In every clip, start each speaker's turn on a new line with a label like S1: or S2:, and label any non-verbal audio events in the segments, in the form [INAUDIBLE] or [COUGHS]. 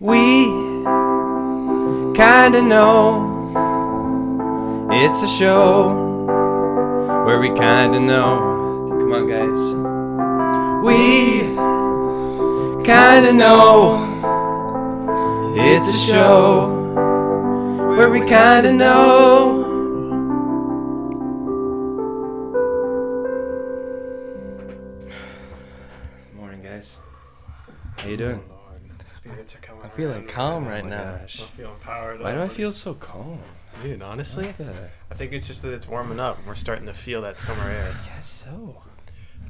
S1: We kinda know it's a show where we kinda know. Come on, guys. We kinda know it's a show where we kinda know. Morning, guys. How you doing?
S2: Lord, the spirits are coming.
S3: I'm feeling
S2: around.
S3: calm right
S1: my
S3: now.
S1: gosh.
S2: I'm feeling powered
S1: Why
S2: up.
S1: do I feel so calm?
S2: Dude, honestly,
S1: What the-
S2: I think it's just that it's warming up. and We're starting to feel that summer air.
S1: I guess so.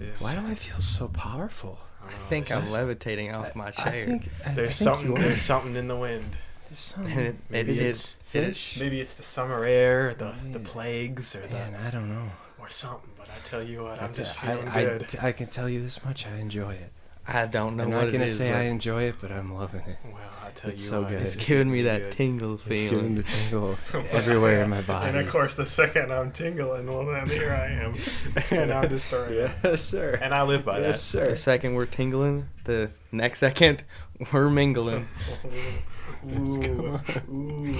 S2: It's-
S1: Why do I feel so powerful?
S2: don't
S3: I
S2: know,
S3: think
S2: there's
S3: I'm
S2: Oh, just-
S3: levitating off my chair.
S2: There's something. There's something in the wind.
S1: There's
S3: [LAUGHS]
S1: something.
S3: and it, it
S2: Maybe
S3: is
S1: it's
S3: it-
S1: fish.
S2: Maybe it's the summer air, the the
S1: Yeah.
S2: plagues, or the
S1: Man, I don't know.
S2: or something. But I tell you what, I'm
S1: That's-
S2: just
S1: I-
S2: feeling
S1: I,
S2: good.
S1: t- I can tell you this much. I enjoy it.
S3: I don't know
S1: I'm
S3: what
S1: not gonna
S3: it is.
S1: say
S3: but
S1: I enjoy it, but I'm loving it.
S2: well, I tell
S1: It's
S2: you
S1: so
S2: what,
S1: good.
S3: it's
S1: it.
S3: giving me that
S2: Good. [LAUGHS]
S3: tingle
S1: It's giving
S3: feeling.
S1: the tingle everywhere in my body.
S2: And of course, the second I'm tingling, well then here
S1: [LAUGHS]
S2: I am, [LAUGHS] and I'm disturbed.
S1: Yes, sir.
S2: And I live by
S1: yes,
S2: that.
S3: The
S1: sir.
S3: second we're tingling, the next second [LAUGHS]
S1: [LAUGHS]
S3: we're mingling.
S1: Let's go.
S2: Ooh, ooh.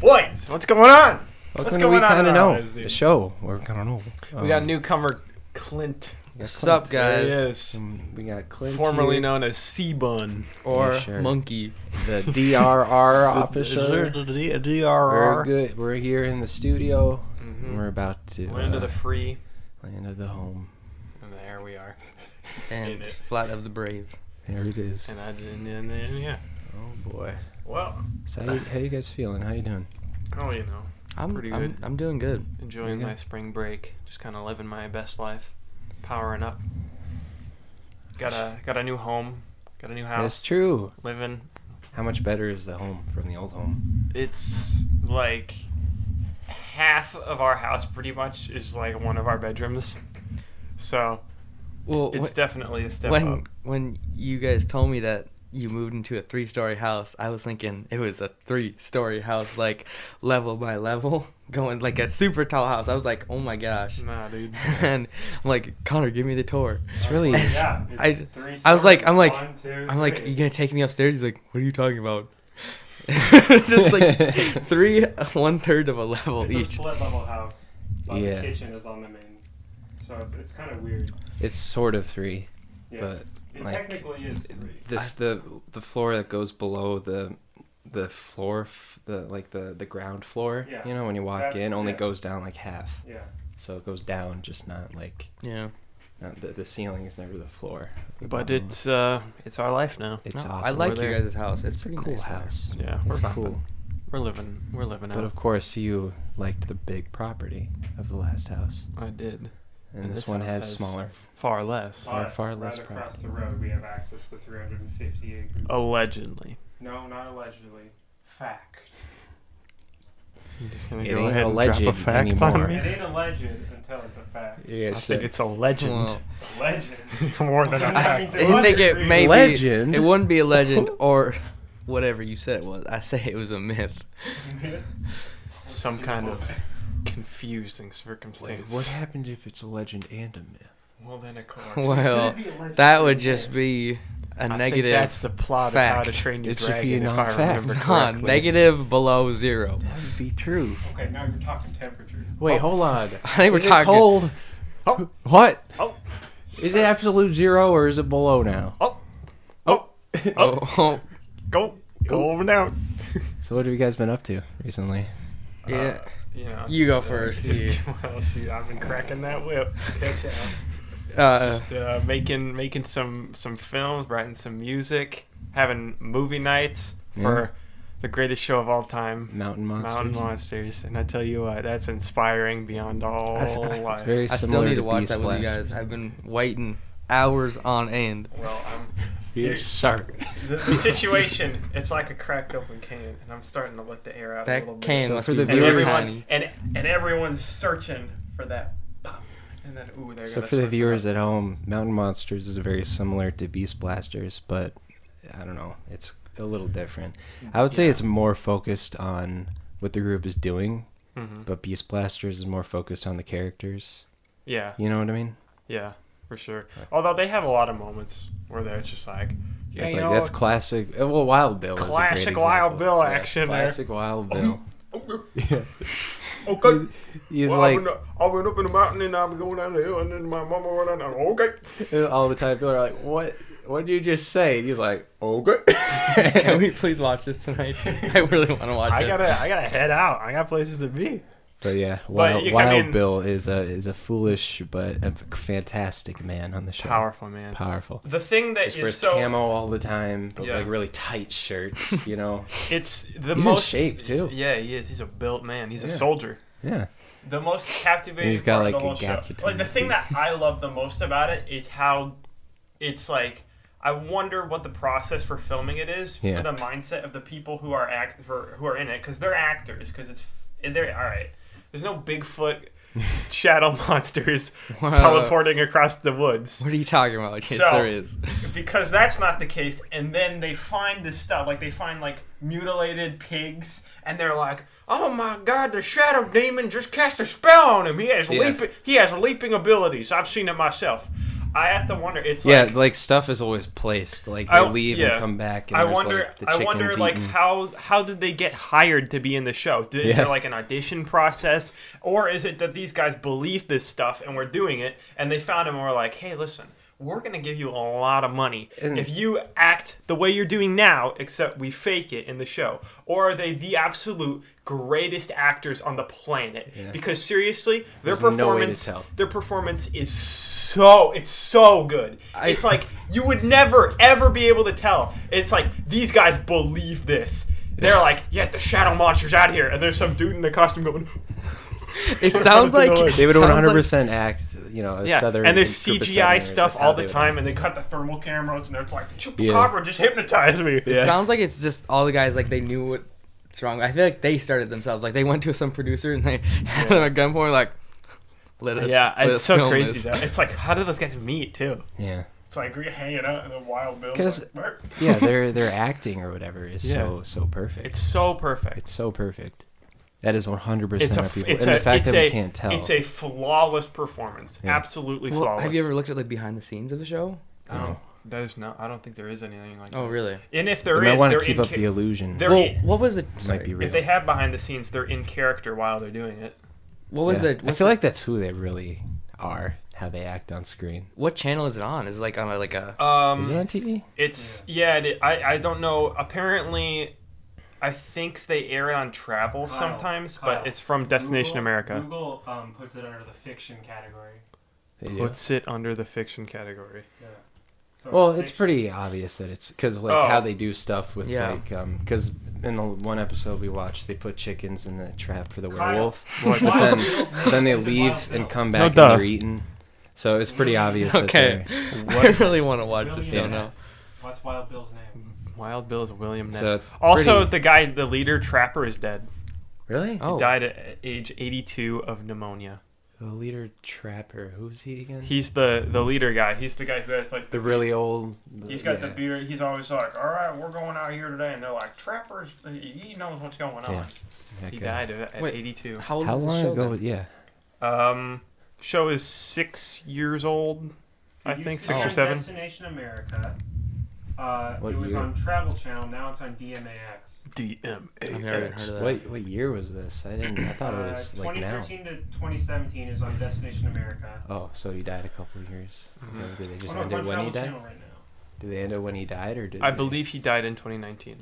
S2: Boys, what's going on?
S1: Welcome
S2: What's
S1: to We
S2: going on in
S1: Kinda
S2: our
S1: Know,
S2: lives, dude?
S1: the show where we kinda know.
S2: we got
S1: Um,
S2: newcomer Clint.
S1: we got
S3: What's
S1: Clint.
S3: up,
S2: There he
S3: guys?
S2: is.
S1: Um, We got Clint.
S2: Formerly
S1: here,
S2: known as C Bun.
S3: Or
S1: Yeah, sure.
S3: monkey.
S1: the
S4: [LAUGHS]
S1: DRR officer. We're
S3: DRR.
S1: good. We're here in the studio.
S2: Mm-hmm.
S1: We're about to
S2: Land
S1: uh,
S2: of the free,
S1: land of the home.
S2: and there we are. In
S3: And
S2: it.
S3: flight of the brave.
S1: There it is.
S2: And I and, and, and yeah.
S1: Oh boy.
S2: Well,
S1: So how you, how you guys feeling? How you doing?
S2: oh, you know,
S3: I'm
S2: Pretty
S3: I'm,
S2: good.
S3: I'm doing good.
S2: enjoying
S1: Yeah.
S2: my spring break, just kind of living my best life, powering up. Got a got a new home, got a new house.
S1: That's true.
S2: Living.
S1: How much better is the home from the old home?
S2: It's like half of our house pretty much is like one of our bedrooms. So
S3: Well,
S2: it's
S3: wh-
S2: definitely a step
S3: when
S2: up.
S3: when you guys told me that you moved into a three-story house, I was thinking it was a three-story house, like level by level, [LAUGHS] going like a super tall house. I was like, oh my gosh.
S2: Nah, dude.
S3: [LAUGHS] and I'm like, Connor, give me the tour.
S1: It's really.
S3: like- [LAUGHS]
S2: yeah.
S3: I-
S2: it's three
S3: I was like, I'm
S2: stories,
S3: like,
S2: one, two,
S3: I'm like,
S2: three.
S3: you gonna take me upstairs? He's like, what are you talking about? [LAUGHS] Just
S1: [LAUGHS]
S3: like three, [LAUGHS] one third of a level
S4: It's a
S3: each.
S4: split level house, but
S1: Yeah.
S4: the kitchen is on the main. So it's, it's kind of weird.
S1: it's sort of three,
S4: Yeah.
S1: but
S4: it
S1: like,
S4: technically is three.
S1: this the the floor that goes below the the floor f- the like the the ground floor.
S4: Yeah.
S1: You know when you walk
S4: That's-
S1: in, only
S4: yeah.
S1: goes down like half.
S4: Yeah.
S1: So it goes down, just not like
S3: Yeah,
S1: not Uh, the, the ceiling is never the floor. The
S2: But
S1: bottom.
S2: it's uh, it's our life now.
S1: it's
S3: No,
S1: awesome.
S3: I like
S2: We're
S3: you
S2: there.
S3: guys' house. It's,
S1: it's a
S3: pretty
S1: cool
S3: nice there.
S1: house.
S2: Yeah, we're
S1: It's
S2: fine.
S1: cool.
S2: We're living. We're living
S1: But
S2: out.
S1: of course, you liked the big property of the last house,
S2: I did.
S1: and,
S2: And
S1: this,
S2: this
S1: one
S2: house
S1: has,
S2: has-
S1: smaller.
S2: Far less.
S1: Far-
S4: But
S1: far less
S4: right
S1: property.
S4: across the road, we have access to 350 acres.
S2: Oh, Allegedly.
S4: No, not allegedly. Fact.
S2: Can
S1: It ain't alleged anymore.
S4: It ain't a legend until it's a fact.
S1: Yeah,
S2: I think it's a legend.
S3: Well,
S4: A
S2: [LAUGHS]
S4: legend.
S2: More than a
S4: [LAUGHS] I
S2: fact.
S4: It's
S3: I think it
S4: legend.
S3: may be-
S1: Legend?
S3: It wouldn't be
S1: [LAUGHS]
S3: a legend or whatever you said it was. I say it was a myth.
S4: [LAUGHS]
S2: Some kind of confusing circumstance.
S1: what happens if it's a legend and a myth?
S2: Well, then of course.
S3: Well,
S4: Could be a legend.
S3: that would just be a
S2: I think
S3: negative.
S2: that's the plot of How to
S3: fact.
S2: Train Your
S1: It should
S2: Dragon.
S1: be a
S2: if I
S1: non-fact.
S2: remember
S3: Huh, [LAUGHS]
S2: correctly.
S3: negative below zero.
S1: That would be true.
S4: Okay, now you're talking temperatures.
S1: Wait, hold [LAUGHS] on.
S3: I think we're
S1: Is it
S3: talking.
S1: cold?
S2: Oh.
S1: What?
S2: Oh.
S1: Is it absolute zero or is it below now?
S2: Oh,
S1: [LAUGHS]
S3: Oh, oh,
S2: go, go over now.
S1: So what have you guys been up to recently?
S3: yeah.
S2: You, know,
S3: You go
S2: just, uh,
S3: first,
S2: just-
S3: yeah.
S2: [LAUGHS] well, shoot, I've been cracking that whip. Catch up.
S3: Uh,
S2: just uh, making making some some films, writing some music, having movie nights for the greatest show of all time,
S1: Mountain monsters.
S2: Mountain Monsters. And I tell you what, that's
S1: [LAUGHS]
S2: inspiring beyond all
S3: That's- it's
S2: life.
S1: Very
S3: I still
S1: similar
S3: need to watch
S1: Beast
S3: that with you
S1: Blast.
S3: guys. I've been waiting hours on end.
S2: well, I'm,
S1: Yes, sir.
S2: [LAUGHS] the, the situation it's like a cracked open can, and I'm starting to let the air out a little
S3: That can
S1: So
S3: must
S1: for
S3: be
S1: the
S2: bit. And
S1: viewer
S3: very
S1: viewers-
S2: everyone
S3: tiny.
S2: and and everyone's searching for that. pop, And then, ooh, they're
S1: So
S2: gonna
S1: for the
S2: suck
S1: viewers at
S2: up.
S1: home, Mountain Monsters is very similar to Beast Blasters, but I don't know, it's a little different. I would say
S2: Yeah.
S1: it's more focused on what the group is doing,
S2: Mhm.
S1: but Beast Blasters is more focused on the characters.
S2: yeah,
S1: You know what I mean?
S2: yeah, for sure. Although they have a lot of moments where they're it's just like, yeah,
S1: It's
S2: you
S1: like
S2: know,
S1: that's classic. uh, Well, Wild Bill. is a great
S2: Classic Wild
S1: example.
S2: Bill action Oh, there.
S1: Classic Wild
S2: [LAUGHS]
S1: Bill. Yeah.
S2: okay.
S1: He's
S2: well, I,
S1: like
S2: went up, I went up in the mountain and I'm going down the hill and then my mama went down. The, okay.
S1: uh, all the time. People are like, "What? What did you just say?" And he's like,
S2: [LAUGHS]
S1: "Okay."
S3: [LAUGHS] Can we please watch this
S1: [LAUGHS]
S3: tonight? I really want to watch
S2: I
S3: it.
S2: gotta, I gotta head out. I got places to be.
S1: But yeah, Wild,
S2: you- I
S1: Wild
S2: mean-
S1: Bill is a is a foolish but a fantastic man on the show.
S2: Powerful man.
S1: Powerful.
S2: The thing that
S1: Just wears camo all the time, but
S2: Yeah.
S1: like really tight shirts. You know.
S2: it's the
S1: He's in
S2: most
S1: shape, too.
S2: Yeah, he is. He's a built man. He's a
S1: Yeah.
S2: soldier.
S1: [LAUGHS] yeah.
S5: the most captivating
S1: And he's got,
S5: part
S1: like,
S5: of
S1: a
S5: the whole
S1: gap
S5: show.
S1: between
S5: Like the
S1: his
S5: thing
S1: feet.
S5: that I love the most about it is how it's like I wonder what the process for filming it is
S1: Yeah.
S5: for the mindset of the people who are act for, who are in it because they're actors because it's f- they're all right. There's no
S1: [LAUGHS]
S5: Bigfoot. [LAUGHS]
S2: Shadow monsters
S3: Wow.
S2: teleporting across the woods.
S3: What are you talking about? Yes,
S5: So-
S2: [LAUGHS]
S3: there is.
S5: because that's not the case and then they find this stuff like they find like mutilated pigs and they're like
S2: Oh my God! The shadow demon just cast a spell on him. He has
S1: Yeah.
S2: leaping. He has leaping abilities. I've seen it myself.
S5: i have to wonder it's
S1: Yeah,
S5: like
S1: like, stuff is always placed. Like they
S2: I-
S1: leave
S2: yeah.
S1: and come back. And
S2: I
S1: there's,
S2: wonder.
S1: Like, the
S2: I wonder,
S1: chickens
S2: like,
S1: eating.
S2: how how did they get hired to be in the show? Did, Is
S1: Yeah.
S2: there like an audition process, or is it that these guys believe this stuff and we're doing it, and they found him and were like, "Hey, listen, we're gonna give you a lot of money
S1: And-
S2: if you act the way you're doing now, except we fake it in the show." Or are they the absolute greatest actors on the planet? Because seriously, their
S1: There's no way to
S2: performance,
S1: tell.
S2: their performance is so it's so good. it's like you would never ever be able to tell. It's like these guys believe this. They're like, yeah, the shadow monster's out here, and there's some dude in a costume going,
S3: It sounds like
S1: they would
S3: sounds
S1: 100
S3: like-
S1: percent act. You know, a
S2: yeah,
S1: southern
S2: and there's
S1: group of
S2: CGI
S1: Southerners,
S2: stuff
S1: that's how
S2: all the
S1: they would
S2: time,
S1: act.
S2: and they
S5: they
S2: cut
S5: cut
S2: the
S5: the thermal cameras and it's like the [LAUGHS]
S2: yeah.
S5: chupacabra just hypnotized me
S1: Yeah.
S2: [LAUGHS]
S3: It sounds like it's just all the guys like they knew what what's wrong. I feel like they started themselves. Like they went to some producer and they [LAUGHS] had them at gunpoint like let us
S2: Yeah,
S3: let
S2: it's
S3: us
S2: so
S3: film
S2: crazy.
S3: this.
S2: Though. It's like, how did those guys meet too?
S1: Yeah.
S5: it's like we're hanging out in the wild bill
S1: 'Cause-
S5: like,
S1: yeah, their their acting or whatever is
S2: Yeah.
S1: so so perfect.
S2: It's
S1: It's,
S2: so perfect.
S1: so perfect. That is one hundred
S2: It's
S1: percent
S2: a,
S1: of
S2: f-
S1: people,
S2: it's
S1: and
S2: a,
S1: the fact
S2: it's
S1: that
S2: a,
S1: we can't tell.
S2: it's a flawless performance.
S1: Yeah.
S2: Absolutely
S3: Well,
S2: flawless.
S3: have you ever looked at like behind the scenes of the show?
S2: I don't. There's no. I don't think there is anything like.
S3: Oh
S2: that.
S3: really?
S2: And if
S1: You
S2: there
S1: might
S2: is,
S1: want
S2: they're
S1: to keep
S2: in
S1: up
S2: ca-
S1: the illusion.
S2: they're-
S3: Well, what was the
S1: It might be
S3: sorry,
S1: real.
S2: if they have behind the scenes, they're in character while they're doing it.
S3: what
S1: Yeah.
S3: was the
S1: I
S3: what's
S1: feel
S3: the-
S1: like that's who they really are. How they act on screen.
S3: what channel is it on? Is it like on a, like a
S2: Um,
S1: Is it on TV?
S2: It's yeah. it, I I don't know. Apparently, I think they air it on travel
S4: Kyle,
S2: sometimes,
S4: Kyle,
S2: but it's from Destination
S4: Google-
S2: America.
S4: Google um, puts it under the fiction category.
S1: They do.
S2: Puts it under the fiction category.
S4: So
S1: Well, it's
S4: fiction.
S1: pretty obvious that it's because like
S2: Oh.
S1: how they do stuff with
S3: Yeah.
S1: like um because in the one episode we watched they put chickens in the trap for the
S4: Kyle.
S2: [LAUGHS]
S1: werewolf,
S2: What?
S1: but then,
S4: Wild Bill's
S1: but then they
S4: name is in
S1: leave
S4: Wild Bill.
S1: and come
S2: No,
S1: back and
S2: duh.
S1: they're eaten. So it's pretty obvious.
S3: Okay.
S1: That they're-
S3: [LAUGHS] I really want to watch this show
S1: Yeah.
S3: now.
S4: What's Wild Bill's name?
S2: Wild Bill is William Nash.
S1: So it's
S2: also,
S1: pretty-
S2: the guy, the leader Trapper, is dead.
S1: really?
S3: Oh.
S2: Died at age 82 of pneumonia.
S1: The leader trapper, who's he again?
S2: He's the the leader guy. He's
S5: he's the guy who has like
S1: the really old.
S5: He's got the
S1: yeah.
S5: beard. He's always like, "All right, we're going out here today," and they're like, "Trappers, uh, he knows what's going on."
S1: Yeah.
S2: he
S1: Okay.
S2: died at, at
S3: Wait.
S2: 82.
S3: How old
S1: How
S3: is the
S1: long
S3: show
S1: ago?
S3: then?
S1: Yeah.
S2: Um, show is six years old, I think
S4: six
S2: six or seven.
S4: Destination America. Uh,
S1: What
S4: it was
S1: year?
S4: on Travel Channel. Now it's on DMAX.
S3: I've never even heard
S2: DMAX.
S3: of that. [LAUGHS]
S1: What what year was this? I didn't. I thought it was
S4: uh,
S1: like now.
S4: 2013 to 2017 is on Destination America.
S1: Oh, so he died a couple of years.
S2: Mm-hmm.
S1: ago. Did they just
S4: Oh, no,
S1: end
S4: it's
S1: it
S4: on
S1: when he
S4: Travel
S1: died?
S4: Channel right now.
S1: Did they end it when he died, or did
S2: I
S1: they-
S2: believe he died in 2019.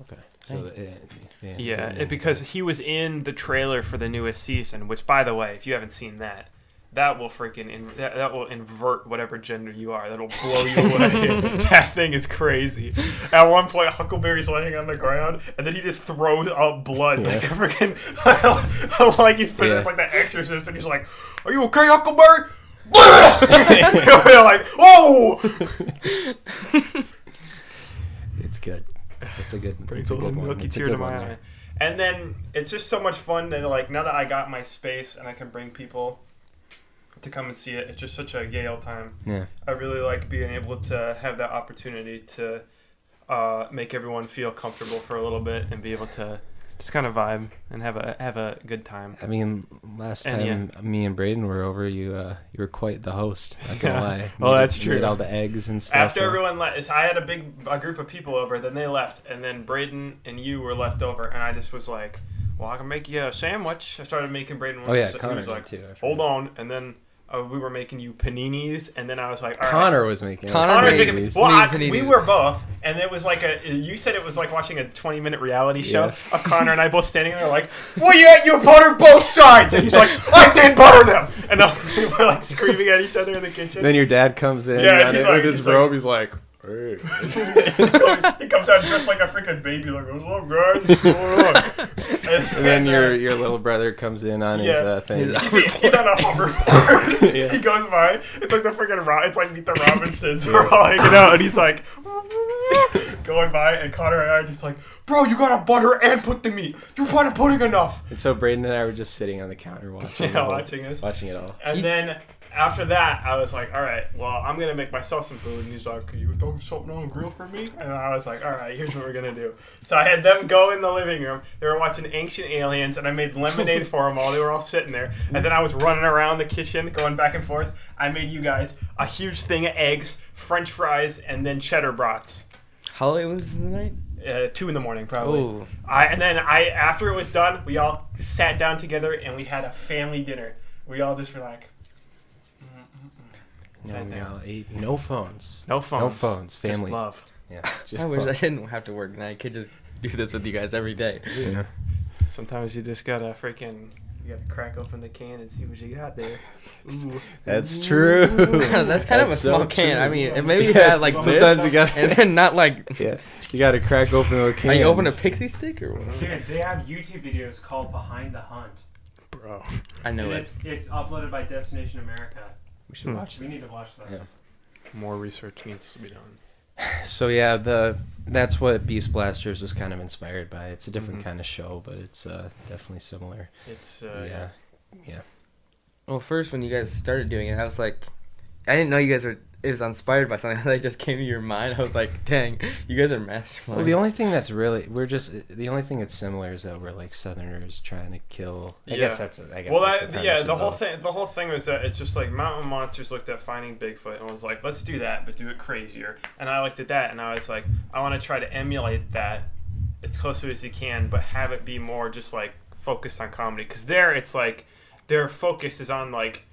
S1: Okay. So
S3: Thank
S1: it, yeah.
S2: Yeah,
S1: didn't
S2: it,
S1: end
S2: because he was in the trailer for the newest season, which, by the way, if you haven't seen that, that will freaking in, that, that will invert whatever gender you are. That'll
S1: [LAUGHS]
S2: blow you away. that thing is crazy. At one point, Huckleberry's laying on the ground, and then he just throws up blood like a [LAUGHS] freaking [LAUGHS] like he's putting it's
S1: Yeah.
S2: like The Exorcist, and he's like, "Are you okay, Huckleberry?" [LAUGHS] We're like, "Whoa!"
S1: It's good. It's a
S2: [SIGHS]
S1: good. it's
S2: brings a
S1: a good
S2: little
S1: one.
S2: milky
S1: It's a
S2: tear to
S1: good
S2: my
S1: one
S2: eye.
S1: there.
S2: And then it's just so much fun to like now that I got my space and I can bring people to come and see it. It's just such a gay old time.
S1: Yeah.
S2: I really like being able to have that opportunity to uh, make everyone feel comfortable for a little bit and be able to just kind of vibe and have a have a good time.
S1: I mean, last
S2: And,
S1: time me and Braden were over, you uh, you were quite the host. Not gonna
S2: [LAUGHS] Yeah.
S1: lie.
S2: Well,
S1: Made-
S2: that's
S1: made
S2: true.
S1: all the eggs and stuff. uh,
S2: After
S1: and-
S2: everyone left, I had a big a group of people over. Then they left, and then Braden and you were left over, and I just was like, "Well, I can make you a sandwich." I started making Braden. one,
S1: Oh yeah,
S2: so he
S1: Connor
S2: was
S1: did
S2: like,
S1: too. I
S2: "Hold
S1: forgot.
S2: on," and then uh, we were making you paninis, and then I was like, "All right."
S1: Connor was making. us
S3: Connor
S2: Connor's
S3: Paninis.
S2: making me.
S1: babies.
S2: Well, I,
S3: Paninis.
S2: we were both, and it was like a. You said it was like watching a twenty-minute reality show
S1: Yeah.
S2: of Connor and I both standing
S1: [LAUGHS]
S2: there, like, "Well, yeah, you buttered both sides," and he's like, "I did butter them," and uh, [LAUGHS] we were like screaming at each other in the kitchen.
S1: Then your dad comes in
S2: Yeah,
S1: on
S2: he's
S1: it
S2: like-
S1: with his
S2: he's like-
S1: robe. he's like, "Hey." [LAUGHS]
S2: [LAUGHS] he comes out dressed like a freaking baby, like, "What's up, guys? What's going on?"
S3: [LAUGHS]
S1: and then your your little brother comes in on his
S2: Yeah.
S1: uh, thing.
S3: His-
S2: He's, he's on a hoverboard.
S1: Yeah.
S2: He goes by. It's like the freaking Ro- It's like Meet the Robinsons. We're all hanging out, and he's like [LAUGHS] going by, and Connor and I are just like, "Bro, you gotta butter and put the meat. You want pudding enough?"
S1: And so Braden and I were just sitting on the counter watching. the
S2: Yeah,
S1: whole-
S2: watching us.
S1: Watching it all.
S2: And then after that, I was like, all right, well, I'm gonna make myself some food. And he's like, can you throw something on the grill for me? And I was like, all right, here's what we're gonna do. So I had them go in the living room. They were watching Ancient Aliens, and I made lemonade for them all. They were all sitting there. And then I was running around the kitchen, going back and forth. I made you guys a huge thing of eggs, French fries, and then cheddar brats.
S3: How late was the night?
S2: Uh, two in the morning, probably.
S3: Oh,
S2: I and then I after it was done, we all sat down together and we had a family dinner. We all just were like,
S1: No,
S2: Same thing.
S1: no, eight, no phones.
S2: no phones,
S1: No phones. Family.
S2: just love.
S3: [LAUGHS]
S1: Yeah. Just
S3: I wish
S1: phone.
S3: I didn't have to work and I could just do this with you guys every day. [LAUGHS]
S1: Yeah.
S2: Sometimes you just gotta freaking, you gotta crack open the can and see what you got there. Ooh.
S1: That's true.
S3: [LAUGHS] That's kind of a
S1: That's
S3: small
S1: so
S3: can. I
S1: true.
S3: mean,
S1: [LAUGHS]
S3: it maybe
S1: Yes,
S3: had like
S1: sometimes
S3: this, [LAUGHS]
S1: you gotta-
S3: and then not like.
S1: yeah. You got to crack open a can.
S3: Are you open a pixie stick or
S1: [LAUGHS]
S3: what?
S4: Dude, they have YouTube videos called Behind the Hunt.
S1: Bro.
S3: I know
S4: and
S3: it.
S4: it's it's uploaded by Destination America.
S1: We should
S2: Hmm.
S1: watch
S4: We need to watch those.
S1: Yeah.
S2: More research needs to be done.
S1: So yeah, the that's what Beast Blasters is kind of inspired by. It's a different
S2: Mhm.
S1: kind of show, but it's uh, definitely similar.
S2: It's uh,
S1: yeah.
S2: yeah.
S3: Well, first when you guys started doing it, I was like, I didn't know you guys were. It was inspired by something [LAUGHS] that just came to your mind. I was like, dang, you guys are masterminds.
S1: Well, the only thing that's really we're just the only thing that's similar is that we're like Southerners trying to kill. I guess
S2: Yeah.
S1: that's I guess
S2: Well,
S1: that's the
S2: that, yeah,
S1: premise
S2: the
S1: of
S2: whole thing, the whole thing was that it's just like Mountain Monsters looked at Finding Bigfoot and was like, let's do that, but do it crazier. And I looked at that and I was like, I want to try to emulate that as closely as you can, but have it be more just like focused on comedy. Because there, it's like their focus is on like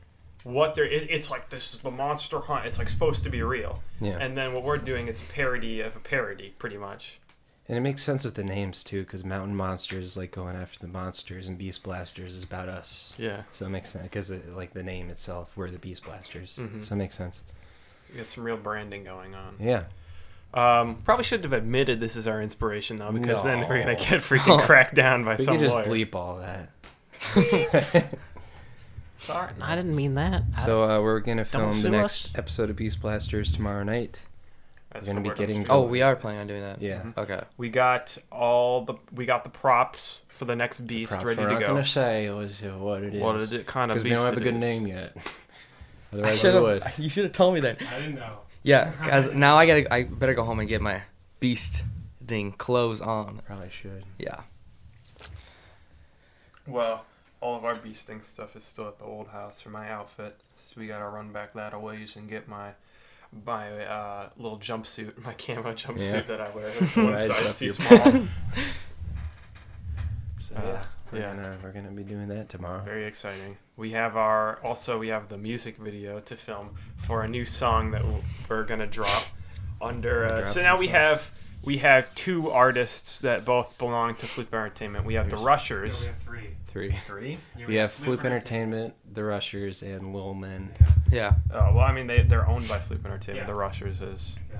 S2: what they're. It, it's like this is the monster hunt. It's like supposed to be real.
S1: Yeah, and,
S2: And then what we're doing is a parody of a parody, pretty much.
S1: it makes sense with the names too, because Mountain Monsters is like going after the monsters, and Beast Blasters is about us.
S2: Yeah,
S1: So it makes sense because like the name itself, we're the Beast Blasters.
S2: Mhm.
S1: So it makes sense.
S2: we got some real branding going on.
S1: Yeah.
S2: Um, probably should have admitted this is our inspiration though, because then we're gonna
S1: No.
S2: get
S1: [LAUGHS]
S2: freaking cracked down by
S1: We
S2: some
S1: could just
S2: lawyer.
S1: bleep all that.
S2: Sorry,
S6: I didn't mean that.
S1: so uh, we're gonna
S6: Don't
S1: film the
S6: sue
S1: next
S6: us.
S1: episode of Beast Blasters tomorrow night.
S2: That's
S1: We're gonna
S2: the
S1: be
S2: word I'm
S1: getting-
S2: looking
S3: Oh, we are planning on doing
S2: Mm-hmm.
S3: that.
S1: Yeah.
S3: Okay.
S2: for. We got all the we got the props for the next beast
S1: Props.
S2: ready
S1: We're
S2: to
S1: not
S2: go.
S1: gonna say was what it is.
S2: What is it kind of
S1: Because
S2: beast?
S1: we don't have a
S2: it
S1: good
S2: is.
S1: name [LAUGHS] yet.
S3: I
S1: Otherwise,
S3: should
S1: we would.
S3: have. [LAUGHS] You should have told me that.
S4: I didn't know. [LAUGHS]
S3: Yeah, cause now I gotta. I better go home and get my beast ding clothes on.
S1: Probably should.
S3: Yeah.
S2: Well, all of our beasting stuff is still at the old house for my outfit, so we gotta run back that a ways and get my my uh, little jumpsuit, my [LAUGHS] camo jumpsuit
S1: Yeah.
S2: that I
S1: [LAUGHS]
S2: wear. It's one
S1: Rise
S2: size
S1: up
S2: too
S1: your-
S2: small.
S1: So
S2: Uh,
S1: yeah, we're
S2: yeah.
S1: gonna we're gonna be doing that tomorrow.
S2: Very exciting. We have our also we have the music video to film for a new song that w- we're gonna drop under. Uh,
S1: Drop
S2: so now we
S1: this
S2: have we have two artists that both belong to Flute Bear Entertainment. We have the
S1: Here's-
S4: No, we
S2: Rushers.
S4: have three.
S1: Three.
S2: Three.
S4: Yeah,
S1: We have Floop
S4: Entertain-
S1: Entertainment, The Rushers, and Lil Men.
S3: Yeah.
S2: Oh well, I mean they they're owned by Flute Bear Entertainment.
S4: Yeah.
S2: The Rushers is,
S4: Yeah.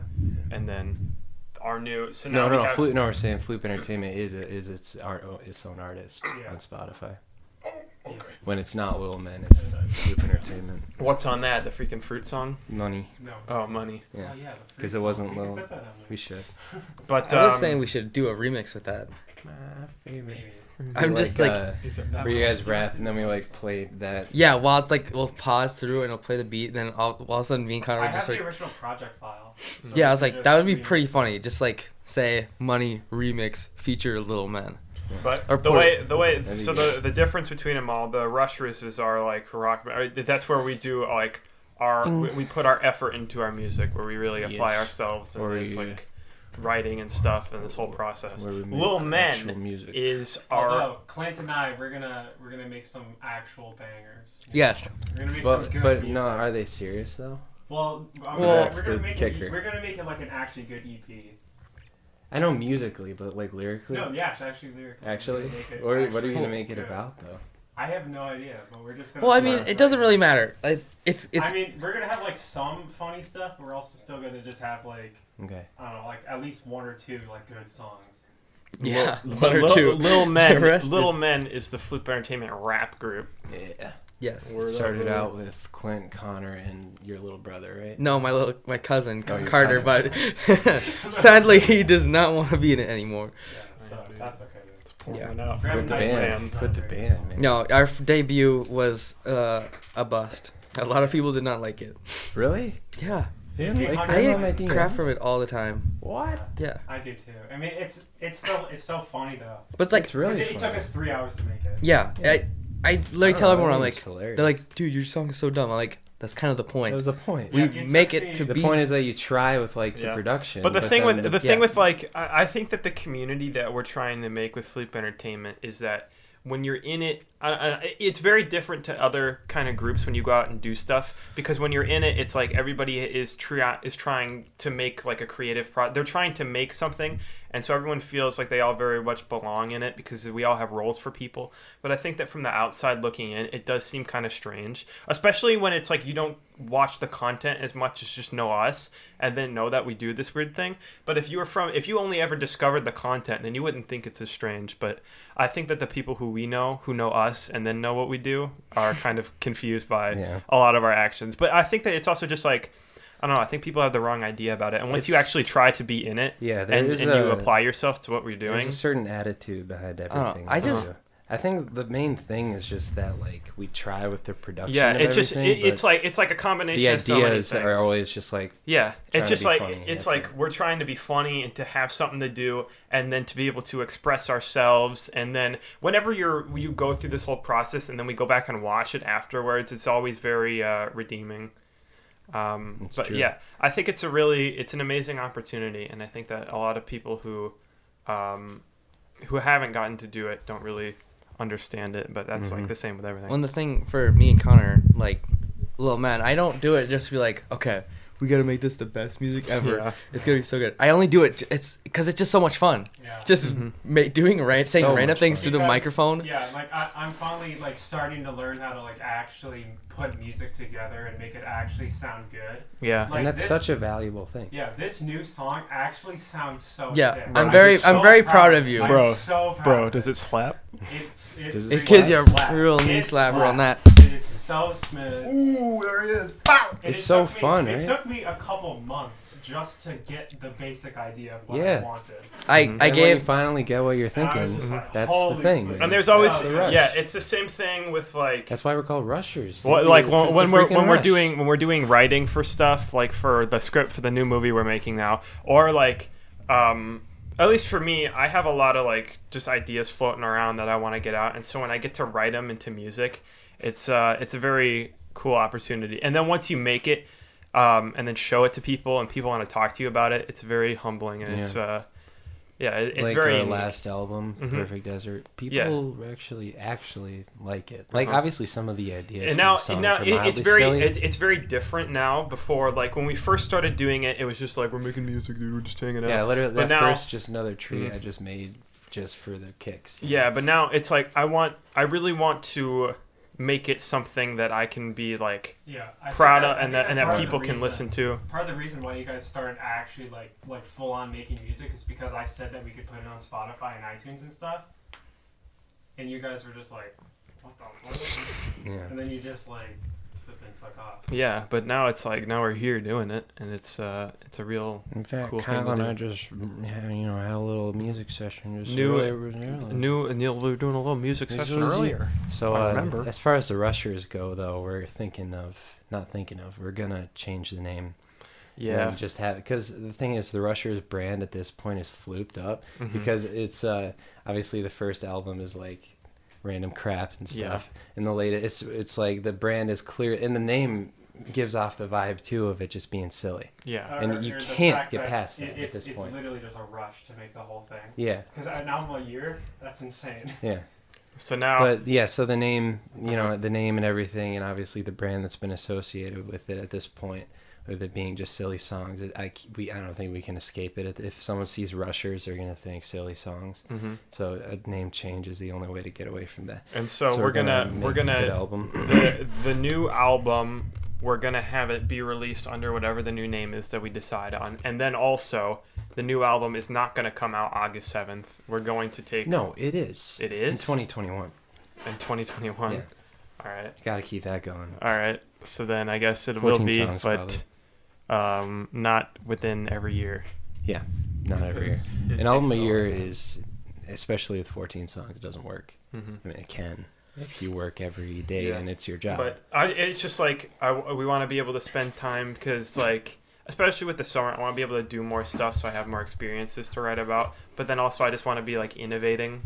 S2: and then our new. So now
S1: No,
S2: we
S1: no,
S2: have,
S1: Floop. No, we're saying Floop Entertainment is a, is its art its own artist
S4: Yeah.
S1: on Spotify.
S4: okay.
S1: When it's not Lil Men, it's Floop Entertainment.
S2: What's on that? The freaking fruit song.
S1: Money.
S4: No.
S2: Oh, money.
S1: Yeah.
S4: Oh, yeah. the
S1: 'Cause it
S4: free
S1: wasn't
S4: song. We could
S1: low.
S4: put that on there.
S1: We
S4: [LAUGHS]
S1: should.
S2: But
S3: I was
S2: um,
S3: saying we should do a remix with that.
S1: My favorite.
S4: Maybe.
S3: I'm just like,
S1: uh,
S4: That
S1: where you
S4: might
S1: guys
S4: be
S1: rap
S4: a
S1: and then we like played that.
S3: yeah, while it's like we'll pause through and we'll play the beat, then all, all of a sudden me and Connor
S4: I
S3: would
S4: have
S3: just
S4: the
S3: like,
S4: original project file. so we
S3: yeah, I was
S4: can
S3: like
S4: just
S3: that would be
S4: remix.
S3: pretty funny. Just like say money remix feature Little Man.
S2: But
S3: Or
S2: the
S3: Puerto-
S2: way the way
S1: That'd be
S2: so the,
S1: good.
S2: the difference between them all, the rushers are like rock. or That's where we do like our we, we put our effort into our music, where we really apply
S1: Yes.
S2: ourselves, and
S1: Or
S2: it's
S1: you-
S2: like writing and stuff, and this whole process.
S1: Where we make
S2: Little
S1: actual
S2: Men
S1: music.
S2: is
S4: Oh,
S2: our
S4: Although Clint and I, we're gonna we're gonna make some actual bangers.
S3: Yes.
S4: We're gonna make
S1: but
S4: some good
S1: but
S4: music.
S1: no, are they serious though?
S4: Well, I'm
S3: Well-
S4: gonna,
S1: That's
S4: we're gonna
S1: the
S4: make
S1: kicker.
S4: It, we're gonna make it like an actually good E EP.
S1: I know musically, but like lyrically,
S4: No, yeah, it's actually lyrically.
S1: actually.
S4: Make it
S1: Or what are you
S4: actually
S1: gonna make it
S4: good.
S1: about though?
S4: I have no idea, but we're just gonna.
S3: Well, I
S4: do
S3: mean,
S4: our
S3: it doesn't
S4: best.
S3: really matter. Like, It's it's
S4: I mean, we're gonna have like some funny stuff, but we're also still gonna just have like
S1: Okay.
S4: I don't know, like at least one or two like good songs.
S3: yeah,
S2: But
S3: [LAUGHS] one or
S2: Lil-
S3: two.
S2: Lil Men,
S3: The rest
S2: Little
S3: is-
S2: Men is the Flute Entertainment rap group.
S1: Yeah.
S3: Yes.
S2: Word
S1: It started
S2: up,
S1: out with Clint Connor and your little brother, right?
S3: No, my little my cousin
S1: Oh, your
S3: Carter, but [LAUGHS] sadly he does not want to be in it anymore.
S4: Yeah, so
S2: dude.
S4: that's okay. dude.
S2: It's pouring
S3: Yeah.
S2: it out.
S4: Grab
S1: Quit the
S4: Night
S1: band.
S4: Raves is
S1: Quit
S4: not
S1: the
S4: a very good
S1: band,
S4: song.
S1: man.
S3: No, our f- debut was uh, a bust. A lot of people did not like it.
S1: Really?
S3: Yeah,
S1: They
S4: Yeah,
S1: didn't like
S4: I
S3: I
S1: them on my
S3: get
S1: DMs?
S3: crap from it all the time.
S1: What?
S3: Yeah,
S4: I do too. I mean, it's it's still it's so funny though.
S3: but it's like
S1: It's really
S4: 'Cause it, it took
S1: funny.
S4: us three hours to make it.
S3: yeah, I I literally
S1: I
S3: tell
S1: don't know,
S3: everyone I'm
S1: I
S3: like
S1: think it's
S3: they're
S1: Oh, hilarious.
S3: like dude your song is so dumb. I'm like that's kind of the
S1: That
S3: point.
S1: was the point.
S3: We
S4: Yeah, it
S3: make
S4: took
S3: it
S4: me-
S3: to
S1: the
S3: be
S1: point is that you try with like
S2: Yeah.
S1: the production.
S2: But the thing with the
S1: then-
S2: thing
S3: yeah.
S2: with like I, I think that the community that we're trying to make with Fleep Entertainment is that when you're in it, I, I, it's very different to other kind of groups when you go out and do stuff because when you're in it, it's like everybody is tria- is trying to make like a creative pro. They're trying to make something, and so everyone feels like they all very much belong in it because we all have roles for people. But I think that from the outside looking in, it does seem kind of strange, especially when it's like you don't watch the content as much as just know us and then know that we do this weird thing. But if you were from, if you only ever discovered the content, then you wouldn't think it's as strange. But I think that the people who we know, who know us and then know what we do, are
S1: [LAUGHS]
S2: kind of confused by
S1: Yeah.
S2: a lot of our actions. But I think that it's also just like, I don't know. I think people have the wrong idea about it. And once you
S1: It's-
S2: actually try to be in it,
S1: Yeah, there
S2: and,
S1: is
S2: and
S1: a,
S2: you apply yourself to what we're
S1: There's
S2: doing.
S1: a certain attitude behind
S3: know.
S1: everything.
S3: Uh, I
S1: we
S3: just-
S1: do. I think the main thing is just that like we try with the production.
S2: Yeah,
S1: of
S2: it's just
S1: everything,
S2: it, it's
S1: but
S2: like it's like a combination
S1: the
S2: of so many
S1: ideas
S2: things.
S1: are always just like
S2: Yeah,
S1: trying
S2: it's
S1: to
S2: just
S1: be
S2: like
S1: funny,
S2: it's
S1: that's
S2: like
S1: it.
S2: we're trying to be funny and to have something to do, and then to be able to express ourselves. And then whenever you're you go through this whole process, and then we go back and watch it afterwards, it's always very uh, redeeming. Um,
S1: It's
S2: but
S1: true.
S2: yeah, I think it's a really it's an amazing opportunity, and I think that a lot of people who um, who haven't gotten to do it don't really understand it. But that's like
S1: Mhm.
S2: the same with everything.
S3: Well, the thing for me and Connor, like, little man, I don't do it just to be like, okay, we gotta make this the best music ever.
S2: Yeah.
S3: It's gonna be so good. I only do it. j- It's because it's just so much fun.
S4: Yeah.
S3: Just
S2: Mhm.
S3: ma- doing right, saying
S1: Mm-hmm. so
S3: random
S1: much
S3: things
S1: fun.
S3: through the
S4: Because-
S3: microphone.
S4: Yeah, like I, I'm finally like starting to learn how to like actually put music together and make it actually sound good.
S2: yeah.
S4: Like
S1: and that's
S4: this-
S1: such a valuable thing.
S4: Yeah, this new song actually sounds so.
S3: Yeah,
S4: sick.
S3: I'm
S4: Like,
S3: very-
S4: so
S3: I'm very proud of you.
S4: I'm
S2: Bro,
S4: so proud
S2: Bro,
S4: of
S2: does it slap?
S4: It's, it,
S1: Does it
S3: It gives you a
S4: slaps.
S3: real knee
S4: It
S3: slapper on
S4: slaps.
S3: that.
S4: It is so smooth.
S2: Ooh, there it is. Pow!
S4: And
S1: It's
S4: it
S1: so
S4: took me-
S1: fun,
S4: It
S1: right?
S4: took me a couple months just to get the basic idea of what
S1: Yeah.
S4: I wanted.
S2: Mhm.
S3: I I
S1: And when you
S3: gave
S1: finally get what you're
S4: And I
S1: thinking.
S4: was just like,
S1: that's the
S4: holy
S1: thing.
S4: fuck.
S1: man.
S2: And there's
S4: Yeah.
S2: always
S4: Yeah.
S2: yeah, it's the same thing with like
S1: That's why we're called rushers. dude.
S2: well, like
S1: It's
S2: when,
S1: a
S2: when we're
S1: freaking
S2: when we're
S1: rush.
S2: doing when we're doing writing for stuff like for the script for the new movie we're making now or like um at least for me I have a lot of like just ideas floating around that I want to get out and so when I get to write them into music it's uh it's a very cool opportunity and then once you make it um and then show it to people and people want to talk to you about it it's very humbling and it's
S1: Yeah.
S2: uh yeah it, it's
S1: like uh,
S2: very
S1: our
S2: unique.
S1: last album,
S2: Mhm.
S1: Perfect Desert. People actually actually like it. Like
S2: Uh-huh.
S1: obviously some of the ideas.
S2: and
S1: from
S2: now,
S1: the songs
S2: and now
S1: are
S2: it, it's
S1: mildly
S2: very
S1: silly.
S2: it's, it's very different now before like when we first started doing it it was just like we're making music dude we're just hanging out
S1: yeah, literally
S2: but
S1: that
S2: now-
S1: first just another tree
S2: Mhm.
S1: I just made just for the kicks.
S2: yeah but now it's like i want i really want to make it something that i can be like
S4: Yeah, I think
S2: proud
S4: that-
S2: of
S4: I
S2: and
S4: think
S2: that and
S4: part
S2: that
S4: of the
S2: people can
S4: reason-
S2: listen to
S4: Part of the reason why you guys started actually like like full on making music is because I said that we could put it on Spotify and iTunes and stuff, and you guys were just like, "What the?" What?
S1: Yeah.
S4: And then you just like flip and fuck off.
S2: yeah but now it's like now we're here doing it and it's uh it's a real
S1: In fact,
S2: Cool thing
S1: Kyle
S2: to
S1: and
S2: do.
S1: I just mm, had, you know had a little music session. Just
S2: New-
S1: earlier, earlier.
S2: new and you'll we were doing a little music
S1: This
S2: session
S1: was-
S2: earlier
S1: So
S2: I
S1: uh,
S2: remember.
S1: as far as the rushers go, though, we're thinking of not thinking of. We're gonna change the name. And then
S2: Yeah.
S1: you just have because the thing is the Rushers brand at this point is flooped up
S2: Mm-hmm.
S1: because it's uh, obviously the first album is like random crap and
S2: Yeah.
S1: stuff, and the latest it's it's like the brand is clear and the name gives off the vibe too of it just being silly.
S2: Yeah.
S1: And
S4: Or-
S1: you
S4: or the
S1: can't
S4: fact
S1: get
S4: that
S1: past
S4: it-
S1: that at
S4: it's-
S1: this
S4: it's
S1: point.
S4: literally just a rush to make the whole thing.
S1: Yeah,
S4: Because an album a year, that's insane.
S1: yeah.
S2: So now.
S1: But yeah, so the name, you
S2: Uh-huh.
S1: know, the name and everything, and obviously the brand that's been associated with it at this point, with it being just silly songs. it- I c- we I don't think we can escape it. If someone sees Rushers, they're gonna think silly songs.
S2: Mhm.
S1: So a name change is the only way to get away from that.
S2: And so, we're gonna we're
S1: make a good
S2: gonna
S1: album.
S2: the, the new album we're gonna have it be released under whatever the new name is that we decide on, and then also the new album is not gonna come out August seventh. We're going to take
S1: No, it is.
S2: It
S1: in
S2: is?
S1: 2021.
S2: in 2021.
S1: Yeah.
S2: All right,
S1: Got to keep that going.
S2: all right. So then I guess it will
S1: 14
S2: be,
S1: songs,
S2: but um, not within every year.
S1: Yeah, not every year.
S2: It
S4: Because
S1: An album a
S2: takes long
S1: year
S2: time.
S1: is, especially with 14 songs, it doesn't work.
S2: Mhm.
S1: I mean, it can if you work every day
S2: Yeah.
S1: and it's your job.
S2: But I, it's just like I, we want to be able to spend time because like especially with the summer, I want to be able to do more stuff so I have more experiences to write about. But then also I just want to be like innovating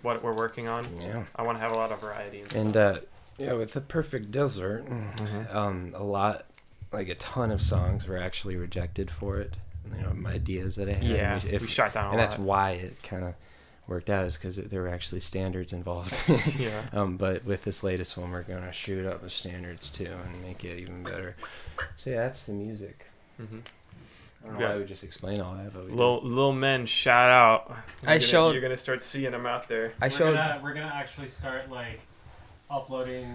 S2: what we're working on.
S1: yeah.
S2: I want to have a lot of variety. And, Mm-hmm. stuff.
S1: And uh, yeah, with the perfect desert, um, a lot, like a ton of songs were actually rejected for it. You know, my ideas that I had. uh, and
S2: yeah,
S1: if-
S2: we shot down a
S1: and that's
S2: [LAUGHS] lot.
S1: why it kind of worked out is because there were actually standards involved. [LAUGHS]
S2: [LAUGHS] yeah.
S1: um, but with this latest one, we're gonna shoot up the standards too and make it even better. So yeah, that's the music.
S2: Mm-hmm.
S1: I don't know
S2: Yeah.
S1: why we just explain all that, but we
S2: Lil Lil Men, shout out.
S3: I
S2: You're gonna-
S3: showed-
S2: You're gonna start seeing them out there.
S3: I
S4: we're
S3: showed.
S4: Gonna, we're gonna actually start like uploading.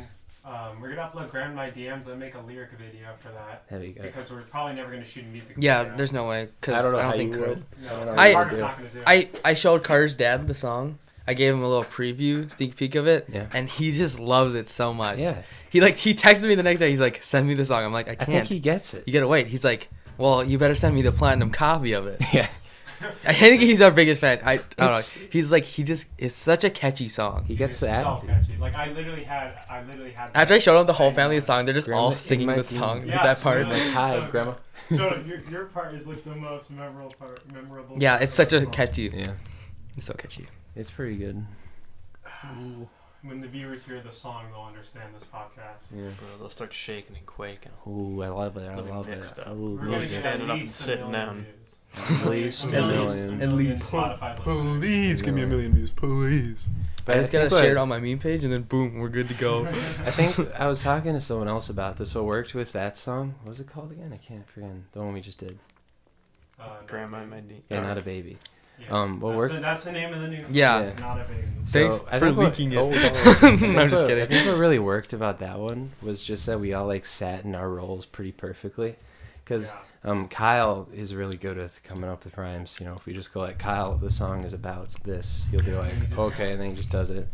S4: Um, we're gonna upload Grand My DMs and make a lyric video for that
S1: did. There you go.
S4: because we're probably never gonna shoot a music.
S3: Yeah,
S4: video.
S3: there's no way. Cause
S1: I don't know how
S3: think
S1: you
S3: Carter-
S1: would.
S4: No,
S1: I don't know
S3: how you
S4: Carter's
S1: do it.
S4: not gonna do it.
S3: I I showed Carter's dad the song. I gave him a little preview, sneak peek of it,
S1: Yeah.
S3: and he just loves it so much.
S1: Yeah,
S3: He like he texted me the next day. He's like, "Send me the song." I'm like, "I
S1: I think
S3: can't.
S1: he gets it.
S3: you gotta wait." He's like, "Well, you better send me the platinum copy of it."
S1: [LAUGHS] Yeah,
S3: I think he's our biggest fan. I, I don't know.
S1: It's-
S3: He's like he just it's such a catchy song.
S1: he gets
S4: It's
S1: the
S4: so
S1: attitude.
S4: catchy. Like I literally had, I literally had.
S3: After I showed him the whole family the song, they're just
S1: Grandma,
S3: all
S1: it
S3: singing
S1: might
S3: the
S1: be-
S3: song.
S4: Yeah,
S3: that part.
S4: really.
S3: [LAUGHS]
S1: Hi, Grandma.
S4: Jonah, your, your part is like the most memorable part. Memorable.
S3: Yeah,
S4: part
S3: it's
S4: of
S3: such
S4: the
S3: a
S4: song.
S3: catchy.
S1: Yeah,
S3: It's so catchy.
S1: it's pretty good.
S4: When the viewers hear the song, they'll understand this podcast.
S1: Yeah.
S2: Bro, they'll start shaking and quaking.
S1: Ooh, I love it. I
S2: Let me
S1: love
S2: mix
S1: it.
S2: it up.
S1: Oh,
S4: We're
S1: love
S4: gonna
S1: it.
S4: get
S2: Standing
S4: at
S2: up and
S4: least a
S2: sitting
S4: million
S2: down.
S4: views.
S1: [LAUGHS] At least a million.
S4: At
S3: least.
S4: Spotify listeners.
S5: Please
S1: give me a
S5: million views, please.
S1: But
S3: I just
S1: think
S3: gotta share it
S1: what-
S3: on my meme page, and then boom, we're good to
S4: [LAUGHS]
S3: go.
S1: I think I was talking to someone else about this. What worked with that song? What was it called again? I can't forget. The one we just did.
S4: Uh, no,
S2: Grandma might need.
S1: Yeah, not a baby.
S4: yeah.
S1: Um, what
S4: that's,
S1: worked?
S4: the- that's the name of the news.
S3: Yeah.
S1: Yeah.
S4: Not a baby.
S1: So,
S3: Thanks
S1: I
S3: for
S1: think what-
S3: leaking [LAUGHS]
S1: oh,
S3: it.
S1: don't worry. I think
S3: I'm just
S1: what- I
S3: kidding.
S1: think what really worked about that one was just that we all like sat in our roles pretty perfectly. Because
S4: Yeah.
S1: um, Kyle is really good with coming up with rhymes. You know, if we just go like Kyle, the song is about this, he'll be like,
S4: And [LAUGHS] he just
S1: okay, and then he just does it.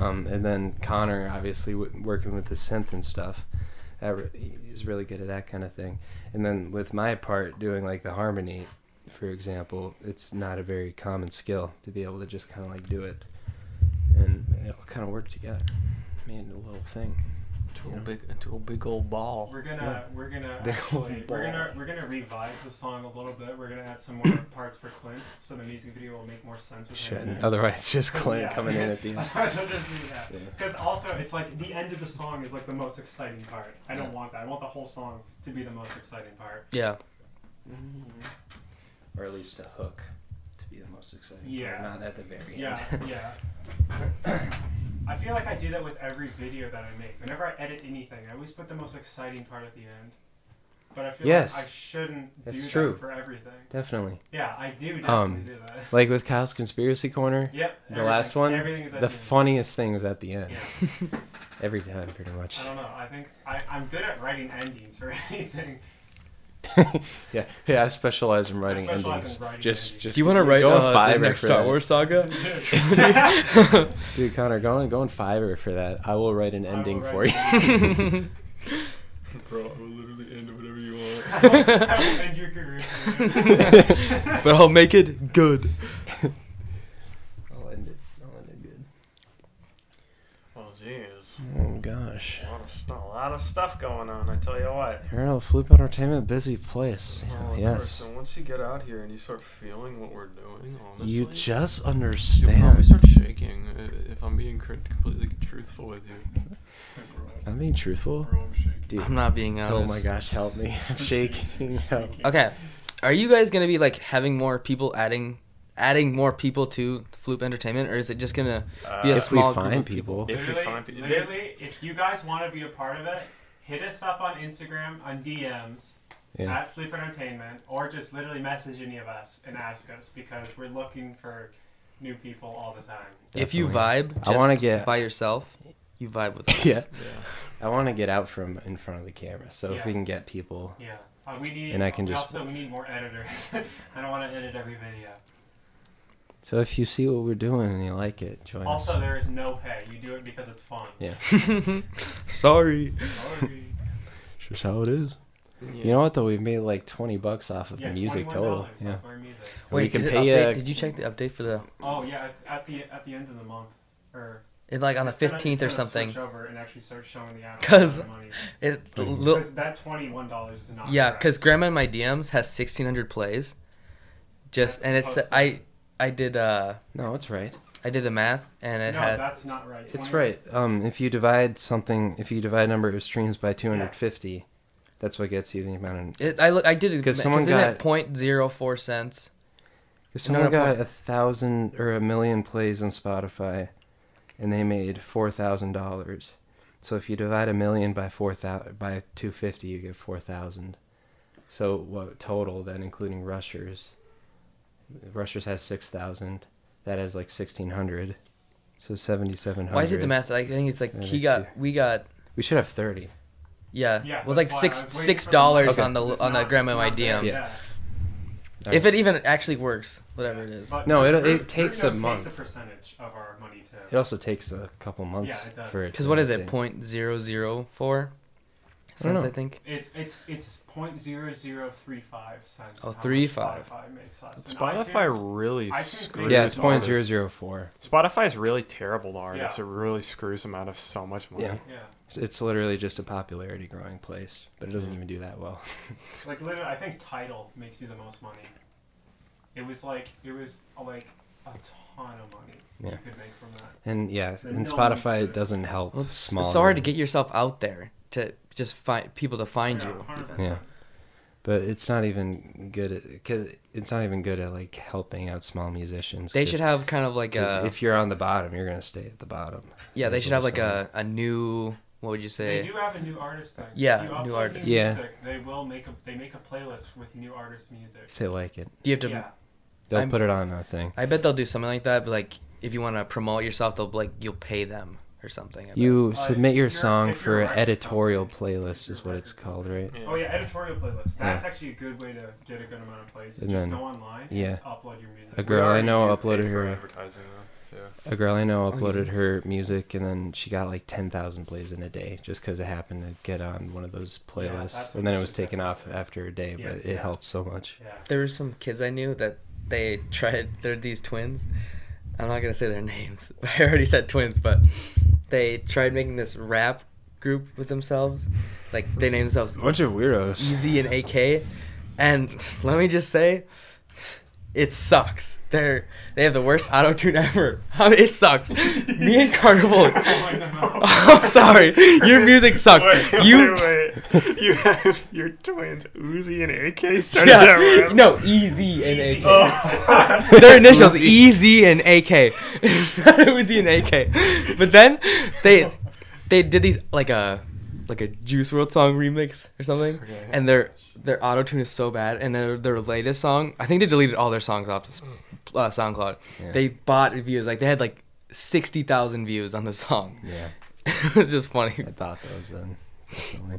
S1: Um, and then Connor, obviously w- working with the synth and stuff, that re- is really good at that kind of thing. And then with my part doing like the harmony, for example, it's not a very common skill to be able to just kind of like do it, and it'll kind of work together, made a little thing.
S2: Into a big, into a big old ball. [LAUGHS]
S4: We're gonna
S1: [LAUGHS]
S4: we're gonna
S1: Big old
S4: actually, we're gonna we're gonna revise the song a little bit. We're gonna add some
S1: [LAUGHS]
S4: more parts for Clint, so the music video will make more sense with
S1: Shit.
S4: him. in it.
S1: Otherwise, just [LAUGHS] Clint
S4: Yeah.
S1: coming in at
S4: [LAUGHS]
S1: the end.
S4: Otherwise it'll just be that.
S1: Yeah.
S4: [LAUGHS] Because also, it's like the end of the song is like the most exciting part. I don't
S1: Yeah.
S4: want that. I want the whole song to be the most exciting part.
S3: yeah,
S1: Or at least a hook to be the most exciting.
S4: Mm-hmm. Yeah.
S1: Not at the very
S4: Yeah,
S1: end.
S4: yeah. I feel like I do that with every video that I make. Whenever I edit anything, I always put the most exciting part at the end. But I feel
S1: Yes.
S4: like I shouldn't
S1: That's
S4: do
S1: true.
S4: that for everything.
S1: [LAUGHS] Definitely.
S4: Yeah, I do definitely
S1: Um,
S4: do that.
S1: Like with Kyle's Conspiracy Corner,
S4: Yep.
S1: the last one,
S4: Everything's at
S1: the
S4: end.
S1: funniest thing was at the end.
S4: Yeah.
S1: Every time, pretty much. [LAUGHS]
S4: I don't know. I think I, I'm good at writing endings for [LAUGHS]
S2: [LAUGHS]
S4: anything.
S1: yeah, yeah. I specialize in writing
S4: specialize in
S1: endings.
S4: writing
S1: just,
S4: endings.
S1: just.
S3: do you want to write
S1: go on
S3: uh, the
S1: Fiverr
S3: next
S1: for
S3: Star
S1: that.
S3: Wars saga?
S1: Dude, Connor, go on, go on Fiverr for that. I will write an ending
S4: write
S1: for
S4: an
S1: you.
S5: Bro, I will literally end whatever you want.
S2: [LAUGHS]
S4: I will end your career.
S3: but
S4: [LAUGHS]
S3: I'll make it good.
S1: [LAUGHS] I'll end it. I'll end it good.
S2: Well, jeez.
S1: Oh gosh.
S2: What a smell that lot of stuff going on. I tell you what.
S1: Harold Floop Entertainment, busy place.
S2: Oh,
S1: yes.
S2: Carson, once you get out here and you start feeling what we're doing, honestly,
S1: You just
S2: you'll probably
S1: understand.
S2: start shaking. i- If I'm being cr- completely truthful with you,
S1: I'm being truthful.
S4: Bro, I'm shaking.
S1: Dude.
S3: I'm not being honest.
S1: Oh my gosh, help me. [LAUGHS] I'm shaking. Help.
S3: Okay, are you guys gonna be like having more people adding, adding more people to Floop Entertainment, or is it just gonna
S2: Uh,
S3: be a
S1: If we
S3: small group
S1: find
S3: of people?
S1: people.
S2: If we
S4: literally,
S2: find people-
S4: literally, if you guys want to be a part of it, hit us up on Instagram on DMs
S1: Yeah.
S4: at Flip Entertainment, or just literally message any of us and ask us because we're looking for new people all the time.
S3: If you
S1: Definitely.
S3: vibe, just
S1: I wanna get-
S3: by yourself. You vibe with
S1: [LAUGHS]
S3: us.
S1: Yeah.
S2: yeah.
S1: I want to get out from in front of the camera. So if we
S4: Yeah.
S1: can get people.
S4: Yeah, uh, we need.
S1: And I can
S4: we
S1: just-
S4: also we need more editors. [LAUGHS] I don't want to edit every video.
S1: So if you see what we're doing and you like it, join
S4: Also,
S1: us.
S4: there is no pay. You do it because
S1: [LAUGHS]
S4: it's fun.
S1: Yeah.
S3: [LAUGHS] Sorry.
S4: Sorry.
S1: It's just how it is. You know what though? We've made like 20 bucks off of
S4: yeah,
S1: the music total.
S4: $21 off
S1: Yeah.
S4: our music.
S1: We
S3: Wait,
S1: can
S3: did, it
S1: pay
S3: update,
S1: a-
S3: did you check the update for the
S4: Oh yeah, at, at the at the end of the month or
S3: it like on the
S4: It's gonna-
S3: fifteenth or
S4: it's gonna
S3: something?
S4: Switch over and actually start showing the actual
S3: 'Cause-
S4: amount of money.
S3: It
S1: Mhm.
S3: li-
S4: 'Cause that twenty one dollars is not.
S3: yeah,
S4: correct.
S3: because Grandma in my DMs has sixteen hundred plays. Just
S4: That's
S3: and it's
S4: supposed to-
S3: I I did uh
S1: No, it's right.
S3: I did the math and it
S4: no,
S3: had
S4: that's not right.
S1: It's
S4: 20
S1: right. Um, if you divide something, if you divide number of streams by 250, that's what gets you the amount. Of,
S3: it I look I did it
S1: 'Cause
S3: because
S1: someone
S3: someone
S1: got-
S3: got point zero four cents.
S1: Because
S3: No,
S1: someone
S3: no,
S1: got a thousand or a million plays on Spotify, and they made four thousand dollars. So if you divide a million by four thousand by two fifty, you get four thousand. So what total then, including Rushers? Rushers has six thousand. That has like sixteen hundred. So seventy seven hundred.
S3: Why did the math? Like, I think it's like
S1: Yeah,
S3: he
S1: that's
S3: got we got
S1: We should have thirty.
S3: yeah,
S4: Yeah,
S3: it was
S4: that's
S3: like
S4: why I
S3: six
S4: was waiting
S3: six
S4: for the money.
S3: dollars
S1: Okay.
S3: on the
S4: It's
S3: on the
S4: not-
S3: Grandma in
S4: it's
S3: my
S4: not there,
S3: DMs.
S1: Yeah.
S3: If it even actually works, whatever it is.
S4: But
S1: No, it-
S4: Ru-
S1: it takes a
S4: Ru-
S1: month.
S4: Takes a percentage of our money too.
S1: It also takes a couple months
S4: Yeah, it does.
S1: for it.
S3: Because
S1: to
S3: what is it?
S1: update.
S3: Point zero zero four
S1: I don't
S3: cents,
S1: know.
S3: I think.
S4: It's it's it's point zero zero three five cents.
S3: Oh,
S4: is how much
S3: 35.
S4: Spotify makes us. And iTunes-
S2: Spotify really
S4: iTunes
S2: screws.
S4: makes
S1: Yeah, it's
S4: It's
S1: point
S4: artists.
S1: zero zero four.
S2: Spotify is really terrible to artists.
S4: Yeah.
S2: It really screws them out of so much money.
S1: Yeah.
S4: Yeah,
S1: It's literally just a popularity growing place, but it doesn't even do that well.
S4: like literally, I think title makes you the most money. It was like it was uh, like a ton of money
S1: Yeah.
S4: you could make from that.
S1: And yeah,
S4: And
S1: and
S4: no
S1: Spotify
S4: one's-
S1: doesn't help
S3: Well, it's,
S1: small.
S3: it's so hard to get yourself out there to just find people to find
S4: Yeah,
S3: you.
S4: 100%.
S1: Yeah. but it's not even good at cause it's not even good at like helping out small musicians.
S3: They
S1: 'cause-
S3: should have kind of like
S1: 'cause
S3: a
S1: if you're on the bottom, you're gonna stay at the bottom.
S3: yeah. They
S1: that's
S3: should
S1: what
S3: have
S1: I'm
S3: like a, a new what would you say?
S4: They do have a new artist thing.
S3: Yeah,
S4: If you
S3: new
S4: upload
S3: artist.
S1: Yeah.
S4: music, They will make a they make a playlist with new artist music.
S1: If they like it,
S3: Do you have to?
S4: yeah.
S1: they'll
S3: I'm-
S1: put it on a thing.
S3: I bet they'll do something like that. But like if you want to promote yourself, they'll like you'll pay them or something. I bet.
S1: You
S4: Uh,
S1: submit your
S4: if you're-
S1: song
S4: if
S1: for
S4: you're
S1: an
S4: right,
S1: editorial
S4: probably. If
S1: playlist,
S4: you're
S1: is what
S4: right.
S1: it's called, right?
S4: Oh yeah, editorial playlist.
S1: Yeah.
S4: That's actually a good way to get a good amount of plays.
S1: And
S4: Just
S1: then-
S4: go online,
S1: Yeah.
S4: upload your music.
S1: A girl I
S2: already
S1: know
S2: do pay
S1: uploaded
S2: for
S1: her
S2: advertising though. too.
S1: a girl I
S4: Oh,
S1: know
S3: you
S1: uploaded
S3: did?
S1: her music, and then she got like ten thousand plays in a day, just because it happened to get on one of those
S4: Yeah,
S1: playlists.
S4: that's
S1: and
S4: what
S1: then
S4: you
S1: it was
S4: should
S1: taken off
S4: definitely do.
S1: after a day,
S4: Yeah.
S1: but it
S4: Yeah.
S1: helped so much.
S4: Yeah.
S3: there were some kids I knew that they tried. They're these twins. I'm not gonna say their [LAUGHS] names. I already said twins, but they tried making this rap group with themselves. Like they named themselves
S1: bunch of weirdos.
S3: Easy and AK, and [LAUGHS] let me just say, it sucks. They're they have the worst auto tune ever. [LAUGHS] I mean, it sucks. Me and
S2: [LAUGHS]
S3: [LAUGHS] Carnival. Oh, I'm sorry. Your music sucks.
S2: Wait,
S3: you.
S2: wait, wait. you have your twins Uzi and AK started
S3: [LAUGHS] Yeah,
S2: that rap?
S3: no, Easy and AK.
S2: Oh.
S3: [LAUGHS] Their initials Easy and [LAUGHS] AK. Uzi E and AK. But then they they did these like a like a Juice World song remix or something,
S2: Okay.
S3: and their their auto tune is so bad. And their their latest song, I think they deleted all their songs off this, uh, SoundCloud.
S1: Yeah.
S3: They bought views, like they had like sixty thousand views on the song. [LAUGHS]
S1: Yeah,
S3: it was just funny.
S1: I bought those then. Definitely.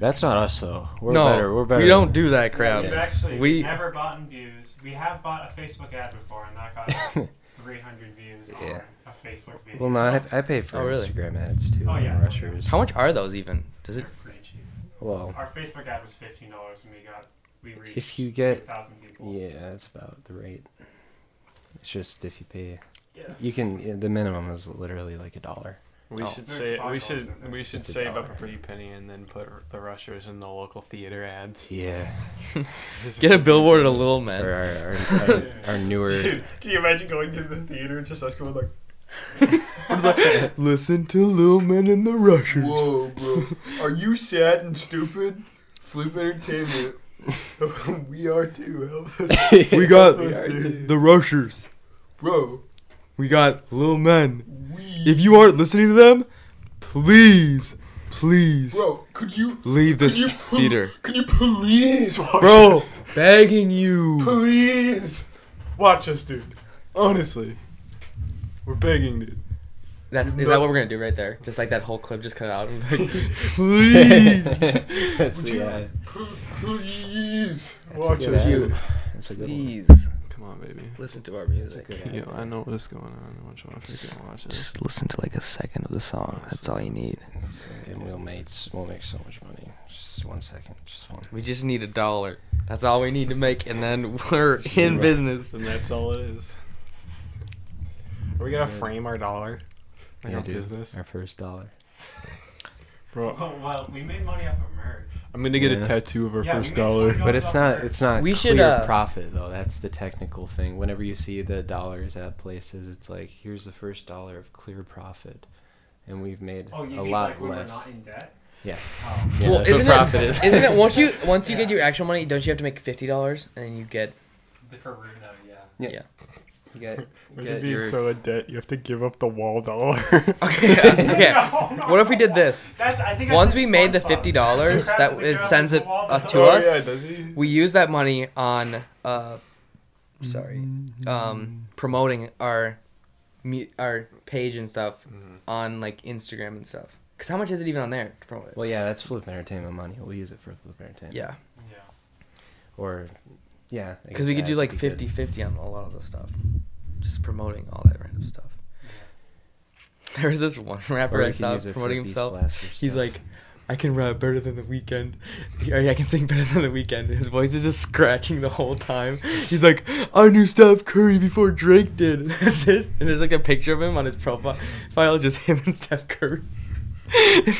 S1: That's not us though. We're
S3: no,
S1: better. We're better.
S3: we don't do that
S4: We've
S3: crap.
S4: actually
S3: We-
S4: never bought in views. We have bought a Facebook ad before, and that got
S3: [LAUGHS]
S4: us 300 views on
S1: Yeah.
S4: a Facebook video.
S1: [LAUGHS] Well, no, I, I pay for
S3: Oh, really?
S1: Instagram ads too.
S4: Oh,
S1: on
S4: yeah.
S1: Rushers.
S3: How much are those even? Does it?
S4: They're pretty cheap.
S1: Well,
S4: Our Facebook ad was fifteen dollars, and we got we reached
S1: If you get-
S4: 2,000 people.
S1: yeah, that's about the rate. It's just if you pay,
S4: Yeah.
S1: you can. The minimum is literally like a dollar.
S2: We
S3: Oh.
S2: should
S4: There's
S2: say
S4: five
S2: we
S4: dollars in
S2: should
S4: there.
S2: we should
S1: It's a
S2: save up
S1: dollar.
S2: a pretty penny and then put r- the rushers in the local theater ads.
S1: Yeah.
S2: [LAUGHS]
S3: Get a billboard at a little man. [LAUGHS]
S1: Or our, our,
S4: [LAUGHS]
S1: our, our newer.
S5: Dude, can you imagine going to the theater and just us going like,
S3: [LAUGHS] Listen to Lil Men and the Rushers.
S5: "Whoa, bro, are you sad and stupid?" Flip Entertainment. [LAUGHS] we are too. Help us,
S3: [LAUGHS] We got
S5: We are too.
S3: the Rushers.
S5: bro.
S3: We got Lil Men.
S5: We.
S3: If you aren't listening to them, please, please
S5: bro, could you
S3: leave this
S5: you-
S3: theater.
S5: could you please watch
S3: Bro, begging you.
S5: Please watch us, dude. Honestly, we're begging, dude.
S3: That's
S5: You're
S3: is that
S5: not-
S3: what we're gonna do right there? Just like that whole clip, just cut it out. [LAUGHS] And like,
S5: [LAUGHS]
S1: That's the uh,
S5: Please
S1: That's a
S5: watch
S1: good
S5: us,
S1: ad.
S5: dude.
S1: That's a good one.
S3: please
S2: Come on, baby.
S3: listen to our music.
S1: Good ad.
S2: Yo, I know what's going on. I want you to freaking
S1: [LAUGHS]
S2: watch it.
S3: Just listen to like a second of the song. That's all you need.
S1: And we'll make we'll make so much money. Just one second, just one.
S3: We just need a dollar. That's all we need to make, and then [LAUGHS] we're
S1: Sure.
S3: in business.
S2: And that's all it is. Are we
S1: Yeah.
S2: gonna frame our dollar? Like
S1: Yeah,
S2: our
S1: dude.
S2: business,
S1: Our first dollar.
S4: [LAUGHS]
S2: bro.
S4: Well, Oh, well, we made money off of merch.
S2: I'm gonna get
S1: Yeah.
S2: a tattoo of our
S4: Yeah, we
S2: first
S4: made
S2: dollar.
S4: $20.
S1: But it's not it's not
S3: We
S1: clear
S3: should, uh,
S1: profit though. That's the technical thing. Whenever you see the dollars at places, it's like here's the first dollar of clear profit, and we've made
S4: Oh, you
S1: a
S4: mean
S1: lot
S4: like when
S1: less.
S4: we're not in debt?
S1: Yeah.
S4: Oh.
S1: Yeah,
S3: well,
S1: that's what
S3: isn't
S1: profit
S3: it,
S1: is.
S3: isn't it once you once
S1: [LAUGHS]
S3: you get
S4: Yeah.
S3: your actual money, don't you have to make fifty dollars and then you get
S4: The for Runo, yeah.
S1: You get, you
S2: [LAUGHS] Imagine
S1: get
S2: being
S1: your,
S2: so in debt, you have to give up the
S1: [LAUGHS]
S2: wall dollar.
S3: [LAUGHS]
S2: Oh,
S3: okay? [LAUGHS] [LAUGHS]
S4: [LAUGHS]
S3: okay. What if we did this?
S4: That's, I think I
S3: Once
S4: said
S3: we made the
S4: SpongeBob.
S3: fifty dollars,
S4: Scratch
S3: that
S4: the
S3: it
S4: ground
S3: sends
S4: with
S3: it
S4: the wall
S3: uh,
S4: that
S3: to
S5: Oh,
S4: the-
S3: us.
S5: does he?
S3: We use that money on uh, sorry,
S5: Mm-hmm.
S3: um, promoting our mu- our page and stuff
S1: Mm-hmm.
S3: on like Instagram and stuff. Cause how much is it even on there to promote it?
S1: well, yeah, that's flip entertainment money. We'll use it for flip entertainment.
S3: Yeah,
S4: Yeah.
S1: Or, yeah. I
S3: because
S1: guess
S3: we could do
S1: ads
S3: like
S1: would be good.
S3: 50 50 on a lot of the stuff. Just promoting all that random stuff. [LAUGHS] There was this one
S1: Or
S3: rapper
S1: we
S3: I
S1: could
S3: saw
S1: use it for
S3: promoting
S1: Beast
S3: himself.
S1: Blaster
S3: He's
S1: stuff.
S3: like, I can rap better than the weekend. [LAUGHS] Or I can sing better than the weekend. His voice is just scratching the
S1: [LAUGHS]
S3: whole time. He's like, I knew Steph Curry before Drake did. [LAUGHS] And that's it. And there's like a picture of him on his profile, [LAUGHS] file, just him and Steph Curry. [LAUGHS]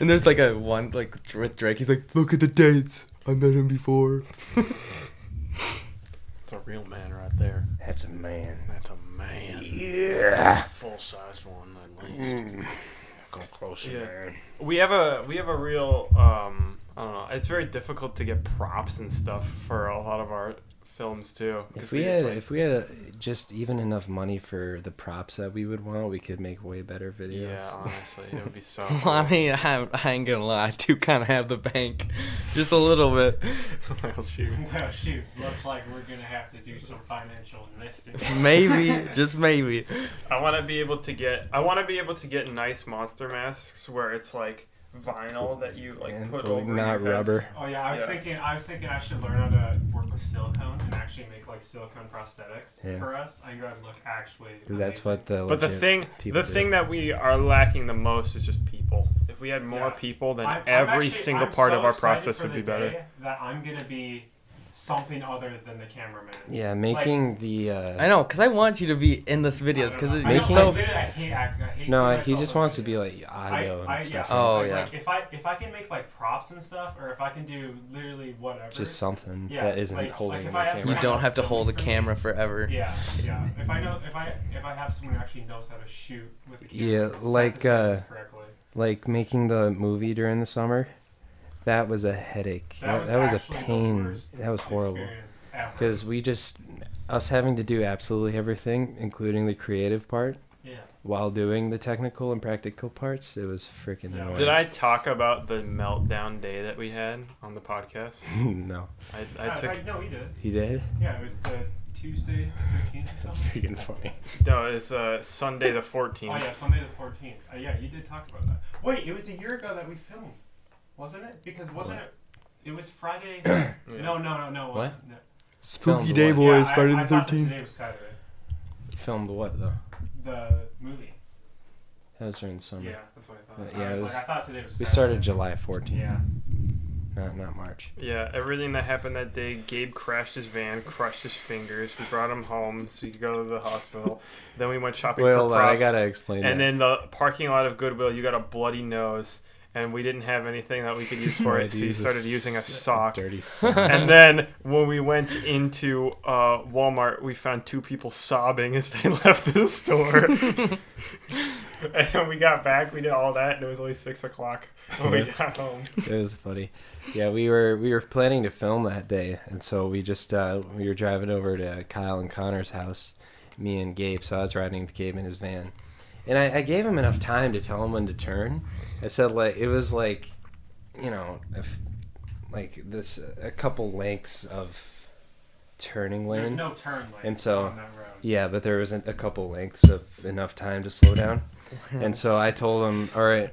S3: and there's like a one like with Drake. He's like, look at the dates. I met him before.
S2: It's a real man right there.
S1: that's a man.
S2: That's a man.
S1: Yeah.
S2: Full sized one at
S1: Go closer,
S2: Yeah.
S1: man.
S2: We have a we have a real um I don't know. It's very difficult to get props and stuff for a lot of our films too. 'cause
S1: If we had,
S2: it's
S1: if we had a, just even enough money for the props that we would want, we could make way better
S2: like-
S1: videos.
S2: yeah, honestly, it would be so.
S1: Oh.
S3: Well, [LAUGHS] I mean, I, I ain't gonna lie. I do kind of have the bank, just a little bit.
S2: [LAUGHS] Well, shoot.
S4: [LAUGHS] Well, shoot, looks like we're gonna have to do some financial investing. [LAUGHS]
S3: Maybe, just maybe.
S2: I want to be able to get I want to be able to get nice monster masks where it's like vinyl that you like
S1: And
S2: put
S1: probably
S2: over
S1: not
S2: your heads.
S1: rubber.
S4: Oh yeah, I was
S2: Yeah.
S4: thinking. I was thinking I should learn how to work with silicone and actually make like silicone prosthetics
S1: Yeah.
S4: for us. I think that would look actually.
S1: [LAUGHS] 'Cause that's
S4: amazing.
S1: what the.
S2: But the
S1: legit
S2: thing,
S1: people
S2: the
S1: do.
S2: thing that we are lacking the most is just people. If we had more
S4: Yeah.
S2: people, then
S4: I'm- I'm
S2: every
S4: actually-
S2: single
S4: I'm
S2: part
S4: so
S2: of our
S4: excited
S2: process
S4: for
S2: would
S4: the
S2: be better.
S4: day That I'm gonna be something other than the cameraman.
S1: Yeah, making the. Uh,
S3: I know, cause I want you to be in this videos,
S4: I don't
S3: cause it,
S4: know. I
S3: you're
S4: don't
S1: Making-
S4: know,
S3: so.
S4: literally, I hate acting. I hate
S1: No,
S4: seeing
S1: he
S4: myself
S1: just
S4: on
S1: wants to
S4: video.
S1: be like audio and
S4: I, I,
S1: stuff.
S4: Yeah,
S1: like
S3: Oh,
S4: like,
S3: yeah.
S4: Like, if I if I can make like props and stuff, or if I can do literally whatever.
S1: just something
S4: Yeah,
S1: that isn't
S4: like-
S1: holding
S4: like if
S1: the
S4: I
S1: [LAUGHS]
S4: have
S1: camera.
S3: You don't have to hold a camera forever.
S4: Yeah, yeah. If I know, if I if I have someone who actually knows how to shoot with the camera,
S1: Yeah,
S4: and set the
S1: like,
S4: settings
S1: uh,
S4: correctly.
S1: Like making the movie during the summer, that was a headache. That, that was,
S4: actually
S1: a
S4: the
S1: pain.
S4: worst
S1: That was horrible.
S4: experience ever.
S1: Because we just us having to do absolutely everything, including the creative part,
S4: yeah,
S1: while doing the technical and practical parts. It was freaking
S4: Yeah.
S1: annoying.
S2: Did I talk about the meltdown day that we had on the podcast?
S1: [LAUGHS] no,
S2: I, I
S4: Uh,
S2: took
S4: like, no, he did.
S1: he did.
S4: Yeah, it was the Tuesday, the thirteenth or something.
S1: freaking funny.
S2: no, it's uh, Sunday the fourteenth.
S4: Oh yeah, Sunday the fourteenth. Uh, yeah, you did talk about that. Wait, it was a year ago that we filmed, wasn't it? Because wasn't it? It
S1: [COUGHS]
S4: was Friday. No, no, no, no. it
S1: What?
S4: wasn't. No.
S1: Spooky Day Boy.
S4: yeah, I- I thought that Today was Saturday.
S1: Filmed what though?
S4: The movie.
S1: That was during the summer.
S4: Yeah, that's what I thought.
S1: Uh, yeah,
S4: I was
S1: it
S4: like,
S1: was-
S4: I thought today was.
S1: We
S4: Saturday.
S1: started July 14th.
S4: Yeah.
S1: not not March.
S2: Yeah, everything that happened that day, Gabe crashed his van, crushed his fingers. We brought him home so he could go to the hospital. then we went shopping
S1: Well,
S2: for
S1: hold on, I
S2: props.
S1: gotta explain.
S2: and
S1: that.
S2: then the parking lot of Goodwill, you got a bloody nose, and we didn't have anything that we could use for
S1: I'd [LAUGHS]
S2: it, so you
S1: use a
S2: started using a
S1: s-
S2: sock.
S1: dirty sock. [LAUGHS]
S2: And then when we went into uh, Walmart, we found two people sobbing as they [LAUGHS] left
S1: [LAUGHS]
S2: the store. [LAUGHS] and when we got back, we did all that, and it was only six o'clock when we
S1: Yeah.
S2: got home.
S1: [LAUGHS] it was funny. Yeah, we were we were planning to film that day, and so we just uh, we were driving over to Kyle and Connor's house, me and Gabe. So I was riding with Gabe in his van, and I, I gave him enough time to tell him when to turn. I said like it was like, you know, if, like this a couple lengths of turning
S4: There's
S1: lane.
S4: no turn lane
S1: And so-
S4: on that road.
S1: Yeah, but there wasn't a couple lengths of enough time to slow down. And so I told him, all right,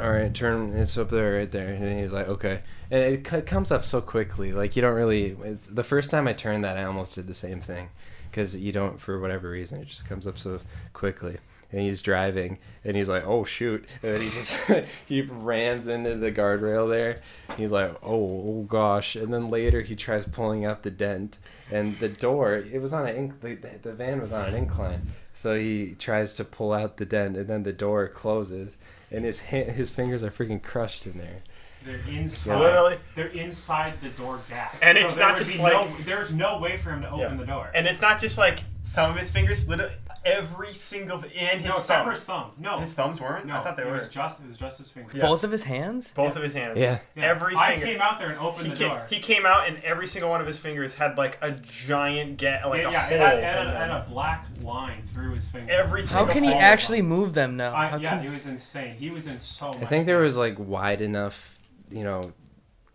S1: all right, turn, it's up there, right there. And he was like, okay. And it c- comes up so quickly. Like, you don't really, it's the first time I turned that, I almost did the same thing. Because you don't, for whatever reason, it just comes up so quickly. And he's driving, and he's like, "Oh shoot!" And then he just [LAUGHS] he rams into the guardrail there. He's like, "Oh, oh gosh!" And then later he tries pulling out the dent, and the door it was on an inc- the, the van was on an incline so he tries to pull out the dent and then the door closes and his hand, his fingers are freaking crushed in there
S4: They're inside.
S5: Literally.
S4: They're inside the door gap.
S5: And
S4: So
S5: it's
S4: there
S5: not
S4: would
S5: just
S4: be
S5: like-
S4: no, there's no way for him to open
S5: Yeah.
S4: the door.
S5: And it's not just like some of his fingers, literally every single and his
S4: no, except for
S5: thumbs.
S4: his thumb. No,
S5: His thumbs weren't.
S4: no,
S5: I thought they
S4: it
S5: were.
S4: was just it was just his finger.
S5: Yeah.
S3: Both of his hands?
S5: Both of his hands.
S1: yeah
S5: Every
S4: I
S5: finger.
S4: came out there and opened
S5: He
S4: the
S5: came,
S4: door.
S5: he came out and every single one of his fingers had like a giant get like
S4: yeah,
S5: a
S4: yeah,
S5: hole.
S4: it had, it had
S5: in
S4: a,
S5: them.
S4: it had a black line through his finger.
S5: Every
S3: How
S5: single
S3: can he
S5: hole.
S3: actually move them now?
S4: I,
S3: How
S4: yeah,
S1: [LAUGHS]
S3: can-
S4: it was insane. He was in so much.
S1: i think there was like wide enough you know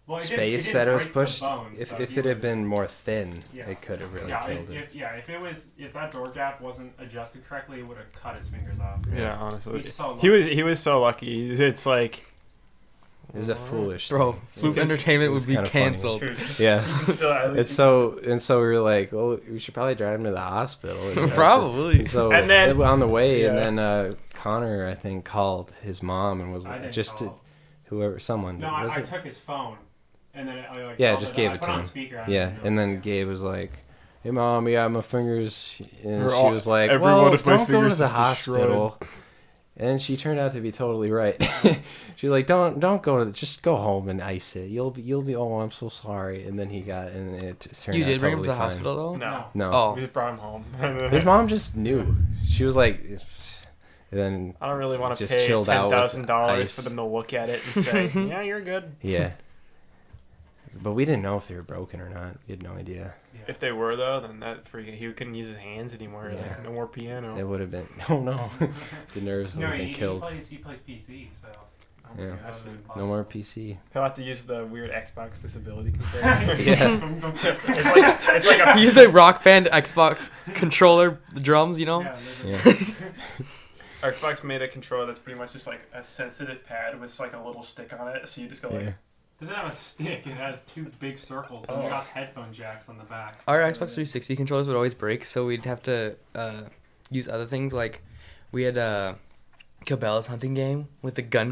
S4: well, it didn't- it
S1: space
S4: didn't
S1: that it was
S4: break the
S1: pushed
S4: bone,
S1: if,
S4: so
S1: if
S4: he
S1: it had
S4: was-
S1: been more thin
S4: Yeah.
S1: it could have really
S4: Yeah,
S1: killed
S4: if,
S1: it
S4: if yeah, if it was if that door gap wasn't adjusted correctly, it would have cut his fingers off.
S2: Yeah, honestly,
S4: He's so
S2: he was he was so lucky. It's like
S1: it was a foolish
S3: Bro,
S1: thing.
S3: Fluke
S1: It was-
S3: Entertainment
S1: it was
S3: would
S1: kinda
S3: be
S1: funny.
S3: canceled.
S1: yeah
S5: Still, at least
S1: it's so and so we were like well we should probably drive him to the
S3: [LAUGHS]
S1: hospital you know, it's just-
S3: Probably.
S1: [LAUGHS] So
S2: And then-
S1: it- on the way, and
S2: Yeah.
S1: then uh, Connor, I think, called his mom and was
S4: I didn't
S1: just to,
S4: call.
S1: whoever someone
S4: No,
S1: was
S4: I, I
S1: it?
S4: took his phone, and then I like,
S1: Yeah,
S4: called
S1: just
S4: it,
S1: gave
S4: I
S1: it
S4: put
S1: to
S4: on
S1: him.
S4: Speaker, I
S1: yeah,
S4: don't know.
S1: and then Gabe was like, "Hey, mom, yeah, my fingers," and
S2: They're
S1: she
S2: all-
S1: was like,
S2: every
S1: "Well,
S2: one of my
S1: don't go to
S2: fingers
S1: the
S2: is destroyed."
S1: hospital." And she turned out to be totally right. [LAUGHS] She's like, "Don't, don't go to, the, just go home and ice it. You'll be, you'll be. Oh, I'm so sorry." And then he got, and it turned.
S3: You
S1: out
S3: did bring him
S1: totally
S3: to the
S1: fine.
S3: hospital though?
S5: No.
S1: No,
S3: Oh.
S2: we just brought him home. [LAUGHS]
S1: his mom just knew. She was like, "It's-" and then
S2: I don't really want to
S1: Just
S2: pay ten
S1: chilled out with
S2: thousand dollars
S1: ice.
S2: for them to look at it
S1: [LAUGHS]
S2: and say, "Yeah, you're good."
S1: Yeah. [LAUGHS] but we didn't know if they were broken or not. We had no idea.
S2: If they were though, then that freaking he couldn't use his hands anymore.
S1: Yeah.
S2: Like, no more piano.
S1: It would have been. [LAUGHS] Oh no, the nerves would
S4: no,
S1: have
S4: he,
S1: been
S4: he
S1: killed.
S4: plays he plays PC, so
S2: Oh my
S1: Yeah.
S2: gosh,
S4: that would've been
S1: No more
S2: [LAUGHS]
S1: PC.
S2: He'll have to use the weird Xbox disability
S4: possible.
S2: controller.
S1: [LAUGHS]
S2: [LAUGHS]
S1: Yeah.
S5: it's like it's like a
S3: [LAUGHS] He has a rock band Xbox controller, the drums, you know?
S4: Yeah, literally. [LAUGHS]
S1: Yeah.
S5: Our Xbox made a controller that's pretty much just like a sensitive pad with like a little stick on it, so you just go like.
S1: Yeah.
S4: Doesn't have a stick. It has two big circles, and
S5: Oh.
S4: we got headphone jacks on the back.
S3: Our Xbox 360 controllers would always break, so we'd have to uh, use other things. Like, we had uh, Cabela's hunting game with the gun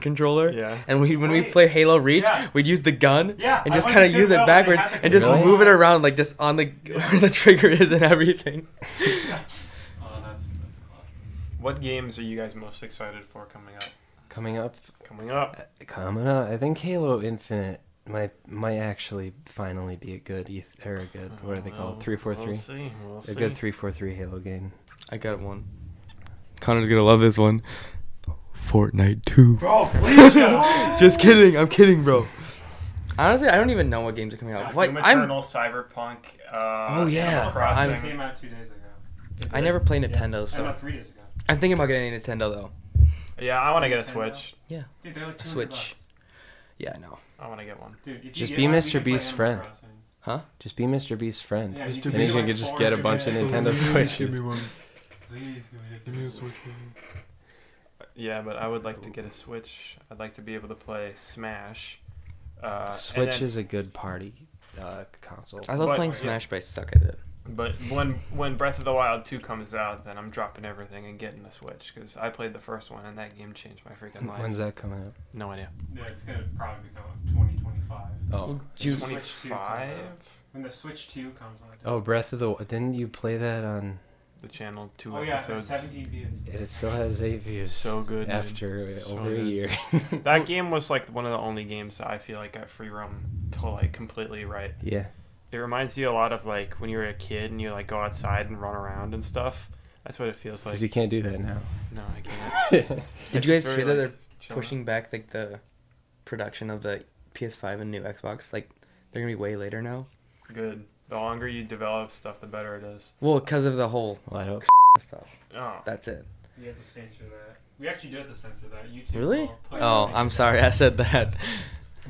S2: [LAUGHS]
S3: controller.
S2: yeah.
S3: And we, when we
S4: Wait.
S3: played Halo Reach,
S4: Yeah.
S3: we'd use the gun
S4: Yeah,
S3: and
S4: I
S3: just
S4: went
S3: kind of
S4: to
S3: use
S4: Goodwill
S3: it
S4: and they
S3: backward
S4: had the Oh,
S3: and just
S1: Really?
S3: move it
S4: [LAUGHS]
S3: around, like just on the [LAUGHS]
S4: Yeah.
S3: where the trigger is and everything.
S4: Oh, that's, that's a classic.
S2: What games are you guys most excited for coming up?
S1: Coming up, uh,
S2: Coming up.
S1: coming up. I think Halo Infinite might might actually finally be a good eth- or a good what are they called? Three four
S2: We'll
S1: three.
S2: see. We'll
S1: A
S2: see.
S1: good three four three Halo game.
S3: I got one. Connor's gonna love this one. Fortnite 2.
S5: [LAUGHS]
S4: Bro, please
S3: Just kidding. I'm kidding, bro. Honestly, I don't even know what games are coming out.
S5: Yeah,
S3: What
S5: Doom
S3: I'm,
S5: Eternal, Cyberpunk. Uh,
S3: Oh, yeah.
S5: Animal
S3: I'm-
S5: Crossing.
S4: It came out two days ago.
S3: I never play
S4: Yeah.
S3: Nintendo,
S4: I know,
S3: so
S4: three days ago.
S3: I'm thinking about getting a Nintendo though.
S2: Yeah, I want to get a
S4: Nintendo.
S2: Switch.
S4: Dude, they're like 200
S3: Switch.
S4: bucks.
S3: Yeah, I know.
S2: I want to get one.
S4: Dude, if you
S1: Just
S4: get
S1: be
S4: one, we
S1: Mr.
S4: can play
S1: Beast's
S4: Animal
S1: friend.
S4: Crossing.
S1: Just be Mr. Beast's friend.
S4: Yeah,
S2: Mr.
S4: you
S1: And
S4: can
S1: you
S2: Beast.
S4: do
S1: can
S4: like
S1: just
S4: four
S1: get a
S4: Mr.
S1: bunch of
S4: Beasts.
S1: Nintendo Switches.
S6: one.
S4: Please give me a Switch.
S2: Yeah, but I would like to get a Switch. I'd like to be able to play Smash. Uh, and
S1: Switch
S2: then-
S1: is a good party uh, console.
S3: I love
S2: But-
S3: playing
S2: yeah.
S3: Smash, but I suck at it.
S2: But when when Breath of the Wild 2 comes out, then I'm dropping everything and getting the Switch because I played the first one and that game changed my freaking life.
S1: When's that coming out?
S2: No idea.
S4: Yeah, it's gonna probably become 2025. 25.
S1: Oh,
S3: Juice.
S4: Switch 2 comes out.
S2: Twenty-five.
S4: When the Switch 2 comes out.
S1: oh, Breath of the. Wi- Didn't you play that on?
S2: The channel two
S4: Oh, yeah, it's
S2: episodes.
S4: 17 views.
S1: and It still has eight
S2: is
S1: views
S2: so good. dude.
S1: after uh,
S2: So
S1: over a
S2: good.
S1: year.
S2: [LAUGHS]
S1: [LAUGHS]
S2: That game was like one of the only games that I feel like got free roam to like completely right.
S1: yeah.
S2: It reminds you a lot of like when you were a kid and you like go outside and run around and stuff. That's what it feels like.
S1: Because you can't do that
S2: [LAUGHS]
S1: now.
S2: No, I can't.
S3: Did
S2: It's
S3: you
S2: just
S3: guys
S2: very,
S3: hear
S2: like,
S3: that they're
S2: chill.
S3: pushing back like the production of the PS5 and new Xbox? Like they're gonna be way later now.
S2: Good. The longer you develop stuff, the better it is.
S3: Well, because of the whole [LAUGHS]
S1: well, I don't.
S3: stuff.
S2: Oh,
S3: That's it.
S4: You had to censor that. We actually did have to censor that. YouTube
S3: Really?
S4: will put
S3: Oh,
S4: everything
S3: I'm
S4: in.
S3: sorry. I said
S4: [LAUGHS]
S3: that.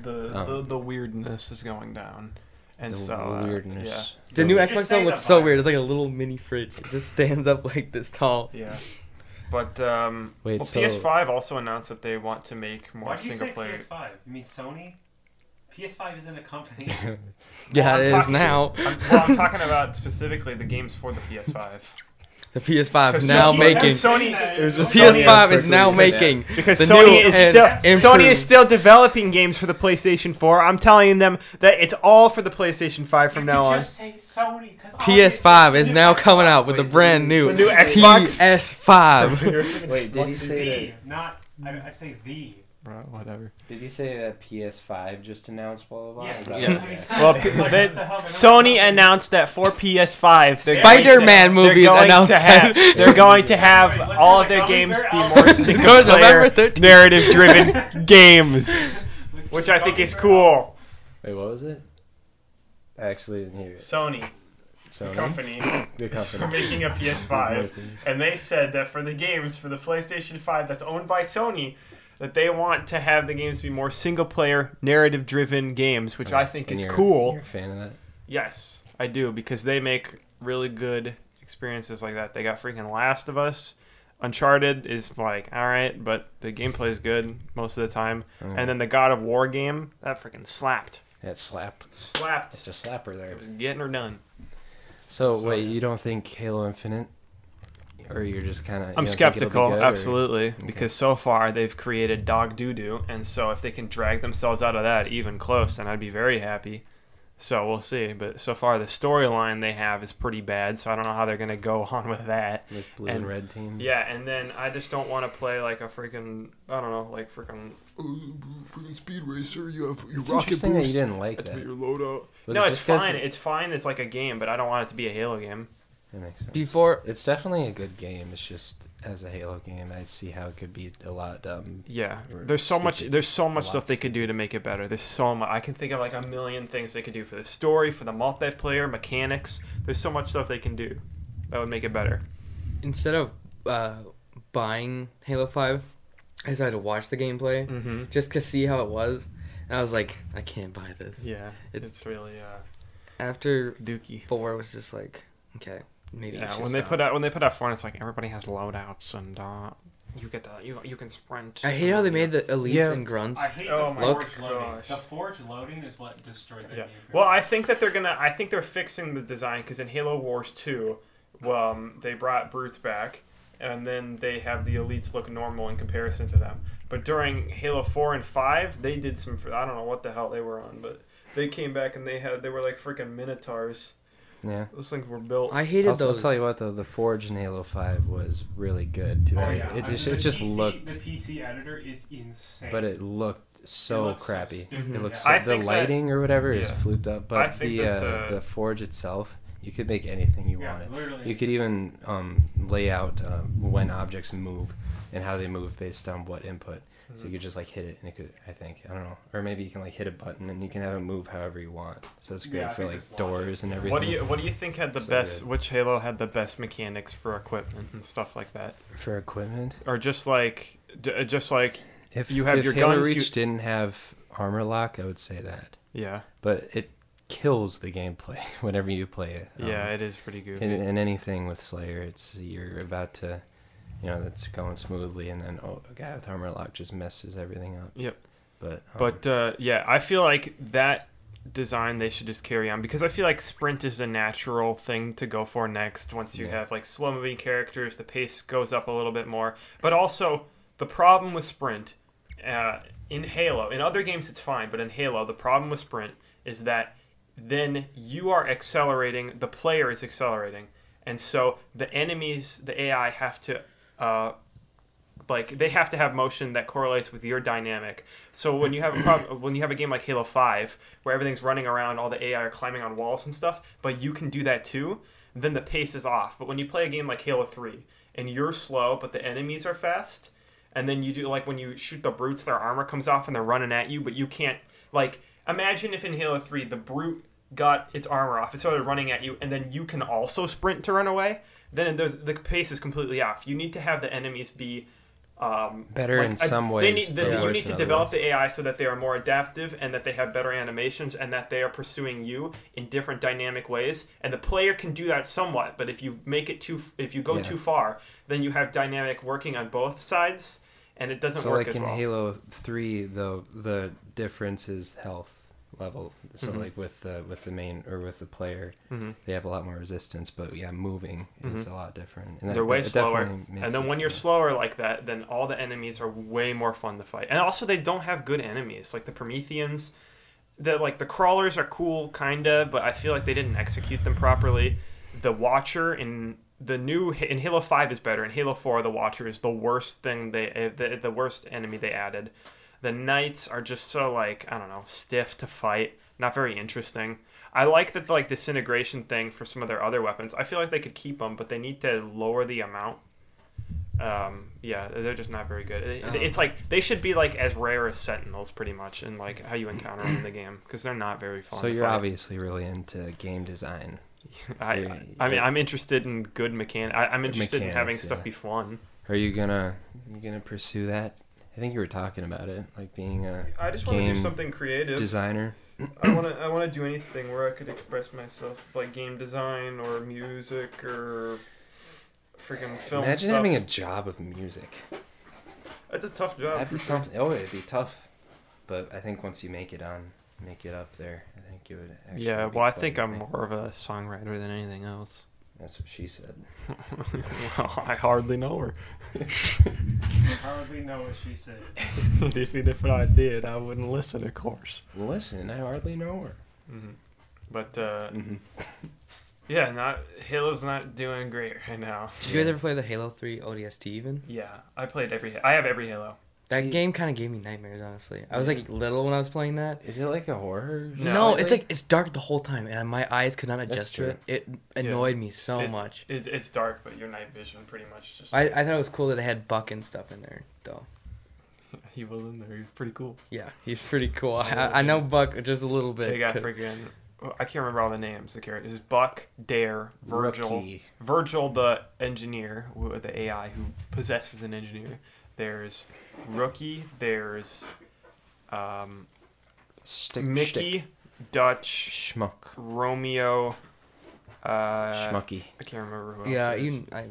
S2: the
S3: Oh.
S1: Um,
S2: the, the weirdness is going down, and
S1: the
S2: so uh,
S1: weirdness.
S3: The new
S4: You
S3: Xbox
S4: just
S3: One
S4: say
S3: looks
S4: the
S3: so
S4: vibe.
S3: weird. It's like a little mini fridge. It just stands up like this tall.
S2: Yeah, yeah. But um,
S1: Wait,
S2: well,
S1: so-
S2: PS5 also announced that they want to make more
S4: Why do you
S2: single
S4: say
S2: player.
S4: PS5? You mean Sony? PS5 isn't a company.
S3: [LAUGHS] Yeah,
S2: I'm
S3: it is
S2: talking-
S3: now.
S2: I'm, well,
S3: [LAUGHS]
S2: I'm talking about specifically the games for the PS5.
S3: The PS5 is
S2: Because
S3: now
S2: Sony-
S3: making.
S2: because Sony,
S4: It was just
S3: PS5
S1: Sony
S3: is
S1: has
S3: now
S1: circumstances.
S3: making.
S5: Because
S3: The new
S5: Sony is
S3: and
S5: still Sony
S3: improved.
S5: is still developing games for the PlayStation 4. I'm telling them that it's all for the PlayStation 5 from
S4: You
S5: now
S4: could
S5: on.
S4: just say Sony, 'cause
S3: PS5
S4: obviously
S3: is
S4: it's
S3: now
S4: a
S3: coming out with a brand new,
S5: the new Xbox?
S3: PS5.
S1: [LAUGHS]
S3: [LAUGHS]
S1: Wait, did you say
S4: The,
S1: that?
S4: not I, I say the.
S2: Bro, whatever.
S1: Did you say that PS5 just announced blah blah
S4: Yeah,
S1: blah?
S4: that's what he said.
S5: Well,
S4: It's like,
S5: they-
S4: what the hell, they're not
S5: Sony
S4: company.
S5: announced that for PS5, they're going to-
S3: Spider-Man movies
S5: they're going
S3: announced
S5: to have,
S3: that.
S5: they're going to have
S4: Wait, what,
S5: all
S4: like
S5: of their
S4: Gummy
S5: games
S4: Bear
S3: [LAUGHS]
S5: be
S4: album?
S5: more
S4: So
S5: single
S3: it's November
S5: player,
S3: 13th. [LAUGHS]
S5: narrative-driven games,
S4: With
S5: which
S4: the
S5: I think
S4: Gummy
S5: is
S4: Bear
S5: cool.
S1: Wait, what was it? I actually didn't hear it.
S2: Sony
S1: So
S2: company
S1: the
S2: is for
S1: company. [LAUGHS]
S2: making a PS5, and they said that for the games for the PlayStation 5 that's owned by Sony, that they want to have the games be more single-player, narrative-driven games, which I think
S1: And
S5: is
S1: you're-
S5: cool.
S1: You're a fan of that?
S2: Yes, I do because they make really good experiences like that. They got freaking Last of Us. Uncharted is like all right, but the gameplay is good most of the time.
S1: Mm.
S2: And then the God of War game that freaking slapped,
S1: That slapped.
S2: slapped.
S1: It's a slapper there.
S2: It was getting her done.
S1: So,
S2: So,
S1: wait,
S2: yeah.
S1: you don't think Halo Infinite, or you're just kind of?
S2: I'm skeptical, absolutely, because so far they've created dog doo doo, and so if they can drag themselves out of that even close, then I'd be very happy. So we'll see. But so far the storyline they have is pretty bad, so I don't know how they're gonna go [LAUGHS] on with that.
S1: With blue
S2: and-
S1: and, red team.
S2: Yeah, and then I just don't want to play like a freaking I don't know, like freaking.
S6: uh, freaking speed racer. You have you
S1: It's
S6: rocket
S1: interesting that you
S6: boost.
S1: didn't like
S6: That's
S1: that.
S6: what your loadout.
S1: Was
S2: no,
S1: it
S2: it's
S1: just 'cause
S2: fine.
S1: It,
S2: It's fine. It's like a game, but I don't want it to be a Halo game.
S1: That makes sense.
S3: Before
S1: It's definitely a good game. It's just as a Halo game, I see how it could be a lot. Um,
S2: Yeah,
S1: Or
S2: there's so much.
S1: stupid.
S2: There's so much
S1: A lot
S2: stuff they could do to make it better. There's so much. I can think of like a million things they could do for the story, for the multiplayer mechanics. There's so much stuff they can do that would make it better.
S3: instead of uh, buying Halo 5, I decided to watch the gameplay
S2: Mm-hmm.
S3: just to see how it was. And I was like, I can't buy this.
S2: Yeah, it's,
S3: It's-
S2: really uh,
S3: After
S2: dookie.
S3: 4, I was just like, okay, maybe I
S2: Yeah,
S3: should
S2: when they
S3: stop.
S2: put out when they put out four, it's like everybody has loadouts and uh, you get the you you can sprint.
S3: I hate how they made the elites
S1: Yeah.
S3: and grunts.
S4: I hate
S2: Oh
S4: the
S2: my
S4: Forge
S2: gosh.
S4: loading. The Forge loading is what destroyed that
S2: Yeah.
S4: game. for
S2: Well,
S4: me.
S2: I think that they're gonna. I think they're fixing the design because in Halo Wars two, um, they brought brutes back, and then they have the elites look normal in comparison to them. But during Halo four and five, they did some. I don't know what the hell they were on, but they came back and they had they were like freaking minotaurs.
S1: yeah.
S2: Those things were built.
S3: I hated
S1: I'll, I'll
S3: those.
S1: tell you what though, the Forge in Halo Five was really good too.
S4: Oh, yeah.
S1: It
S4: I
S1: just
S4: mean,
S1: it
S4: the
S1: just
S4: PC
S1: looked,
S4: The PC editor is insane.
S1: but it looked so
S4: looks so
S1: crappy.
S4: stupid,
S1: it looks
S4: yeah.
S1: so,
S2: I
S1: the
S2: think that-
S1: lighting or whatever is
S2: yeah.
S1: flooped up,
S2: I
S1: but
S2: think
S1: the
S2: that
S1: uh,
S2: the-
S1: the Forge itself, you could make anything you
S4: yeah,
S1: wanted.
S4: literally.
S1: You could even um, lay out um, when objects move and how they move based on what input. Hmm. So you could just like hit it, and it could. I think I don't know, or maybe you can like hit a button and you can have it move however you want. So it's great
S4: Yeah, I
S1: for
S4: think
S1: like
S4: it's
S1: doors and everything.
S2: What do you What do you think had the
S1: So
S2: best?
S1: good.
S2: Which Halo had the best mechanics for equipment and stuff like that,
S1: for equipment?
S2: or just like d- just like
S1: If
S2: You have
S1: if
S2: your
S1: Halo
S2: guns, you-
S1: Reach didn't have armor lock, I would say that,
S2: yeah
S1: but it kills the gameplay [LAUGHS] whenever you play it. Um,
S2: yeah it is pretty good.
S1: in, in anything with Slayer, it's you're about to, you know, that's going smoothly, and then oh, a guy with armor lock just messes everything up.
S2: Yep.
S1: But um,
S2: But uh, yeah, I feel like that design they should just carry on because I feel like sprint is the natural thing to go for next. Once you
S1: Yeah.
S2: have like slow moving characters, the pace goes up a little bit more. But also the problem with sprint uh, in Halo, in other games it's fine, but in Halo, the problem with sprint is that then you are accelerating, the player is accelerating, and so the enemies, the AI, have to. Uh, like they have to have motion that correlates with your dynamic. So when you have a prob- when you have a game like Halo Five, where everything's running around, all the AI are climbing on walls and stuff, but you can do that too, then the pace is off. But when you play a game like Halo Three, and you're slow, but the enemies are fast, and then you do like when you shoot the brutes, their armor comes off and they're running at you, but you can't like imagine if in Halo Three the brute got its armor off, it started running at you, and then you can also sprint to run away. Then there's- the pace is completely off. You need to have the enemies be um,
S1: Better in some
S2: They
S1: ways,
S2: need,
S1: but
S2: the, You
S1: worse
S2: need
S1: in
S2: to
S1: other
S2: develop the AI so that they are more adaptive and that they have better animations and that they are pursuing you in different dynamic ways. And the player can do that somewhat, but if you make it too, if you go
S1: Yeah.
S2: too far, then you have dynamic working on both sides, and it doesn't
S1: So
S2: work
S1: like
S2: as
S1: in
S2: well.
S1: Halo Three, though the difference is health level. So
S2: Mm-hmm.
S1: like with the with the main or with the player,
S2: Mhm.
S1: they have a lot more resistance. But yeah, moving is a lot different. And that-
S2: Mm-hmm. They're way
S1: it
S2: slower,
S1: definitely makes
S2: and then
S1: it-
S2: when you're
S1: yeah.
S2: slower like that, then all the enemies are way more fun to fight. And also, they don't have good enemies like the Prometheans. The like the crawlers are cool, kinda, but I feel like they didn't execute them properly. The Watcher in the new in Halo Five is better. In Halo Four, the Watcher is the worst thing they eh, the, the worst enemy they added. The knights are just so like I don't know stiff to fight, not very interesting. I like that the, like disintegration thing for some of their other weapons. I feel like they could keep them, but they need to lower the amount. Um, yeah, they're just not very good. It- It's like they should be like as rare as sentinels, pretty much, in like how you encounter them in the game, because they're not very fun.
S1: So
S2: to
S1: you're
S2: fight.
S1: obviously really into game design.
S2: [LAUGHS] I, I mean, I'm interested in good mechanic. I, I'm interested in having
S1: Mechanics,
S2: stuff
S1: yeah.
S2: be fun.
S1: Are you gonna you gonna pursue that? I think you were talking about it, like being a
S5: I just want to do
S1: Game
S5: something creative.
S1: designer.
S5: I want to. I want to do anything where I could express myself, like game design or music or freaking film
S1: Imagine
S5: stuff.
S1: having a job of music.
S5: That's a tough job.
S1: That'd
S5: for
S1: be
S5: sure.
S1: something. Oh, it'd be tough, but I think once you make it on, make it up there, I think it would. Actually
S2: yeah,
S1: be
S2: well, I
S1: quite
S2: think
S1: a
S2: I'm
S1: thing.
S2: more of a songwriter than anything else. [LAUGHS]
S1: That's what she said.
S2: well, I hardly know her.
S4: How would we know what she said?
S2: if, if I did, I wouldn't listen, of course.
S1: Listen, I hardly know her.
S2: hmm But uh,
S1: Mm-hmm.
S2: yeah, not Halo's not doing great right now.
S3: Did you guys ever play the Halo 3 ODST even?
S2: Yeah, I played every. I have every Halo.
S3: That
S1: See-
S3: game kind of gave me nightmares, honestly. I was like little when I was playing that.
S1: Is it like a horror?
S2: No.
S3: No, it's like it's dark the whole time, and my eyes could not adjust to it. It annoyed me so
S2: It's-
S3: much.
S2: It, it's dark, but your night vision pretty much just. [LAUGHS]
S3: I, I thought it was cool that they had Buck and stuff in there, though.
S2: he was in there. He was pretty cool.
S3: Yeah, he's pretty cool. I, I know Buck just a little bit.
S2: They got
S3: 'cause-
S2: freaking. I can't remember all the names. The characters: Buck, Dare, Virgil, Virgil the engineer, who- the AI who possesses an engineer. There's Rookie. There's um,
S1: Stick,
S2: Mickey, Dutch,
S1: Schmuck.
S2: Romeo. Uh,
S1: Schmucky.
S2: I can't remember who else.
S3: yeah,
S2: it is.
S3: you. I,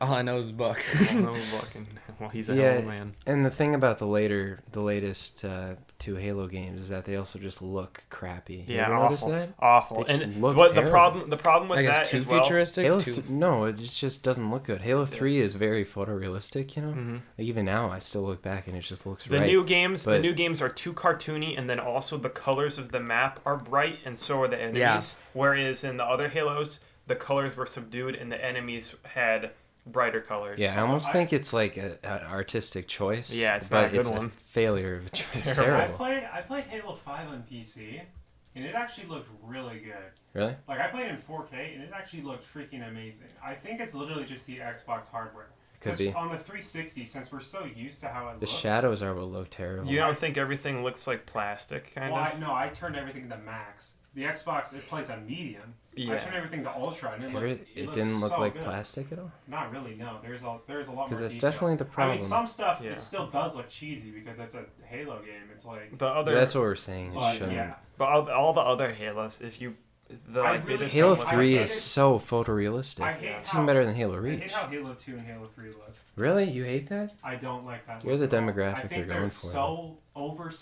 S3: all I [LAUGHS] know is Buck.
S1: [LAUGHS]
S2: I don't know Buck and- well, he's a
S1: Yeah.
S2: hell of a man.
S1: And the thing about the later, the latest uh, two Halo games is that they also just look crappy. You
S2: Yeah,
S1: ever notice
S2: awful.
S1: that?
S2: Awful.
S1: They just
S2: and
S1: look
S2: what the
S1: terrible.
S2: problem the problem with
S3: I
S2: that
S3: guess
S2: is
S3: too
S2: well,
S3: futuristic.
S1: Halo,
S3: too,
S1: th- no, it just- just doesn't look good. Halo Three is very photorealistic, you know.
S2: Mhm.
S1: Like, even now, I still look back and it just looks
S2: The
S1: right.
S2: new games, the
S1: but-
S2: new games are too cartoony, and then also the colors of the map are bright, and so are the enemies.
S3: Yeah.
S2: Whereas in the other Halos, the colors were subdued, and the enemies had brighter colors.
S1: yeah, I almost
S4: I-
S1: think it's like a, an artistic choice.
S2: Yeah, it's not
S1: but
S2: a good
S1: it's
S2: one.
S1: A failure of a choice. It's
S2: Terrible.
S4: I
S1: terrible.
S4: played I played Halo 5 on PC, and it actually looked really good.
S1: Really?
S4: Like I played in 4K, and it actually looked freaking amazing. I think it's literally just the Xbox hardware.
S1: Could
S4: 'Cause
S1: be.
S4: on the 360, since we're so used to how it
S1: The
S4: looks.
S1: shadows are what look terrible.
S2: You don't think everything looks like plastic, kind
S4: Well, I,
S2: of?
S4: no, I turned everything to max. The Xbox it plays on medium. I
S2: Yeah.
S4: turned everything to ultra, and it,
S1: Every-
S4: looked,
S1: it
S4: looked
S1: didn't look
S4: so
S1: like
S4: good.
S1: plastic at all.
S4: Not really. No, there's a there's a lot more.
S1: Because that's
S4: detail.
S1: definitely the
S4: I
S1: problem.
S4: mean, some stuff
S2: Yeah.
S4: it still does look cheesy because it's a Halo game. It's like,
S2: The other,
S1: that's what we're saying. It
S4: but
S1: shouldn't.
S4: yeah,
S2: but all, all the other Halos, if you, the,
S4: I
S2: like, they
S4: really-
S2: just
S1: Halo
S2: don't look
S4: I
S1: Three
S4: hate
S2: like-
S1: is
S4: it.
S1: so photorealistic.
S4: I hate
S1: it's
S4: how,
S1: even better than Halo
S4: I
S1: Reach.
S4: hate how Halo Two and Halo Three look.
S1: Really? You hate that?
S4: I don't like that.
S1: You're
S4: look
S1: the
S4: at all.
S1: demographic
S4: I
S1: they're
S4: think
S1: going
S4: they're
S1: for.
S4: so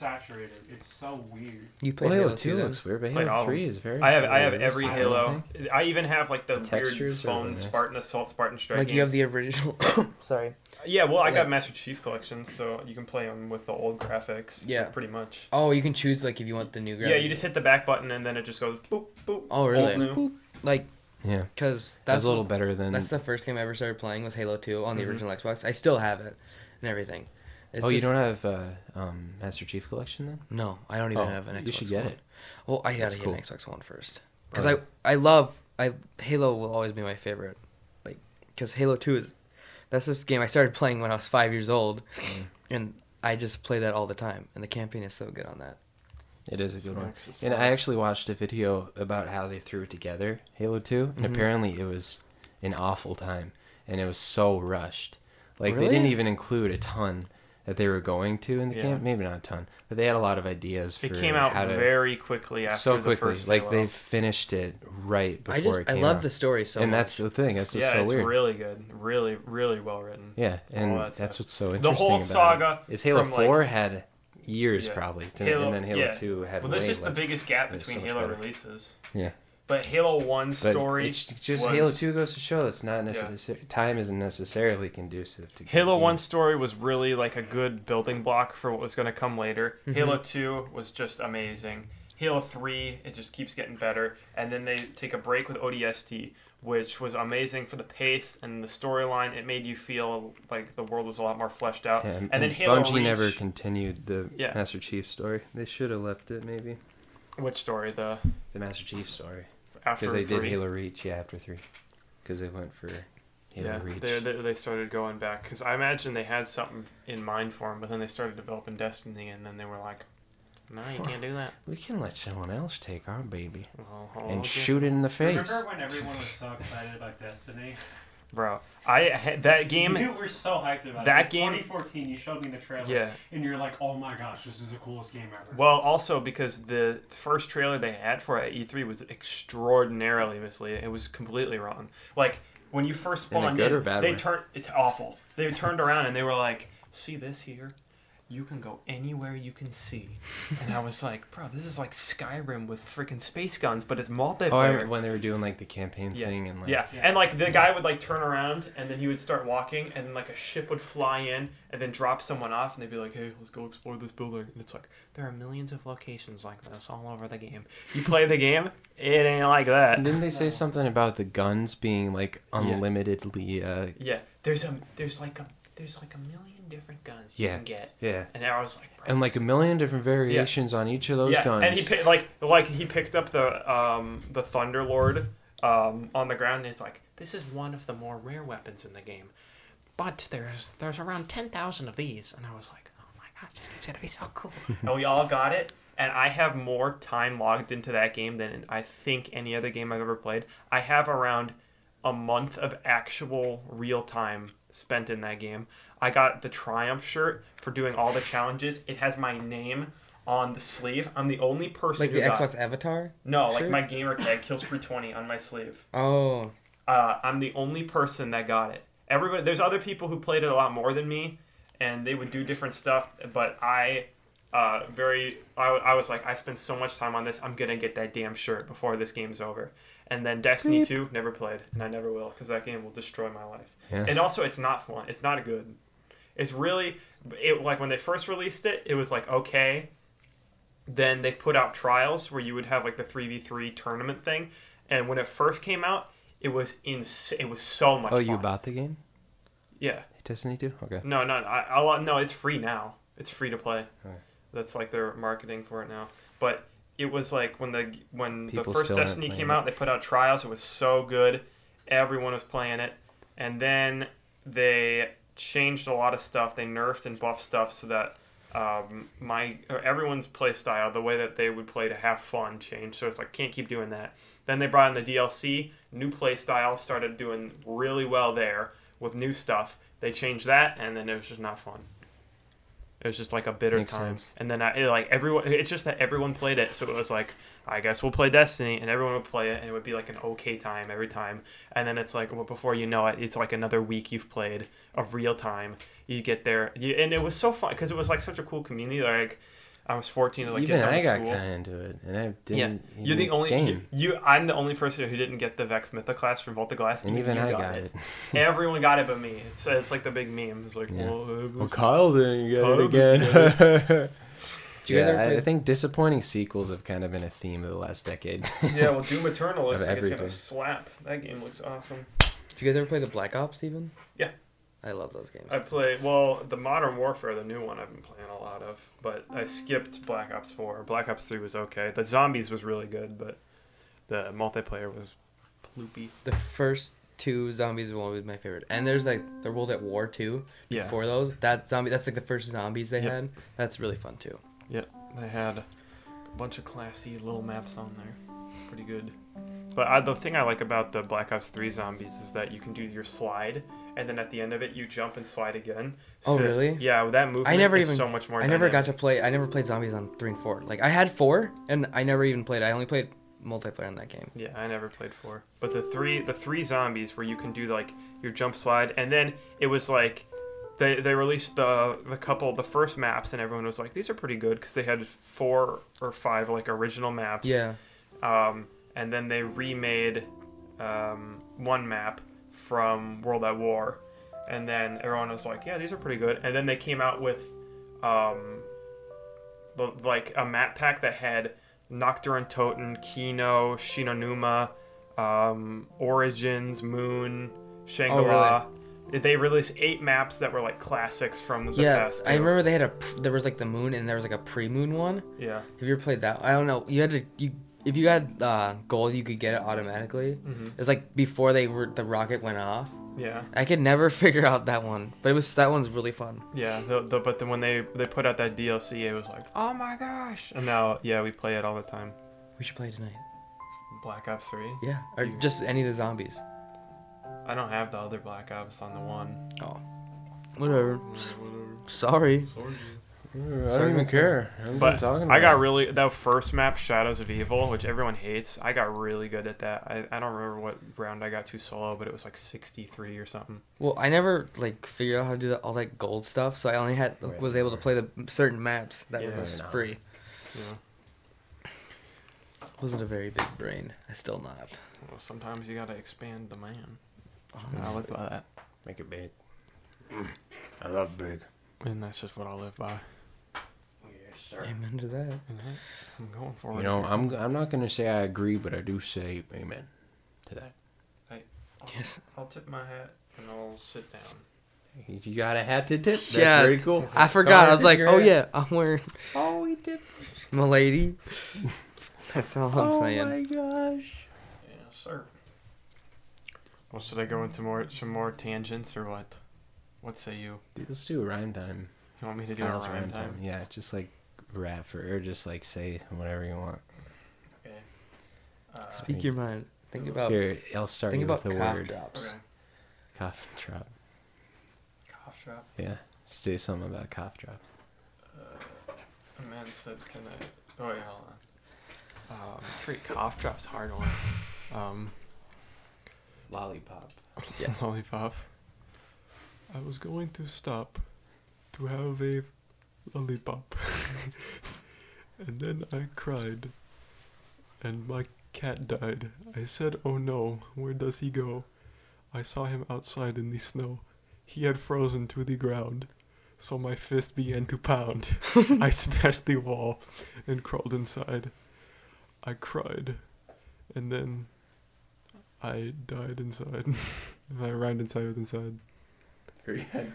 S4: oversaturated. It's so weird.
S3: You played
S1: Well, Halo
S3: Halo
S1: Two
S3: then?
S1: looks weird, but
S2: Played
S1: Halo
S2: all of
S1: Three is very.
S2: I have I have
S1: familiar.
S2: every
S1: I don't
S2: Halo.
S1: think-
S2: I even have like the, weird
S1: textures are really
S2: phone
S1: nice.
S2: Spartan Assault Spartan Strike.
S3: Like you have
S2: games.
S1: [COUGHS]
S2: [COUGHS]
S3: the original. Sorry.
S2: yeah. Well, I
S3: like-
S2: got Master Chief collection, so you can play them with the old graphics.
S3: Yeah.
S2: pretty much.
S3: Oh, you can choose like if you want the new graphic.
S2: Yeah, you just hit the back button and then it just goes boop boop.
S3: Oh
S5: Old
S3: really?
S5: new.
S3: Like
S1: Yeah,
S3: because
S1: that's
S3: that's
S1: a little better than.
S3: that's the first game I ever started playing was Halo Two on the
S2: Mhm.
S3: original Xbox. I still have it and everything. It's
S1: oh, you
S3: just-
S1: don't have uh, um, Master Chief Collection then?
S3: No, I don't even
S1: Oh,
S3: have an Xbox.
S1: you should get
S3: One.
S1: it.
S3: Well, I gotta
S1: That's
S3: get
S1: cool.
S3: an Xbox One first because
S1: Alright.
S3: I I love I Halo will always be my favorite. Like because Halo Two is that's this game I started playing when I was five years old,
S1: Mm.
S3: and I just play that all the time. And the campaign is so good on that.
S1: It is a good one.
S2: Max
S1: And
S2: Assault.
S1: I actually watched a video about how they threw together Halo 2, and
S3: Mhm.
S1: apparently it was an awful time, and it was so rushed. Like they
S3: Really?
S1: didn't even include a ton that they were going to in the
S2: Yeah.
S1: camp. Maybe not a ton, but they had a lot of ideas for
S2: It came out
S1: how to
S2: very quickly after
S1: so
S2: the
S1: quickly.
S2: first.
S1: Like
S2: Halo.
S1: they finished it right before
S3: I just
S1: it
S3: I
S1: came
S3: love
S1: out.
S3: the story so
S1: and
S3: much.
S1: that's the thing. That's just
S2: yeah,
S1: so
S2: it's
S1: weird.
S2: really good, really really well written.
S1: yeah, and
S2: that
S1: that's
S2: stuff.
S1: what's so interesting.
S2: Oh, The whole
S1: about it
S2: saga
S1: is Halo
S2: from, like-
S1: Four had years
S2: Yeah.
S1: probably, to,
S2: Halo-
S1: and then Halo
S2: yeah.
S1: Two had.
S2: Well, that's
S1: way
S2: just the
S1: less.
S2: biggest gap
S1: It's so
S2: between
S1: much
S2: Halo
S1: better.
S2: releases.
S1: Yeah.
S2: But Halo One
S1: But
S2: story
S1: it's just
S2: was-
S1: Halo Two goes to show that's not necessary. Time isn't necessarily conducive to. good
S2: Halo
S1: games.
S2: 1 story was really like a good building block for what was going to come later.
S1: Mm-hmm.
S2: Halo 2 was just amazing. Halo 3, it just keeps getting better. And then they take a break with ODST, which was amazing for the pace and the storyline. It made you feel like the world was a lot more fleshed out.
S1: Yeah,
S2: and, then Halo
S1: Bungie
S2: Reach,
S1: never continued the
S2: Yeah.
S1: Master Chief story. They should have left it maybe.
S2: which story? The
S1: The Master Chief story
S2: after
S1: because they did
S2: 3.
S1: Halo Reach yeah after three because they went for Halo
S2: yeah,
S1: Reach.
S2: they, they, they started going back because I imagine they had something in mind for him, but then they started developing Destiny, and then they were like, "No, you can't do that."
S1: We can let someone else take our baby
S2: Well,
S1: and
S2: okay.
S1: shoot it in the face.
S4: Remember when everyone was so excited about Destiny?
S2: Bro, I had that [LAUGHS] game.
S4: You were so hyped about
S2: That
S4: it. It was
S2: game-
S4: 2014. You showed me the trailer.
S2: Yeah.
S4: And you're like, oh my gosh, this is the coolest game ever. [LAUGHS]
S2: Well, also because the first trailer they had for it at E3 was extraordinarily misleading. It was completely wrong. Like when you first
S1: In a
S2: spawned
S1: good
S2: in,
S1: or bad
S2: they
S1: way?
S2: turned. It's awful. They turned around and they were like, "See this here." You can go anywhere you can see, and I was like, "Bro, this is like Skyrim with freaking space guns, but it's multiplayer."
S1: Oh, I remember when they were doing like the campaign
S2: Yeah.
S1: thing and like
S2: Yeah.
S4: Yeah.
S2: and like the guy would like turn around and then he would start walking and then like a ship would fly in and then drop someone off and they'd be like, hey, let's go explore this building. And it's like, there are millions of locations like this all over the game. You play the game, it ain't like
S1: And
S2: that.
S1: didn't they say something about the guns being like unlimitedly? Uh,
S2: Yeah, there's a there's like a there's like a million different guns you
S1: Yeah.
S2: can get.
S1: yeah,
S2: And I was like, bro,
S1: and like a million different variations on each of those
S2: yeah,
S1: guns.
S2: and he picked like like he picked up the um the Thunderlord um on the ground and he's like, this is one of the more rare weapons in the game, but there's there's around ten thousand of these, and I was like, oh my god, this game's gonna be so cool. and we all got it, and I have more time logged into that game than I think any other game I've ever played. I have around a month of actual real time spent in that game. I got the Triumph shirt for doing all the challenges. It has my name on the sleeve. I'm the only person
S3: like
S2: who
S3: the
S2: got
S3: Xbox Avatar.
S2: no, like
S1: shirt?
S2: my gamer tag Killspree 20 on my sleeve.
S3: Oh,
S2: Uh, I'm the only person that got it. Everybody, there's other people who played it a lot more than me, and they would do different stuff. But I, uh, very, I, I was like, I spent so much time on this. I'm gonna get that damn shirt before this game's over. And then Destiny 2, never played, and I never will, because that game will destroy my life.
S1: Yeah.
S2: And also, it's not fun. It's not good. It's really, it like when they first released it, it was like okay, then they put out trials where you would have like the 3v3 tournament thing and when it first came out it was ins- it was so much
S1: oh,
S2: fun.
S1: you bought the game?
S2: yeah
S1: Destiny 2? Okay.
S2: no no no, I, I, no it's free now it's free to play
S1: Alright.
S2: that's like their marketing for it now but it was like when the when
S1: People
S2: the first
S1: still aren't
S2: destiny
S1: playing
S2: came
S1: it.
S2: out they put out trials it was so good everyone was playing it and then they changed a lot of stuff they nerfed and buffed stuff so that um, my or everyone's play style, the way that they would play to have fun, changed. So it's like can't keep doing that. Then they brought in the DLC, new play style, started doing really well there with new stuff. They changed that, and then it was just not fun. It was just like a bitter
S1: Makes
S2: time,
S1: sense.
S2: and then I, it, like everyone, it's just that everyone played it, so it was like I guess we'll play Destiny, and everyone would play it, and it would be like an okay time every time, and then it's like well, before you know it, it's like another week you've played of real time. You get there, you, and it was so fun because it was like such a cool community. Like I was fourteen to like
S1: Even
S2: get done
S1: I
S2: with
S1: got
S2: school.
S1: kind of into it, and I
S2: Yeah,
S1: didn't.
S2: You're the
S1: even
S2: only you,
S1: game,
S2: you- I'm the only person who didn't get the Vex Mytha class from Volta Glass,
S1: and even
S2: you
S1: I got it.
S2: Everyone got it but me. It's it's like the big meme. It's like,
S1: Yeah.
S2: well,
S1: [LAUGHS]
S2: uh,
S1: [LAUGHS] Well, Kyle didn't get
S2: Kyle
S1: it again. [LAUGHS]
S3: Do you
S1: yeah,
S3: ever
S1: I-
S3: play-
S1: I think disappointing sequels have kind of been a theme of the last [LAUGHS] decade.
S5: yeah, well, Doom Eternal looks
S1: Of
S5: like it's
S1: everything.
S5: gonna slap. That game looks awesome.
S3: Do you guys ever play the Black Ops even?
S5: Yeah.
S3: I love those games.
S2: I play well the Modern Warfare, the new one I've been playing a lot of, but I skipped Black Ops Four. Black Ops Three was okay. The zombies was really good, but the multiplayer was loopy.
S3: the first two zombies were always my favorite. And there's like the World at War too.
S2: Yeah.
S3: Before those, that zombie that's like the first zombies they
S2: Yep.
S3: had. That's really fun too.
S2: They had a bunch of classy little maps on there. Pretty good. But I, the thing I like about the Black Ops 3 zombies is that you can do your slide, and then at the end of it, you jump and slide again.
S3: Oh, really?
S2: Yeah, with that movement
S3: never
S2: is
S3: even-
S2: so much more
S3: I never got
S2: dynamic.
S3: to play. I never played zombies on three and four. Like I had four, and I never even played. I only played multiplayer on that game.
S2: Yeah, I never played 4. But the three the three zombies where you can do, like, your jump slide, and then it was like. They, they released the the couple the first maps and everyone was like these are pretty good because they had four or five like original maps
S3: Yeah.
S2: um, and then they remade um, one map from World at War, and then everyone was like, "Yeah, these are pretty good." And then they came out with um, the, like a map pack that had Nocturne Toten, Kino, Shinonuma, um, Origins,
S3: Oh,
S2: Moon, Shangri La. They released eight maps that were like classics from the
S3: yeah.
S2: past.
S3: I
S2: too.
S3: remember they had a. pr- There was like the moon, and there was like a pre-moon one.
S2: Yeah.
S3: Have you ever played that? I don't know. You had to you if you had uh, gold, you could get it automatically.
S2: Mhm.
S3: It's like before they were the rocket went off.
S2: Yeah.
S3: I could never [LAUGHS] figure out that one, but it was that one's really fun.
S2: Yeah, the, the, but then when they they put out that DLC, it was like, oh my gosh! And now, yeah, we play it all the time.
S3: We should play tonight.
S2: Black Ops Three.
S3: Yeah, or
S2: You-
S3: just any of the zombies.
S2: I don't have the other Black Ops on the one.
S3: Whatever. S- Sorry.
S1: I
S3: Sorry,
S1: don't even
S3: Max.
S1: care. I don't know what I'm
S2: But
S1: talking
S2: I
S1: about.
S2: got really that first map, Shadows of Evil, which everyone hates. I got really good at that. I, I don't remember what round I got to solo, but it was like 63 or something.
S3: Well, I never like figured out how to do that, all that gold stuff, so I only had
S1: Right.
S3: was able to play the certain maps that
S2: Yeah.
S3: were just
S1: Right.
S3: free.
S2: You know,
S3: Wasn't a very big brain. I still not.
S2: well, sometimes you gotta expand the man. I
S3: honestly.
S2: live by that,
S1: Make it big. Mm. I love big.
S2: and that's just what I live by.
S3: Amen to that.
S2: And I- Mm-hmm. I'm going for
S1: You
S2: it.
S1: know, I'm I'm not gonna say I agree, but I do say amen to that. [LAUGHS]
S3: Yes.
S5: I'll tip my hat and I'll sit down.
S1: You got a hat to tip. That's
S3: Yeah,
S1: very cool.
S3: I forgot. I was like,
S1: Your
S3: oh
S1: hat.
S3: yeah, I'm wearing [LAUGHS]
S1: Oh, he did.
S3: Milady.
S1: [LAUGHS]
S3: That's all I'm
S1: oh
S3: saying.
S1: my gosh.
S5: Yeah, sir.
S2: Well, should I go into more some more tangents or what? What say you?
S1: Dude, let's do rhyme time.
S2: You want me to do a
S1: Kyle's
S2: rhyme, time?
S1: Yeah, just like rap or, or just like say whatever you want.
S5: Okay. Uh,
S3: Speak your mind. Think about
S1: Here, I'll start
S3: think
S1: you
S3: about
S1: with a
S3: cough
S1: word.
S3: drops.
S5: okay.
S1: Cough drop.
S5: Cough drop.
S1: Yeah. Let's do something about cough drops.
S5: A man said, "Can I?" Oh wait, hold on.
S2: Um, freak cough drops hard one. Um,
S1: Lollipop.
S2: [LAUGHS] lollipop. I was going to stop to have a lollipop, [LAUGHS] and then I cried, and my cat died. I said, "Oh no, where does he go?" I saw him outside in the snow. He had frozen to the ground. So my fist began to pound. I smashed the wall and crawled inside. I cried, and then I died inside. [LAUGHS] I rhymed inside with inside.
S1: Very good.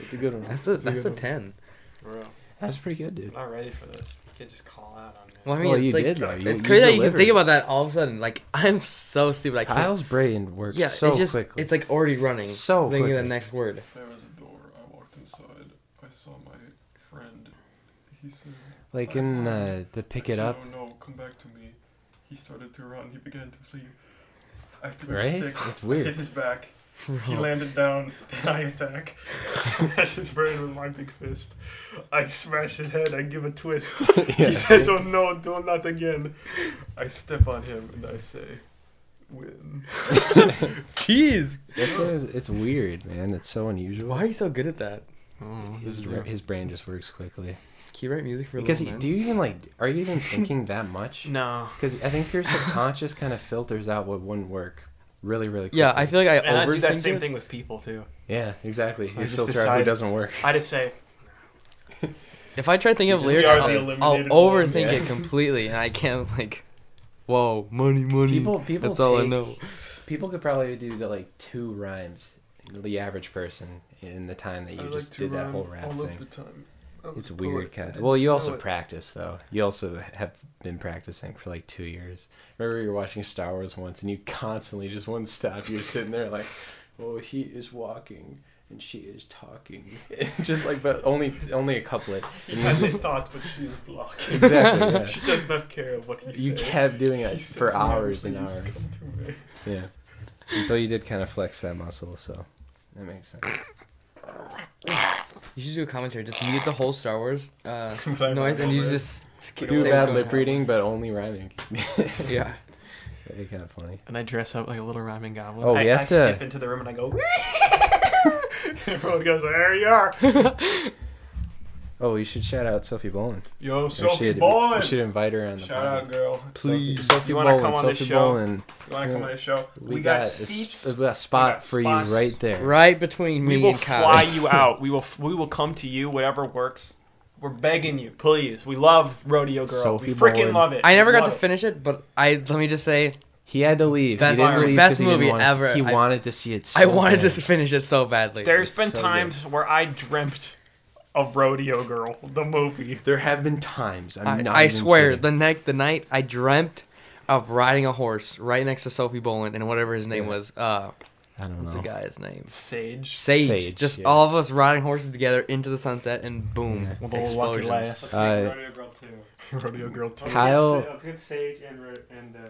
S1: It's a good one.
S3: That's a that's a
S2: good
S3: ten.
S5: Bro,
S1: That's pretty good,
S5: I'm
S1: dude.
S5: not ready for this. You can't just call out on me.
S3: Well, I mean,
S1: well,
S3: it's
S1: you
S3: like,
S1: did though. You,
S3: It's
S1: you
S3: crazy that you can
S1: delivered.
S3: think about that all of a sudden. Like [LAUGHS] I'm so stupid. I can't.
S1: Kyle's brain works
S3: Yeah,
S1: so
S3: it's just
S1: quickly.
S3: it's like already running.
S1: So
S3: thinking of the
S1: quickly.
S3: next word.
S5: There was a door. I walked inside. I saw my friend. He said,
S1: Like in the the pick
S5: I
S1: it
S5: said,
S1: up.
S5: Oh no, come back to me. He started to run. He began to flee. I threw a
S1: Right?
S5: stick.
S1: It's
S3: [LAUGHS]
S5: Hit
S1: weird.
S5: his back.
S1: [LAUGHS]
S4: He landed down, and I attack. [LAUGHS] Smash his brain with my big fist. I smash his head, I give a twist.
S1: [LAUGHS]
S4: He says, Oh no, do not again. I step on him and I say, Win.
S3: Jeez,
S1: That's what it- it's weird, man. It's so unusual.
S3: why are you so good at that?
S1: His, bra- his brain just works quickly.
S3: Can you write music for?
S1: Because
S3: Lil
S1: he,
S3: Wayne?
S1: do you even like? Are you [LAUGHS] even thinking that much?
S2: No.
S1: Because I think your subconscious kind of filters out what wouldn't work really, really quickly.
S3: Yeah, I feel like I
S2: And I
S3: overthink
S2: do that same
S3: it.
S2: thing with people too.
S1: Yeah, exactly. You
S2: just
S1: filter out who
S2: decide-
S1: doesn't work.
S2: I just say,
S3: If I try to think of
S4: just-
S3: lyrics,
S4: We are the
S3: I'll, I'll
S4: eliminated ones.
S3: overthink it completely, and I can't [LAUGHS] like, whoa, money,
S1: [LAUGHS]
S3: money.
S1: People, people.
S3: That's all I
S1: take-
S3: know.
S1: People could probably do the, like two rhymes. The average person in the time that you
S5: I like
S1: just
S5: to
S1: did that
S5: rhyme
S1: whole rap
S5: all
S1: thing.
S5: of the time. I was
S1: It's
S5: a
S1: weird,
S5: poet. I
S1: kind of.
S5: didn't
S1: Well, you
S5: know
S1: also
S5: it.
S1: practice though. You also have been practicing for like two years. Remember, you were watching Star Wars once, and you constantly just wouldn't stop. You're sitting there like, "Oh, he is walking." And she is talking, [LAUGHS] just like, but only only a couplet.
S4: He has his thoughts, but she's blocking.
S1: Exactly. yeah.
S4: [LAUGHS] She does not care what he
S1: [LAUGHS] You
S4: says.
S1: kept doing
S4: He
S1: it
S4: says,
S1: for
S4: "Ma'am,
S1: hours and
S4: please
S1: hours.
S4: come to me." [LAUGHS]
S1: Yeah. And so you did kind of flex that muscle, so that makes sense.
S3: You should do a commentary. Just mute the whole Star Wars
S2: [LAUGHS]
S3: uh,
S4: But I
S3: noise, and
S4: remember
S3: you
S4: it.
S3: just skip,
S1: Do
S3: say
S1: bad
S3: what's
S1: lip
S3: going
S1: reading, but only rhyming. [LAUGHS]
S3: on. Yeah.
S1: That'd be kind of funny.
S2: and I dress up like a little rhyming goblin.
S1: Oh,
S2: I,
S1: we have
S2: I
S1: to-
S2: skip into the room and I [LAUGHS] go.
S4: Everyone goes, There you are.
S1: Oh, you should shout out Sophie Bolin.
S4: Yo,
S1: We
S4: Sophie
S1: should-
S4: Bowen.
S1: We should invite her on the
S4: Shout out,
S1: podcast.
S4: girl.
S1: Please,
S5: Sophie.
S1: Sophie
S2: You wanna
S1: Bolin.
S2: come on this
S1: Sophie
S2: show?
S1: Bolin.
S4: You want to come on the show?
S1: We, got,
S4: got,
S1: a, s-
S4: seats.
S1: a spot
S4: got
S1: for
S4: spots.
S1: you right there.
S3: Right between me
S2: We will
S3: and Kyle.
S2: fly you out. We will. f- We will come to you. Whatever works. We're begging you, please. We love rodeo girl.
S1: Sophie
S2: we freaking
S1: Bowen.
S2: love it.
S3: I never got to
S2: Love it.
S3: finish it, but I let me just say
S1: He had to leave.
S3: Best-
S1: he didn't
S2: Fire.
S1: leave
S3: best
S1: 'cause he didn't
S3: movie
S1: want to-
S3: ever.
S1: He
S3: I-
S1: wanted to see it. So
S3: I wanted
S1: bad.
S3: to finish it so badly.
S2: There's
S1: It's
S2: been
S1: so good.
S2: times where I dreamt of rodeo girl, the movie.
S1: There have been times. I'm
S3: I,
S1: not
S3: I
S1: even
S3: swear,
S1: kidding.
S3: the night the night I dreamt of riding a horse right next to Sophie Boland and whatever his name
S1: Yeah.
S3: was. Uh,
S1: I don't
S3: what's the
S1: know.
S3: guy's name?
S2: Sage.
S3: Sage.
S1: Sage,
S3: Just
S1: yeah.
S3: all of us riding horses together into the sunset, and boom,
S1: Yeah.
S2: With a little lucky
S3: explosions.
S2: lass.
S7: Let's
S1: Uh,
S7: take Rodeo Girl too.
S2: [LAUGHS]
S4: Rodeo girl. Too.
S7: Let's get
S1: Kyle-
S7: Sa- Let's get Sage and Ro- and uh,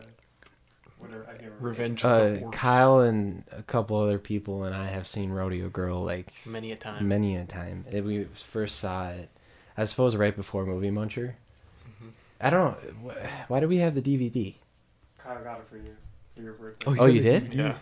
S7: whatever. I can't remember.
S2: Revenge of
S1: Uh,
S2: the horse.
S1: Kyle and a couple other people and I have seen Rodeo Girl like
S2: Many a time.
S1: many a time. It, we first saw it, I suppose, right before Movie Muncher.
S4: Mm-hmm.
S1: I don't know. wh- Why do we have the DVD?
S7: Kyle got it for you for your birthday.
S1: Oh, you did?
S2: Yeah.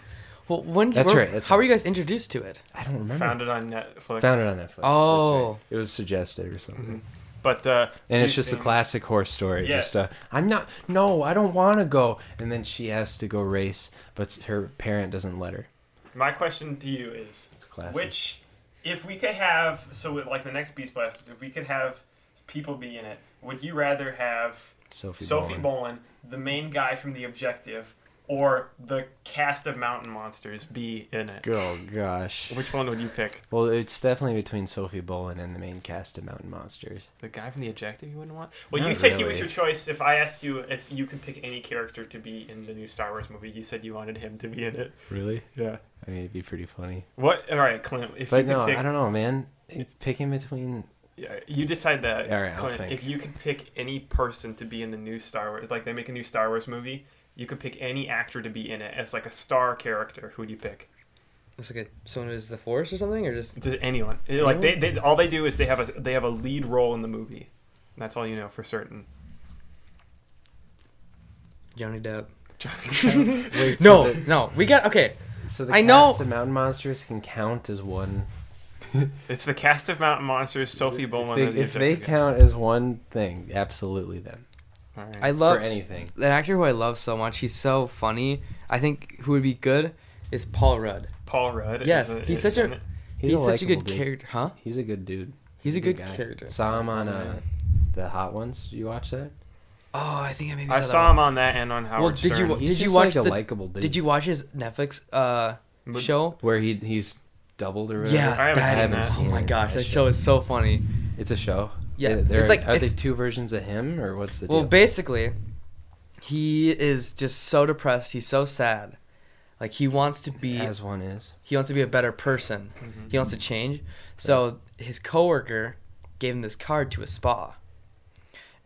S3: Well, when?
S1: That's
S3: where-
S1: right, that's
S3: how were
S1: right.
S3: you guys introduced to it?
S1: I don't remember.
S2: Found it on Netflix.
S1: Found it on Netflix. that's right.
S3: Oh.
S1: It was suggested or something.
S4: Mm-hmm.
S2: But uh,
S1: And it's
S2: we've
S1: just the
S2: seen-
S1: classic horse story.
S2: Yeah.
S1: Just, uh, I'm not, no, I don't want to go. And then she has to go race, but s- her parent doesn't let her.
S4: My question to you is,
S1: It's classic.
S4: Which, if we could have, so with, like the next Beast Blasters, if we could have people be in it, would you rather have
S1: Sophie,
S4: Sophie
S1: Bowen.
S4: Bolin, the main guy from The Objective, or the cast of Mountain Monsters be in it?
S1: Oh, gosh.
S2: Which one would you pick?
S1: Well, it's definitely between Sophie Bolin and the main cast of Mountain Monsters.
S2: The guy from the objective you wouldn't want?
S4: Well, you
S1: Not
S4: said he
S1: really.
S4: was your choice. If I asked you if you could pick any character to be in the new Star Wars movie, you said you wanted him to be in it.
S1: Really?
S4: Yeah.
S1: I mean, it'd be pretty funny.
S4: What? All right, Clint. If you
S1: But
S4: could
S1: no,
S4: pick,
S1: I don't know, man. Picking between
S4: Yeah, you decide that.
S1: All right, I'll
S4: Clint,
S1: think.
S4: If you could pick any person to be in the new Star Wars, like they make a new Star Wars movie, you could pick any actor to be in it as like a star character. Who would you pick?
S3: It's like a, someone who's the force or something, or just
S4: Does anyone? It- Like they, they, all they do is they have a they have a lead role in the movie. And that's all you know for certain.
S3: Johnny Depp. [LAUGHS]
S1: Wait,
S3: no,
S1: so the,
S3: no, we got okay.
S1: so the
S3: I
S1: cast
S3: know-
S1: of Mountain Monsters can count as
S4: [LAUGHS]
S1: one.
S4: It's the cast of Mountain Monsters, Sophie Bowman.
S1: They- if they count as one thing, absolutely then
S3: I love
S1: for anything.
S3: that actor who I love so much. He's so funny. I think who would be good is Paul Rudd.
S4: Paul Rudd.
S3: Yes,
S4: is
S3: he's
S4: is
S3: such a-
S4: in it.
S3: He's, such
S1: likable
S3: a good
S1: dude.
S3: character, huh?
S1: He's a good dude.
S3: He's a good
S1: guy.
S3: character.
S1: Saw him on uh, the Hot Ones. Did you watch that?
S3: Oh, I think I maybe
S4: I
S3: that
S4: saw
S3: one.
S4: him on that and on Howard
S3: Well, did you
S4: Stern.
S3: wa-
S1: He's
S3: did you
S1: just,
S3: watch
S1: like a
S3: the-
S1: likable dude?
S3: Did you watch his Netflix uh
S4: Would-
S3: show?
S1: Where he he's doubled or whatever?
S3: Yeah,
S4: I haven't
S3: that-
S4: seen that.
S3: Oh my
S1: seen
S3: gosh,
S1: that
S3: that
S1: show.
S3: show is so funny.
S1: It's a show.
S3: Yeah,
S1: There- there
S3: it's
S1: are-
S3: like-
S1: are
S3: it's-
S1: they two versions of him or what's the deal?
S3: Well, basically, he is just so depressed. He's so sad. Like he wants to be
S1: as one is.
S3: he wants to be a better person.
S4: Mm-hmm.
S3: He wants to change. So his coworker gave him this card to a spa,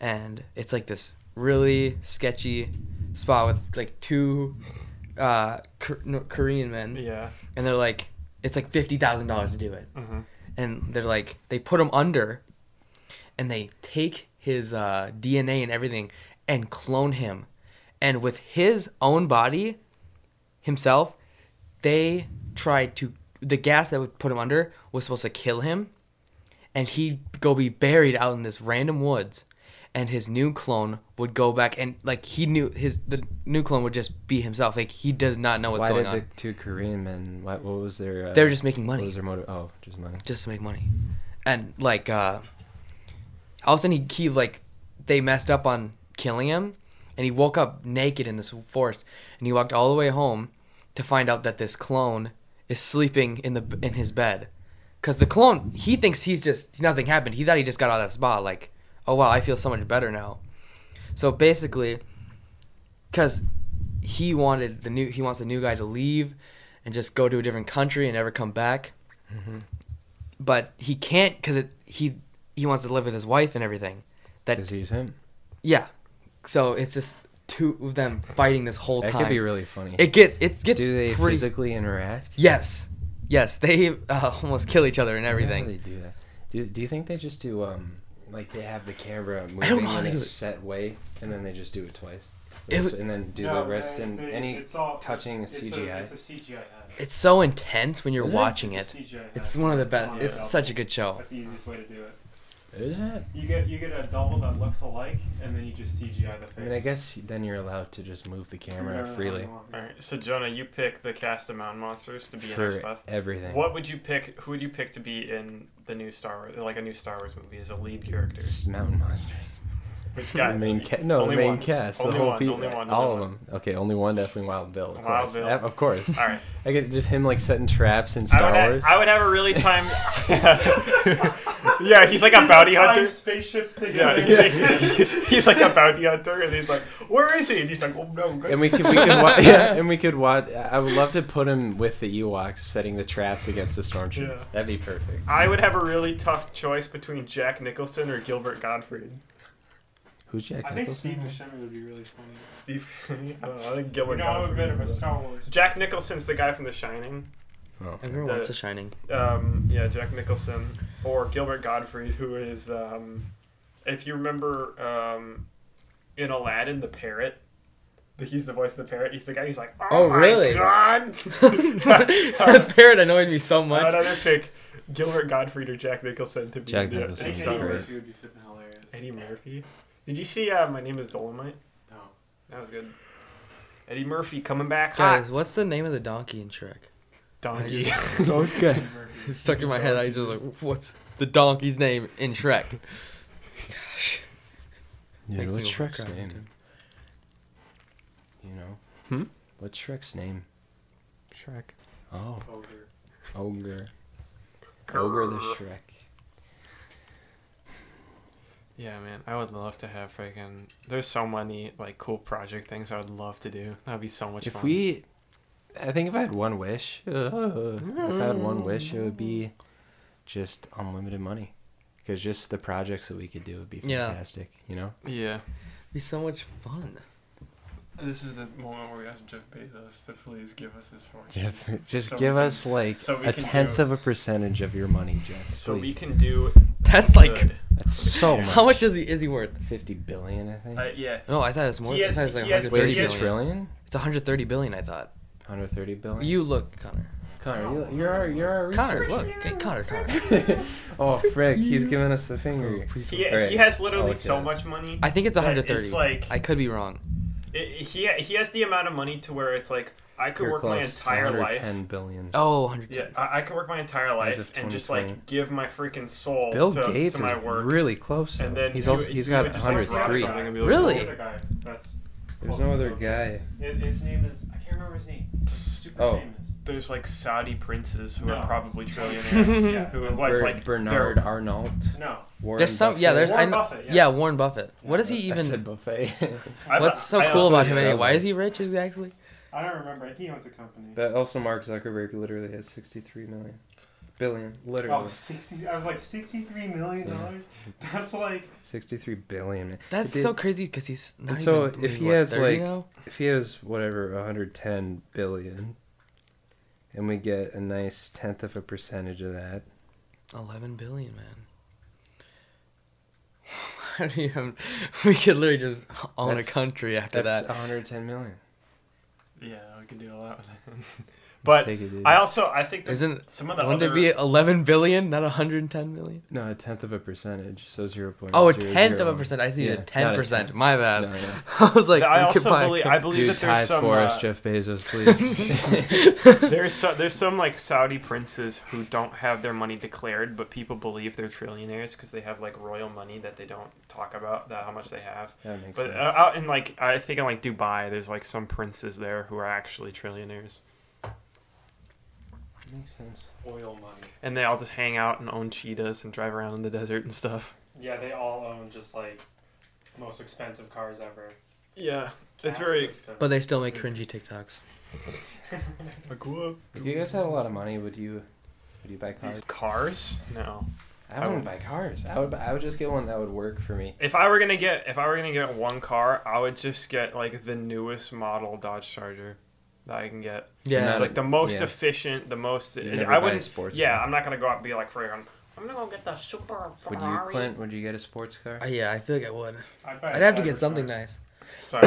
S3: and it's like this really sketchy spa with like two uh, Kor- no, Korean men,
S4: Yeah.
S3: and they're like, it's like fifty thousand dollars to do it,
S4: Mm-hmm.
S3: and they're like, they put him under, and they take his uh, DNA and everything, and clone him, and with his own body, himself, they tried to the gas that would put him under was supposed to kill him, and he'd go be buried out in this random woods, and his new clone would go back and like he knew his the new clone would just be himself. Like he does not know what's
S1: Why
S3: going
S1: did
S3: on.
S1: the two Korean men? What, what was their? Uh,
S3: They're just making money
S1: What was their motive? Oh, just money.
S3: just to make money. And like uh all of a sudden he, he like they messed up on killing him and he woke up naked in this forest and he walked all the way home to find out that this clone is sleeping in the in his bed cuz the clone he thinks he's just nothing happened. He thought he just got out of that spa like oh wow, I feel so much better now. So basically cuz he wanted the new he wants the new guy to leave and just go to a different country and never come back Mm-hmm. but he can't because he he wants to live with his wife and everything. That
S1: Because he's him.
S3: yeah, so it's just two of them fighting this whole
S1: That
S3: time.
S1: could be really funny.
S3: it get it gets
S1: Do they
S3: pretty.
S1: physically interact?
S3: yes, yes, they uh, almost kill each other and
S1: How do
S3: everything.
S1: they do that? Do, do you think they just do um like they have the camera
S3: I don't
S1: moving
S3: know how
S1: in
S3: they
S1: a
S3: do it.
S1: set way and then they just do it twice?
S3: It would-
S1: and then do the wrist and any touching is CGI.
S2: It's a CGI head.
S3: It's so intense when you're
S1: Is it?
S3: watching it.
S2: It's a CGI head.
S3: It's one of the best.
S2: Yeah.
S3: It's such a good show.
S2: That's the easiest way to do it.
S1: Is it?
S2: You get you get a double that looks alike, and then you just CGI the face.
S1: I mean, I guess then you're allowed to just move the camera
S2: Whatever the hell
S1: freely
S2: you want.
S4: All right. So Jonah, you pick the cast of Mountain Monsters to be in our
S1: for
S4: stuff.
S1: everything.
S4: What would you pick? Who would you pick to be in the new Star Wars, like a new Star Wars movie, as a lead character?
S1: It's Mountain
S4: [LAUGHS]
S1: monsters.
S4: Which
S1: The
S4: guy?
S1: [LAUGHS] main ca- no,
S4: Only
S1: the main
S4: one.
S1: cast,
S4: Only
S1: the whole
S4: one,
S1: people,
S4: only one,
S1: all
S4: only
S1: of them. Okay, only one definitely Wild Bill. Of
S4: Wild
S1: course.
S4: Bill.
S1: Yep, of course.
S4: All right.
S1: I get just him like setting traps in
S4: I
S1: Star
S4: would ha-
S1: Wars.
S4: I would have a
S1: [LAUGHS]
S4: really time. [LAUGHS] yeah, he's like a bounty
S2: Flying
S4: hunter.
S2: Spaceships
S4: Yeah,
S2: together.
S4: [LAUGHS] he's like, [LAUGHS] he's like a bounty hunter, and he's like, "Where is he?" And he's like, "Oh no!"
S1: And we could, we could, wa- [LAUGHS] yeah, and we could watch. I would love to put him with the Ewoks, setting the traps against the stormtroopers.
S4: Yeah.
S1: That'd be perfect.
S4: I would have a really tough choice between Jack Nicholson or Gilbert Gottfried.
S1: Who's Jack?
S2: I think
S1: Nicholson?
S2: Steve Buscemi would be really funny.
S4: Steve, [LAUGHS] I don't know, I think Gilbert
S2: You know, I'm a
S4: Gottfried.
S2: bit of a Star Wars.
S4: Jack
S2: person.
S4: Nicholson's the guy from The Shining.
S1: Oh.
S3: Everyone
S4: The-
S3: wants The [LAUGHS] Shining.
S4: Um, yeah, Jack Nicholson or Gilbert Gottfried, who is, um, if you remember, um, in Aladdin, the parrot. He's the voice of the parrot. He's the guy who's like, "Oh,
S3: Oh,
S4: my
S3: really? [LAUGHS]
S4: God!" [LAUGHS]
S3: that parrot annoyed me so much.
S4: I'd either pick Gilbert Gottfried or Jack Nicholson to be
S1: Jack
S4: the
S1: Nicholson.
S2: And
S1: Nicholson's
S4: Star
S2: Eddie
S1: great.
S4: Wars.
S2: Murphy would be flipping hilarious.
S4: Eddie Murphy. Did you see uh, My Name Is Dolomite?
S2: No.
S4: That was good. Eddie Murphy coming back hot.
S3: Guys, what's the name of the donkey in Shrek? I
S4: Donkey. [LAUGHS]
S1: [LAUGHS]
S3: just
S1: Okay.
S2: Eddie Murphy.
S3: it's stuck in my head. I just like, what's the donkey's name in [LAUGHS] Shrek? Gosh.
S1: Yeah,
S3: Makes
S1: what's
S3: me wanna
S1: Shrek's
S3: cry,
S1: name?
S3: dude.
S1: You know.
S4: Hmm?
S1: What's Shrek's name?
S4: Shrek.
S1: Oh,
S2: Ogre.
S1: ogre. Ogre the Shrek.
S4: Yeah, man. I would love to have freaking. There's so many like cool project things I would love to do. That'd be so much
S1: if
S4: fun.
S1: we, I think if I had one wish, [LAUGHS] uh, if I had one wish, it would be just unlimited money, because just the projects that we could do would be
S3: Yeah.
S1: fantastic. You know.
S4: Yeah.
S3: be so much fun.
S8: This is the moment where we ask Jeff Bezos to please give us his fortune.
S1: Yeah,
S4: [LAUGHS]
S1: [LAUGHS] just
S8: So we
S1: give
S8: can-
S1: us like
S8: so we
S1: a
S8: can
S1: tenth
S8: do-
S1: of a percentage of your money, Jeff.
S4: So
S1: please.
S4: we can do.
S3: [LAUGHS] That's like
S4: good.
S1: That's
S4: [LAUGHS]
S1: so much.
S3: how much is he is he worth?
S1: Fifty billion, I think.
S8: Uh, yeah.
S3: No, I thought it was more.
S8: He
S3: I
S8: has-
S3: thought it was like
S8: he has-
S3: 130
S8: wait,
S1: Wait,
S8: he
S1: a
S8: has-
S3: billion.
S1: trillion?
S3: It's 130 billion, I thought.
S1: Hundred thirty billion.
S3: You look, Connor.
S1: Connor, you, you're our, you're our
S3: Connor,
S1: research.
S3: look. Hey, Connor, Connor.
S1: [LAUGHS] oh, frick! He's giving us a
S3: Oh,
S1: finger.
S3: please
S4: He,
S3: look.
S4: he
S1: Alright,
S4: has
S1: I'll
S4: literally
S1: look
S4: so
S1: at it.
S4: much money.
S3: I think it's
S4: that
S3: 130.
S4: It's like
S3: I could be wrong.
S4: it, he he has the amount of money to where it's like I could
S1: You're
S4: work my
S1: close.
S4: entire life.
S1: Ten billion.
S3: Oh, 130.
S4: Yeah, I, I could work my entire
S1: of
S4: life and just like
S1: 2020.
S4: give my freaking soul
S1: Bill
S4: to,
S1: Gates
S4: to my
S1: is
S4: work.
S1: really close.
S4: and
S1: though.
S4: then
S1: he's
S4: you-
S1: also he's
S4: you
S1: got
S4: would just, like,
S2: There's
S1: 103.
S2: no
S4: something and be
S2: other
S4: like,
S3: Really?
S2: guy That's
S1: There's
S2: close
S1: no
S2: to
S1: other
S2: Bill
S1: guy.
S2: Gates. It, his name is I can't remember his name. He's super
S1: Oh.
S2: famous.
S4: There's like Saudi princes who
S2: No.
S4: are [LAUGHS] probably trillionaires. yeah, who would like,
S1: Ber-
S4: like
S1: Bernard
S4: they're-
S1: Arnault.
S2: No.
S1: Warren
S3: There's some. Yeah,
S1: Buffett.
S3: there's. I
S2: Warren
S3: know,
S2: Buffett.
S3: yeah.
S2: Yeah.
S3: Warren Buffett. What is he
S1: I said
S3: even?
S1: buffet. [LAUGHS]
S4: I-
S3: What's so
S4: I
S3: cool
S4: also
S3: about
S1: just
S3: him anyway?
S1: said
S3: Why
S1: that.
S3: is he rich exactly?
S2: I don't remember. I think he owns a company.
S1: But also, Mark Zuckerberg literally has 63 million.
S3: Billion, literally.
S2: Oh, 60, I was like, $63 million? [LAUGHS] That's like,
S1: 63 billion. man.
S3: That's
S1: Dude,
S3: so crazy because he's not
S1: And so
S3: even,
S1: if
S3: I mean,
S1: he
S3: what,
S1: has,
S3: 30
S1: like-
S3: now?
S1: If he has whatever 110 billion, and we get a nice tenth of a percentage of that,
S3: eleven billion, man. I mean, um, we could literally just own
S1: That's-
S3: a country after
S1: that's
S3: that.
S1: 110 million.
S4: Yeah, we could do a lot with that. [LAUGHS]
S1: Let's
S4: But
S1: take it, dude.
S4: I also I think that
S3: Isn't
S4: some of the
S3: wouldn't
S4: other
S3: it be eleven billion, not hundred and ten million?
S1: no, a tenth of a percentage, so 0.00.
S3: Oh, a tenth of a percent. I see
S1: Yeah,
S3: a
S1: not a
S3: ten percent.
S1: tenth.
S3: My
S1: No,
S3: bad.
S1: no.
S3: [LAUGHS] I was like,
S4: I
S3: we could
S4: also
S3: buy a
S4: believe
S3: country.
S4: I believe
S1: Dude,
S4: that there's
S1: Ty
S4: some
S1: Forrest,
S4: uh,
S1: Jeff Bezos, please. [LAUGHS]
S4: [LAUGHS] there's so, there's some like Saudi princes who don't have their money declared, but people believe they're trillionaires because they have like royal money that they don't talk about that how much they have.
S1: that makes
S4: But uh,
S1: sense.
S4: out in like I think in like Dubai, there's like some princes there who are actually trillionaires,
S1: makes sense.
S2: oil money.
S4: and they all just hang out and own cheetahs and drive around in the desert and stuff.
S2: Yeah, they all own just like most expensive cars ever.
S4: Yeah,
S2: Caste
S4: very-
S2: system. [LAUGHS]
S3: But they still make cringy TikToks.
S5: Like what?
S1: If you guys had a lot of money, would you would you buy cars?
S4: cars? No.
S1: I wouldn't buy cars. I would buy, I would just get one that would work for me.
S4: If I were gonna get if I were gonna get one car, I would just get like the newest model Dodge Charger that I can get.
S1: Yeah.
S4: It's like the most
S1: Yeah.
S4: efficient, the most.
S1: You'd never
S4: I
S1: buy a
S4: wouldn't.
S1: sports
S4: yeah,
S1: car.
S4: I'm not gonna go out and be like friggin'. I'm gonna go get the super
S1: Would you,
S4: Ferrari.
S1: Clint? Would you get a sports car?
S3: Uh, yeah, I feel like I would.
S2: I'd, buy a
S3: I'd have to get
S2: Cybertruck.
S3: something nice.
S4: Sorry,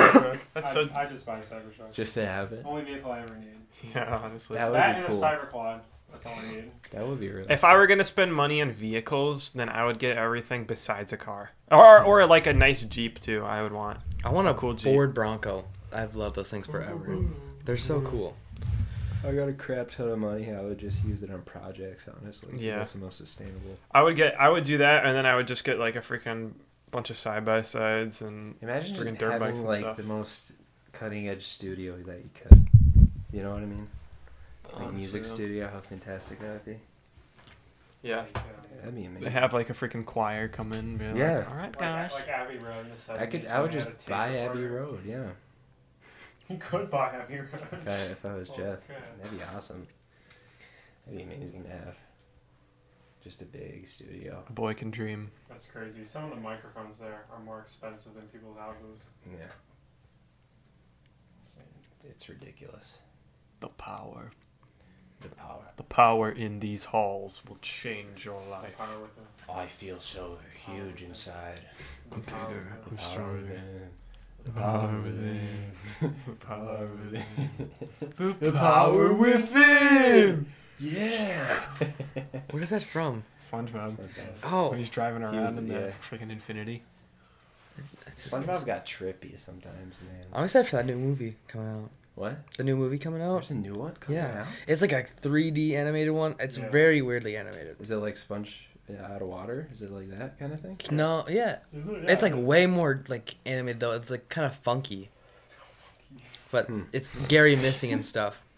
S4: that's
S2: I'd,
S4: so.
S2: I'd just buy a Cybertruck.
S1: Just to have
S4: Oh.
S1: it.
S2: Only vehicle I ever need.
S4: [LAUGHS] Yeah, honestly.
S1: That would
S2: that
S1: be
S2: and
S1: cool.
S2: a Cyberquad. That's all I need.
S1: That would be really.
S4: If I were gonna spend money on vehicles, then I would get everything besides a car, or or like a nice Jeep too. I would want.
S3: I want a
S4: cool Jeep.
S3: Ford Bronco. I've loved those things forever. They're so cool.
S1: If I got a crap ton of money, I would just use it on projects. Honestly, 'cause
S4: Yeah.
S1: that's the most sustainable.
S4: I would get. I would do that, and then I would just get like a freaking bunch of side by sides and
S1: Imagine
S4: freaking
S1: just
S4: dirt
S1: having
S4: bikes and
S1: like
S4: stuff.
S1: the most cutting edge studio that you could. You know what I mean? Like music
S4: Honestly,
S1: studio, how fantastic that would be.
S4: [LAUGHS] Yeah.
S2: Like, uh,
S1: That'd be
S4: They
S1: amazing.
S4: have like a freaking choir come in and be like,
S1: Yeah.
S4: all right,
S2: like,
S4: guys.
S2: like Abbey Road in the 70s.
S1: I could. I would
S2: when we
S1: just
S2: had a tape
S1: buy Abbey
S2: recorder.
S1: Road. Yeah.
S2: [LAUGHS] You could buy Abbey
S1: [LAUGHS]
S2: Road.
S1: If I, if I was
S2: Oh,
S1: Jeff,
S2: crap.
S1: that'd be awesome. That'd be amazing to have. Just a big studio.
S4: a boy can dream.
S2: That's crazy. Some of the microphones there are more expensive than people's houses.
S1: Yeah,
S2: Insane.
S1: it's ridiculous.
S4: The power.
S1: The power.
S4: The power in these halls will change your
S2: The
S4: life.
S2: power with the-
S1: I feel so huge inside.
S2: the power with the-
S4: I'm stronger.
S1: within.
S4: The
S1: power within.
S4: The power within.
S3: [LAUGHS]
S1: The power within. Yeah.
S3: What is that from? [LAUGHS]
S4: SpongeBob. When
S3: Oh,
S4: he's driving
S1: He
S4: around
S1: was-
S4: in the
S1: yeah.
S4: freaking infinity.
S3: that's just
S1: SpongeBob got trippy sometimes, man.
S3: I'm excited for that new movie coming out.
S1: What?
S3: The new movie coming out.
S1: There's a new one coming
S3: Yeah.
S1: out.
S3: It's like a 3D animated one. It's
S2: Yeah.
S3: very weirdly animated.
S1: Is it like Sponge out of water? Is it like that kind of thing?
S3: No, yeah,
S2: Is it?
S3: it's
S2: Yeah,
S3: like way more like animated though. It's like kind of funky, but
S1: Hmm.
S3: it's Gary missing and stuff. [LAUGHS]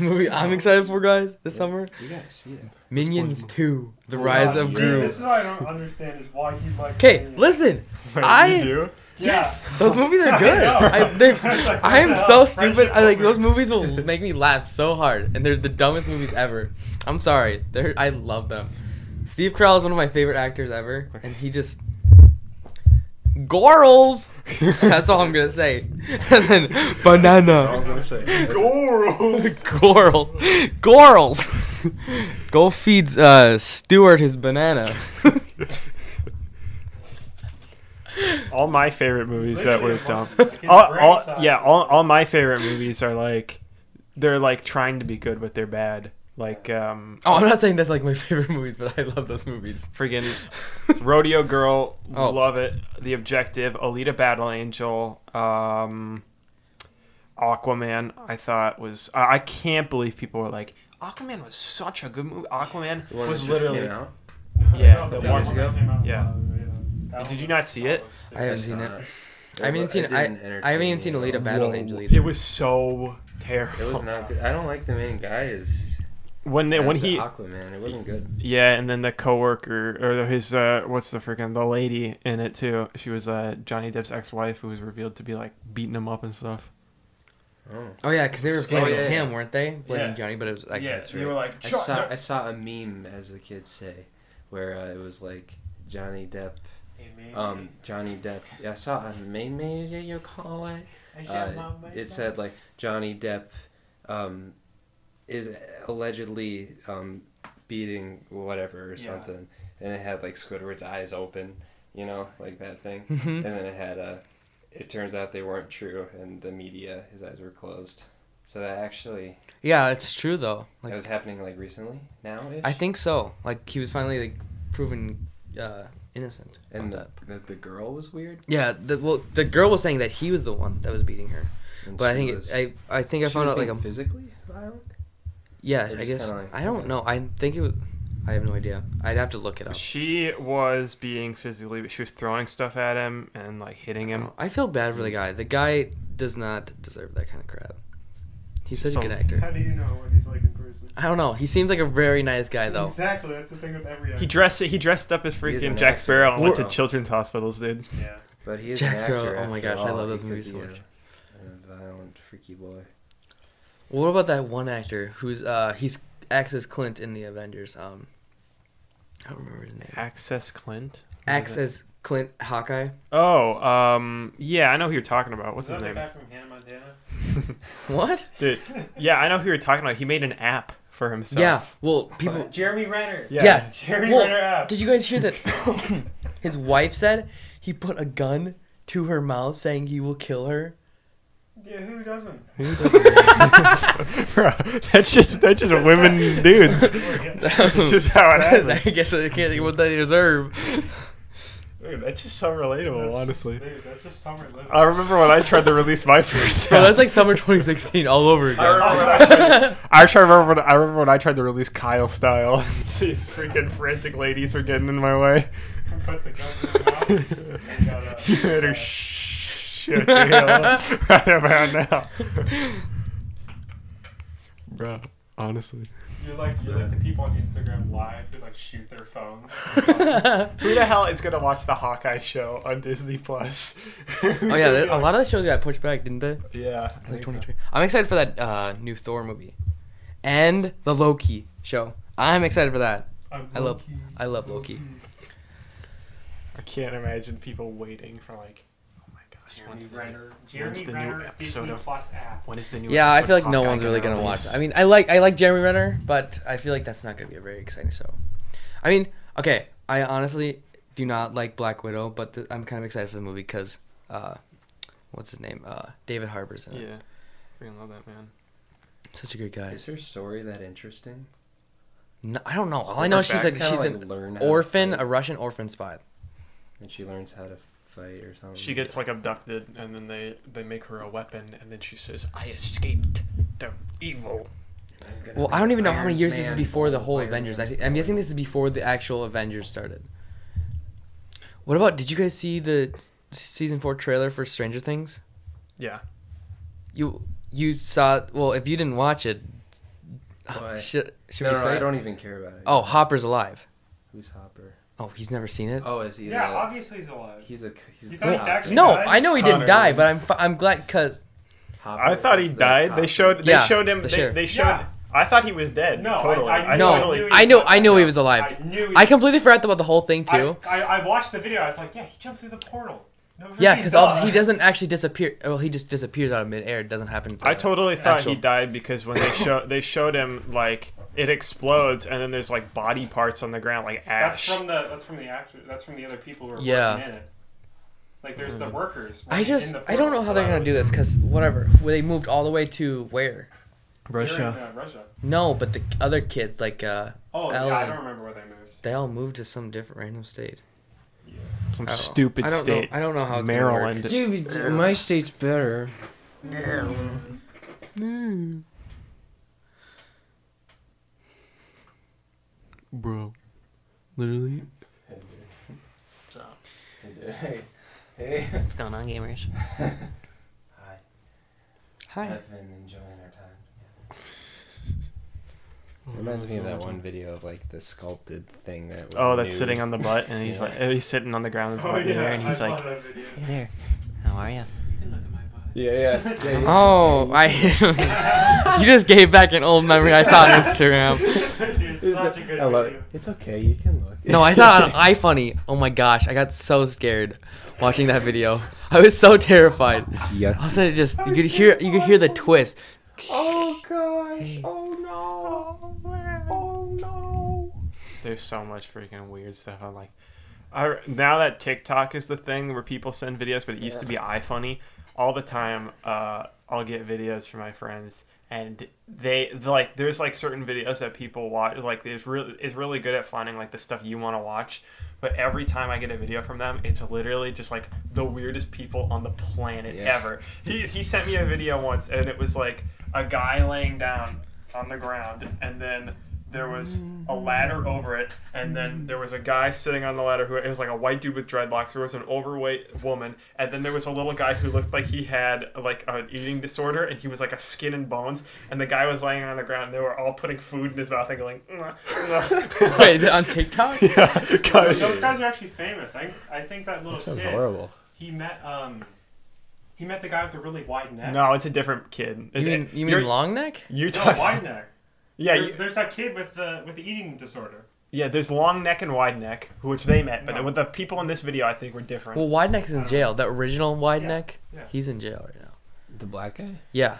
S3: Movie I'm excited for guys this
S1: Yeah.
S3: summer.
S1: You gotta see it.
S3: Minions
S4: SpongeBob.
S3: 2: The
S2: Oh,
S3: Rise
S2: God.
S3: of
S2: See,
S3: Gru.
S2: This is what I don't understand is why he likes.
S3: Okay,
S2: Minions.
S3: listen,
S4: Wait,
S3: I-
S4: you do?
S2: Yes.
S3: those movies
S2: [LAUGHS]
S3: are good.
S2: know.
S3: I, they,
S2: like,
S3: I am
S2: what the
S3: so
S2: hell?
S3: stupid.
S2: Friendship
S3: I like
S2: over.
S3: those movies will make me laugh so hard, and they're the dumbest movies ever. I'm sorry. They're I love them. Steve Carell is one of my favorite actors ever, and he just Gorals. [LAUGHS] That's all I'm gonna say. [LAUGHS] And then banana.
S2: [LAUGHS]
S1: [LAUGHS]
S3: Goral. Gorals. [LAUGHS] Go feeds uh, Stewart his banana. [LAUGHS]
S4: All my favorite movies that were
S2: Literally
S4: dumb.
S2: like his
S4: All,
S2: brain
S4: all,
S2: size
S4: yeah,
S2: is
S4: all,
S2: like-
S4: all my favorite movies are like, they're like trying to be good, but they're bad. Like, um,
S3: Oh, I'm not saying that's like my [LAUGHS] favorite movies, but I love those movies.
S4: friggin' Rodeo Girl,
S3: Oh.
S4: love it. The Objective, Alita Battle Angel, um, Aquaman, I thought was. I, I can't believe people were like, Aquaman was such a good movie. Aquaman
S1: The one
S4: was
S1: that just
S4: literally.
S1: came out.
S4: Yeah,
S2: No,
S4: that
S2: the
S1: one-
S2: one that came out,
S4: yeah.
S2: uh, That
S4: Did
S2: one
S4: you not
S2: was
S4: see
S2: so
S4: it?
S2: stupid.
S3: I haven't seen it.
S1: not.
S3: I haven't
S1: It
S3: seen-
S1: didn't
S3: I-
S1: entertain
S3: I haven't even
S1: me
S3: seen
S1: at
S3: Alita
S1: all.
S3: Battle
S4: Whoa.
S3: Angel either.
S4: It was so
S1: It
S4: terrible.
S1: was not good. I don't like the main guy. Is
S4: when they,
S1: as
S4: when
S1: the
S4: he
S1: Aquaman. It wasn't good.
S4: yeah, and then the coworker or his uh, what's the freaking the lady in it too. She was uh, Johnny Depp's ex-wife who was revealed to be like beating him up and stuff.
S1: Oh.
S3: Oh yeah, because they were
S1: Scary.
S3: blaming
S1: Oh, yeah,
S3: him, weren't they? Blaming
S9: Yeah.
S3: Johnny, but it was like
S9: yeah,
S1: that's
S9: they were
S1: right.
S9: like,
S1: I
S9: "Shut
S1: saw
S9: up."
S1: I saw a meme, as the kids say, where uh, it was like Johnny Depp. Um, Johnny Depp. Yeah, I saw uh, a meme. You call it. Uh, it said like Johnny Depp um, is allegedly um, beating whatever or
S9: Yeah.
S1: something, and it had like Squidward's eyes open, you know, like that thing,
S3: Mhm.
S4: Hmm.
S1: and then it had Uh, it turns out they weren't true, and the media his eyes were closed. So that actually
S3: yeah, it's true though.
S1: that
S3: Like
S1: was happening like recently now.
S3: I think so. Like he was finally like proven uh, innocent.
S1: and
S3: of
S1: the, the the girl was weird.
S3: yeah, the well, the girl was saying that he was the one that was beating her,
S1: and
S3: but I
S1: she
S3: think
S1: was-
S3: it, I I think I
S1: she
S3: found
S1: was
S3: out like
S1: being
S3: a
S1: physically violent.
S3: yeah.
S1: Or
S3: I
S1: just
S3: guess
S1: kinda like-
S3: I don't know. I think it was. I have no idea. I'd have to look it up.
S4: She was being physically. She was throwing stuff at him and like hitting him.
S3: Oh, I feel bad for the guy. The guy does not deserve that kind of crap. He's such
S4: So-
S3: a good
S9: How
S3: actor.
S9: do you know what he's like in person?
S3: I don't know. He seems like a very nice guy though.
S9: Exactly, that's the thing with every actor.
S4: He dressed. He dressed up as
S1: is an
S4: freaking Jack
S1: actor.
S4: Sparrow and went to
S1: Whoa.
S4: children's hospitals, dude.
S9: Yeah.
S1: But he is
S3: Jack
S1: an
S3: Sparrow,
S1: actor.
S3: oh my
S1: after
S3: gosh, I
S1: all.
S3: love
S1: He
S3: those
S1: could
S3: movies
S1: be
S3: so
S1: a-
S3: much.
S1: A violent, freaky boy.
S3: What about that one actor who's uh he's acts as Clint in the Avengers? Um, I don't remember his name.
S4: Access Clint.
S3: Acts as Clint Hawkeye.
S4: Oh, um, yeah, I know who you're talking about. What's
S2: Is
S4: his
S2: that the
S4: name?
S2: guy from Hannah Montana?
S3: What?
S4: [LAUGHS] Dude,
S2: [LAUGHS]
S4: yeah, I know who you're talking about. He made an app for himself.
S3: Yeah. Well, people.
S2: Jeremy Renner.
S4: Yeah.
S3: Yeah.
S2: Jeremy
S3: Well,
S2: Renner app.
S3: Did you guys
S4: [LAUGHS]
S3: hear that? his wife said he put a gun to her mouth, saying he will kill her.
S9: Yeah, who doesn't?
S4: [LAUGHS] Bro, that's just that's just women
S3: [LAUGHS]
S4: dudes. That's just how it
S3: I
S4: happens.
S3: guess I can't think what they
S4: [LAUGHS]
S3: deserve.
S4: Dude, that's just so relatable,
S9: That's
S4: honestly.
S9: Just, dude, that's just summer living.
S4: I remember when I tried to release [LAUGHS] my first.
S3: Bro, that's
S4: app.
S3: like summer 2016 all over again.
S4: I remember when I tried. I actually remember when I remember when I tried to release Kyle style. [LAUGHS] These freaking frantic ladies were getting in my [LAUGHS] way.
S9: Put the gun in my mouth and
S4: [LAUGHS]
S9: got a-
S4: You
S3: [LAUGHS]
S4: better shut [LAUGHS] the hell up right about now. Bro, honestly.
S2: You're like you're like the people on Instagram live who like shoot their
S4: [LAUGHS]
S2: phones.
S4: Who the hell is gonna watch the Hawkeye show on Disney Plus?
S3: oh yeah, there- a lot of the shows got pushed back, didn't they?
S4: [LAUGHS] Yeah.
S3: Like 23. I'm excited for that uh, new Thor movie, and the Loki show. I'm excited for that. I love, I love Loki.
S4: I can't imagine people waiting for like oh my gosh,
S2: Jeremy
S4: when's the new,
S2: Renner. Jeremy
S4: the new
S2: Renner
S4: episode
S2: Disney
S4: of-
S2: Plus app.
S4: when is the new
S3: Yeah, I
S4: episode
S3: feel like
S4: of
S3: no
S4: Hawkeye
S3: one's really gonna watch.
S4: release?
S3: it. I mean, I like I like Jeremy Renner, but I feel like that's not gonna be a very exciting show. I mean, okay, I honestly do not like Black Widow, but th- I'm kind of excited for the movie because, uh, what's his name? Uh, David Harbour's in it.
S4: Yeah. Freaking love that man.
S3: Such a good guy.
S1: Is her story that interesting?
S3: No, I don't know. All I know is she's
S4: Back's
S3: like
S1: Kinda
S3: she's
S1: like
S3: an
S1: learn how to
S3: orphan,
S1: fight,
S3: a Russian orphan spy.
S1: and she learns how to fight or something.
S4: She gets like abducted and then they they make her a weapon and then she says, I escaped the evil.
S3: Well, I don't even know how
S1: Iron
S3: many years this is
S1: Man,
S3: before the whole
S1: Iron
S3: Avengers. I
S1: Man.
S3: thi- I'm guessing this is before the actual Avengers started. What about? Did you guys see the season four trailer for Stranger Things?
S4: Yeah.
S3: You you saw? Well, if you didn't watch it, uh,
S1: Why?
S3: should should
S1: no,
S3: we
S1: no,
S3: say?
S1: I
S3: it?
S1: don't even care about it.
S3: Oh, Hopper's alive.
S1: who's Hopper?
S3: Oh, he's never seen it.
S1: Oh, is he?
S2: Yeah,
S1: the-
S2: obviously he's alive.
S1: He's a. He's the
S2: You thought he
S1: cop, right?
S2: actually-
S3: no,
S2: died?
S3: I know he
S4: Connor
S3: didn't die,
S4: was-
S3: but I'm f- I'm glad because
S1: Hopper
S4: I thought he
S1: was the
S4: died.
S1: cop.
S4: They showed they
S3: Yeah,
S4: showed him
S3: the
S4: they,
S3: sheriff.
S4: they showed
S2: Yeah.
S4: I thought he was dead.
S2: No, I-
S4: totally.
S2: I knew-
S3: no,
S2: I knew he
S3: I knew
S2: was
S3: I knew he
S2: alive.
S3: was alive.
S2: I knew. He
S3: I
S2: was-
S3: completely forgot about the whole thing
S2: I-
S3: too.
S2: I, I, watched the video. I was like, yeah, he jumped through the portal. No
S3: Yeah,
S2: freaking
S3: because
S2: duh.
S3: he doesn't actually disappear. Well, he just disappears out of midair. It doesn't happen. to
S4: I
S3: the-
S4: totally thought
S3: actual-
S4: he died because when they show they showed him like it explodes and then there's like body parts on the ground like
S2: That's
S4: ash.
S2: from the that's from the actor. That's from the other people who are
S3: Yeah. Mm-hmm.
S2: working in it. Like there's the workers.
S3: I
S2: working in
S3: just
S2: the
S3: I don't know
S2: portal.
S3: how they're
S2: That
S3: gonna
S2: was
S3: do this because whatever well, they moved all the way to where
S2: They're in, uh, Russia.
S3: no but the other kids like uh
S2: Oh,
S3: Ellen.
S2: yeah, I don't remember where they moved.
S3: they all moved to some different random state
S4: Some
S3: I don't know.
S4: stupid
S3: I don't
S4: state.
S3: know, I don't know how it's
S4: Maryland.
S3: Gonna work.
S1: Dude, uh, my state's better.
S4: Bro.
S3: literally
S1: Hey, hey.
S10: What's going on,
S1: [LAUGHS]
S10: gamers?
S1: Hi.
S3: hi
S1: I've been enjoying our time. Reminds me of that one video of like the sculpted thing that. Was
S4: Oh, that's
S1: nude.
S4: sitting on the butt, and
S1: [LAUGHS]
S4: he's
S1: Yeah.
S4: like, he's sitting on the ground, his
S9: Oh
S4: butt in the air,
S9: yeah,
S3: [LAUGHS]
S4: and he's
S9: I
S4: like,
S9: love that video.
S10: Hey there. How are you?
S2: You can look at my butt.
S1: Yeah, yeah. yeah you-
S3: Oh, I.
S2: [LAUGHS]
S3: [LAUGHS] you just gave back an old memory I saw on Instagram.
S2: Dude, it's
S1: It's
S2: such a
S1: a-
S2: good
S1: I love
S2: video.
S1: it. It's okay. You can look.
S3: No, I saw it
S10: [LAUGHS]
S3: on iFunny. Oh my gosh, I got so scared watching that video. I was so terrified.
S1: [LAUGHS] It's
S3: All
S1: yuck. [LAUGHS]
S3: of a sudden, it just you could hear you could hear the
S4: [LAUGHS]
S3: twist.
S1: Oh gosh. Oh no. Oh no.
S4: There's so much freaking weird stuff. I'm like, I, now that TikTok is the thing where people send videos, but it used to be iFunny. All the time, uh, I'll get videos from my friends, and they like there's like certain videos that people watch. Like it's really it's really good at finding like the stuff you want to watch. But every time I get a video from them, it's literally just like the weirdest people on the planet
S1: Yeah.
S4: ever. He, he sent me a video once, and it was like a guy laying down on the ground, and then there was a ladder over it, and then there was a guy sitting on the ladder who it was like a white dude with dreadlocks. There was an overweight woman, and then there was a little guy who looked like he had like an eating disorder, and he was like a skin and bones. And the guy was laying on the ground. And they were all putting food in his mouth and going. [LAUGHS] "Mm."
S2: [LAUGHS]
S4: "Mwah, mwah."
S3: Wait, on TikTok?
S4: yeah, guys.
S2: Those guys are actually famous. I I think that little
S1: That sounds
S2: kid.
S1: horrible.
S2: He met um, he met the guy with the really wide neck.
S4: No, it's a different kid.
S3: You mean you mean long neck?
S2: [LAUGHS]
S4: you
S2: No,
S4: talk,
S2: wide neck.
S4: [LAUGHS] yeah,
S2: there's,
S4: you,
S2: there's that kid with the with the eating disorder.
S4: yeah. There's long neck and wide neck, which they met, but
S2: No.
S4: with the people in this video, I think were different.
S3: Well, wide neck is in jail. The original wide
S2: Yeah,
S3: neck,
S2: yeah.
S3: he's in jail right now.
S1: The black guy.
S3: Yeah.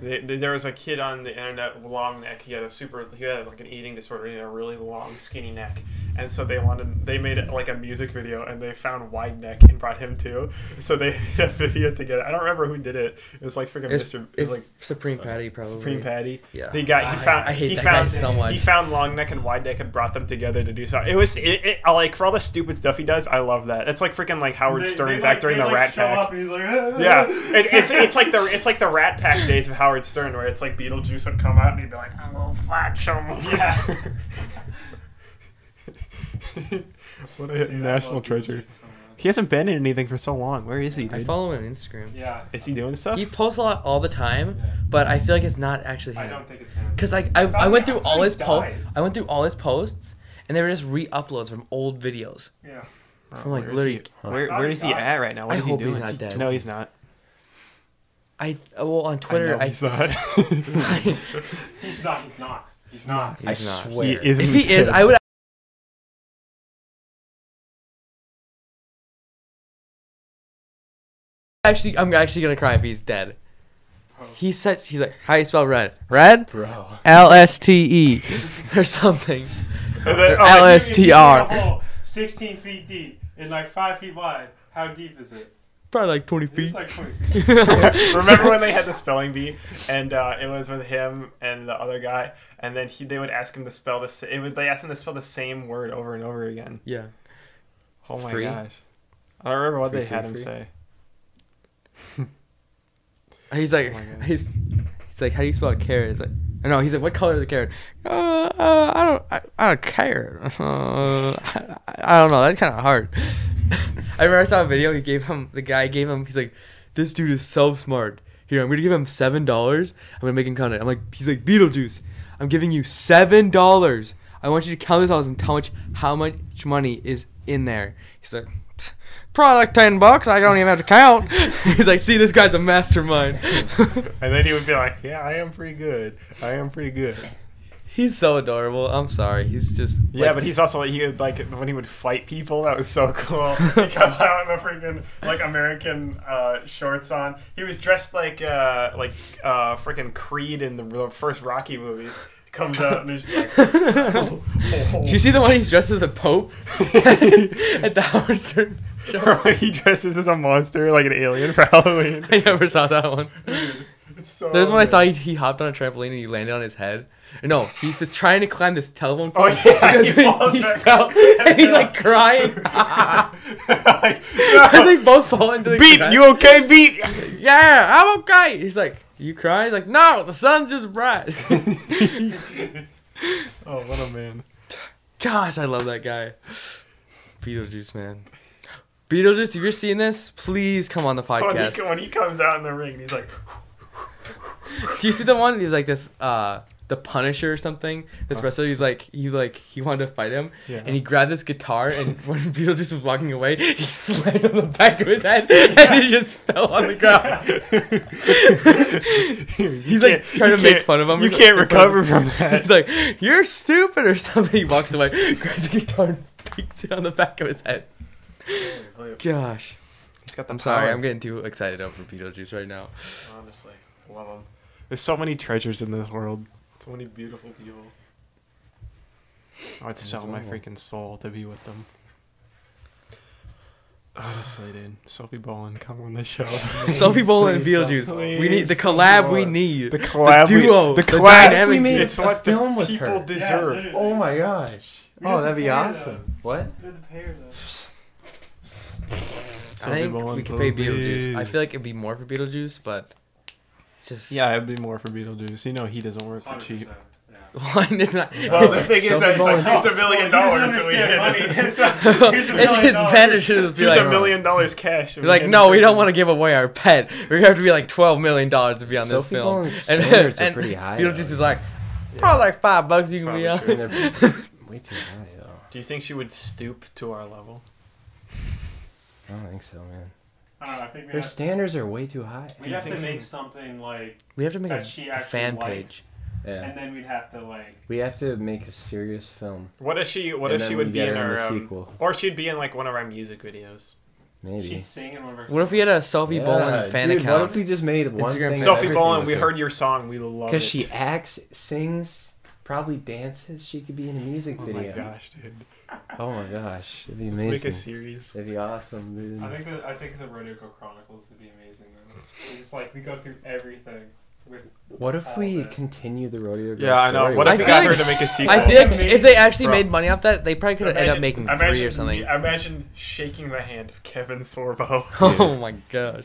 S4: Th- th- There was a kid on the internet, long neck. He had a super, he had like an eating disorder. He had a really long, skinny neck, and so they wanted, they made like a music video, and they found wide neck and brought him too. So they [LAUGHS] made a video together. I don't remember who did it. It was like freaking
S3: It's,
S4: Mr. It was
S3: it's
S4: like
S3: Supreme Patty probably.
S4: Supreme Patty.
S3: Yeah.
S4: The guy he
S3: I-
S4: found.
S3: I hate
S4: he
S3: that guy
S4: found,
S3: so much.
S4: He found long neck and wide neck and brought them together to do so. It was it, it I like for all the stupid stuff he does. I love that. It's like freaking like Howard
S2: They-
S4: Stern
S2: they,
S4: back
S2: like-
S4: during
S2: they,
S4: the
S2: like,
S4: Rat
S2: show
S4: Pack.
S2: up and he's like, [LAUGHS] "Ah."
S4: Yeah, it, it's it's like
S2: [LAUGHS]
S4: [LAUGHS] the it's like the Rat Pack days of Howard Stern, where it's like Beetlejuice would come out and he'd be like, "I'm gonna flash him." [LAUGHS] Yeah. what a
S2: Dude, I love Beetlejuice so much.
S4: He hasn't been in anything for so long. Where is he?
S3: I
S4: Dude?
S3: follow him on Instagram.
S2: Yeah,
S4: is he doing stuff?
S3: He posts a lot all the time,
S2: Yeah.
S3: but I feel like it's not actually
S2: I
S3: him.
S2: don't think it's him.
S3: Cause like I, I
S2: thought-
S3: went
S2: I
S3: through
S2: thought
S3: all
S2: he
S3: his po-
S2: died.
S3: I went through all his posts, and they were just re-uploads from old videos.
S2: Yeah.
S3: From like
S4: Where is
S3: literally,
S4: he- where, where is he at right now? What
S3: I
S4: is he
S3: hope he's
S4: doing?
S3: not dead.
S4: No, he's not.
S3: I well on Twitter I, [LAUGHS]
S4: he's not.
S2: He's not. He's not. He's not.
S1: I
S3: not.
S4: [LAUGHS] he
S1: swear.
S4: isn't
S3: if he is I would actually I'm actually gonna cry if he's dead.
S4: Oh.
S3: He said he's like how do you spell red? Red
S1: Bro. [LAUGHS]
S3: L S T E [LAUGHS] or something.
S4: And
S3: [LAUGHS]
S4: then-
S3: Or
S4: oh,
S3: LS.
S2: If you dig a
S3: STR.
S2: hole oh, Sixteen feet deep and like five feet wide. How deep is it?
S3: Probably like 20
S2: It's
S3: feet.
S2: like
S3: [LAUGHS]
S2: 20.
S4: Remember when they had the spelling bee, and uh, it was with him and the other guy, and then he they would ask him to spell the sa- it would they asked him to spell the same word over and over again.
S3: yeah.
S4: Oh my
S3: Free?
S4: gosh, I don't remember what
S1: Free,
S4: they had
S1: free,
S4: him
S1: free?
S4: say.
S3: He's like,
S4: Oh my God.
S3: he's, he's like, how do you spell carrot? He's like, no, he's like, what color is a carrot? Uh, uh I don't, I, I don't care. Uh, I, I don't know. That's kind of hard. I remember I saw a video. He gave him the guy gave him. He's like, this dude is so smart. Here, I'm gonna give him seven dollars. I'm gonna make him count it. I'm like, he's like Beetlejuice. I'm giving you seven dollars. I want you to count this out and tell much how much money is in there. He's like, "Pfft, probably like ten bucks. I don't even have to [LAUGHS] count. he's like, see, this guy's a mastermind. [LAUGHS]
S4: And then he would be like, "Yeah, I am pretty good. I am pretty good."
S3: he's so adorable. I'm sorry. He's just
S4: Yeah,
S3: like,
S4: but he's also he would, like when he would fight people. That was so [LAUGHS]
S3: [LAUGHS]
S4: cool. he come out in the freaking like American uh, shorts on. He was dressed like uh, like uh, freaking Creed in the, the first Rocky movie. He comes out and there's
S3: [LAUGHS]
S4: like.
S3: Do you see the one he's dressed as the Pope [LAUGHS] at the Howard Stern?
S4: Or [LAUGHS] when he dresses as a monster, like an alien
S3: [LAUGHS]
S4: for Halloween.
S3: I never saw that one.
S4: It's so
S3: There's one I
S4: good.
S3: saw. He, he hopped on a trampoline and he landed on his head. No, he was trying to climb this telephone
S4: Oh
S3: pole. [LAUGHS]
S4: yeah, he
S3: because he,
S4: falls
S3: he
S4: back
S3: fell,
S4: up.
S3: and he's like
S4: [LAUGHS]
S3: crying.
S4: [LAUGHS]
S3: [LAUGHS]
S4: Like,
S3: Because
S4: no.
S3: they both fall into the
S4: [LAUGHS] Beat,
S3: crack.
S4: you okay,
S3: [LAUGHS]
S4: beat?
S3: Yeah, I'm okay. He's like, you crying? He's like, no, the sun's just
S4: [LAUGHS]
S3: bright.
S4: Oh, what a man.
S3: Gosh, I love that guy. Beetlejuice, man. Beetlejuice, if you're seeing this, please come on the
S4: [LAUGHS] When
S3: podcast.
S4: [SIGHS] he, when he comes out in the ring, he's like,
S3: Do you see the one? He was like this. uh the Punisher or something. This
S1: Huh.
S3: wrestler, he's like, he like, he wanted to fight him,
S4: Yeah.
S3: and he grabbed this guitar, and
S4: [LAUGHS]
S3: when Beetlejuice was walking away, he [LAUGHS] slammed on the back of his head, and he just fell on the ground. [LAUGHS] he's like
S4: can't-
S3: trying
S4: [LAUGHS] you
S3: to make
S4: can't-
S3: fun of him.
S4: you
S3: He's, like,
S4: can't
S3: in front of
S4: recover from
S3: him.
S4: that.
S3: He's like, "You're stupid" or something. He walks away, [LAUGHS] grabs the guitar, and beats it on the back of his head. Gosh,
S4: He's got the
S3: I'm sorry.
S4: power.
S3: I'm getting too excited over Beetlejuice right
S4: [LAUGHS]
S3: now.
S4: Honestly, love him. There's so many treasures in this world.
S5: So many beautiful people.
S4: I would sell my
S1: wonderful.
S4: freaking soul to be with them. Honestly, dude. Sophie Bolin, come on
S1: [LAUGHS]
S4: the show.
S3: Sophie Bolin and Beetlejuice. we need the collab. We
S5: Lord.
S3: need
S4: The collab.
S3: The duo.
S4: We, the
S3: The
S4: collab.
S3: dynamic.
S1: we made
S5: It's
S1: a
S5: what the
S1: film with
S5: people
S1: her.
S5: deserve.
S2: literally.
S1: Oh my gosh!
S2: We
S1: Oh,
S2: have
S1: that'd
S2: to
S1: be
S2: pay
S4: uh,
S1: awesome. What?
S2: They're the pair though.
S3: I think we could pay Beetlejuice. I feel like it'd be more for Beetlejuice, but just
S4: Yeah, it'd be more for Beetlejuice. You know he doesn't work for
S2: 100%,
S4: cheap.
S2: yeah.
S3: [LAUGHS] One is not.
S5: Well, the thing is that it's like
S1: Something
S5: here's a million dollars, so we
S2: understand money. [LAUGHS]
S5: hit
S2: It's not-
S3: [LAUGHS]
S2: Here's a
S3: it's,
S2: million
S3: it's
S2: dollars.
S3: better to just be
S5: Here's
S3: like,
S5: a
S1: "Oh."
S5: million dollars cash.
S3: You're like, no, we don't want to give away our pet. We're gonna have to be like twelve million dollars to be on this
S1: Sophie
S3: [LAUGHS] film.
S1: Bolin's standards are pretty high,
S3: Beetlejuice
S1: though.
S3: is like, probably like five bucks you can
S5: Probably
S3: be on.
S5: true.
S1: I mean, they're way too high though.
S4: Do you think she would stoop to our level?
S1: I don't think so, man.
S2: I don't know, I think we
S1: Their
S2: have-
S1: standards are way too high.
S2: we have to make something like
S3: [LAUGHS] We have to make
S2: that
S3: a,
S2: she
S3: a
S2: actually
S3: fan
S2: likes,
S3: page.
S1: Yeah,
S2: and then we'd have to like.
S1: we have to make a serious film.
S4: What if she? What
S1: And
S4: if
S1: then
S4: she
S1: we
S4: would be
S1: get
S4: in
S1: her in
S4: our?
S1: the
S4: um,
S1: sequel.
S4: or she'd be in like one of our music videos.
S1: Maybe.
S2: She'd sing in one of her
S3: What if we had a Sophie
S1: Yeah,
S3: Bolin fan
S1: dude,
S3: account?
S1: What if we just made one
S3: Instagram
S1: thing?
S3: Yeah,
S4: Sophie
S3: everything
S4: Bolin, we heard your song. We love it.
S1: Because she acts, sings, probably dances. She could be in a music
S4: Oh my
S1: video.
S4: gosh, dude!
S1: Oh my gosh, it'd be
S4: Let's make a
S1: amazing.
S4: series.
S1: It'd be awesome, dude.
S2: I think the I think the Rodeo Chronicles would be amazing though. It's like we go through everything with
S1: What if
S2: all
S1: we
S2: that.
S1: continue the rodeo? Girl
S4: Yeah, I know.
S1: story
S4: What
S1: with
S4: if we
S1: that?
S3: feel
S4: got
S3: like-
S4: her to make a sequel?
S3: I feel like
S2: Bro.
S3: if they actually made money off that, they probably could have ended up
S5: Imagine-
S3: making three
S5: imagine-
S3: or something.
S5: Imagine shaking the hand of Kevin Sorbo.
S3: [LAUGHS] Oh my gosh.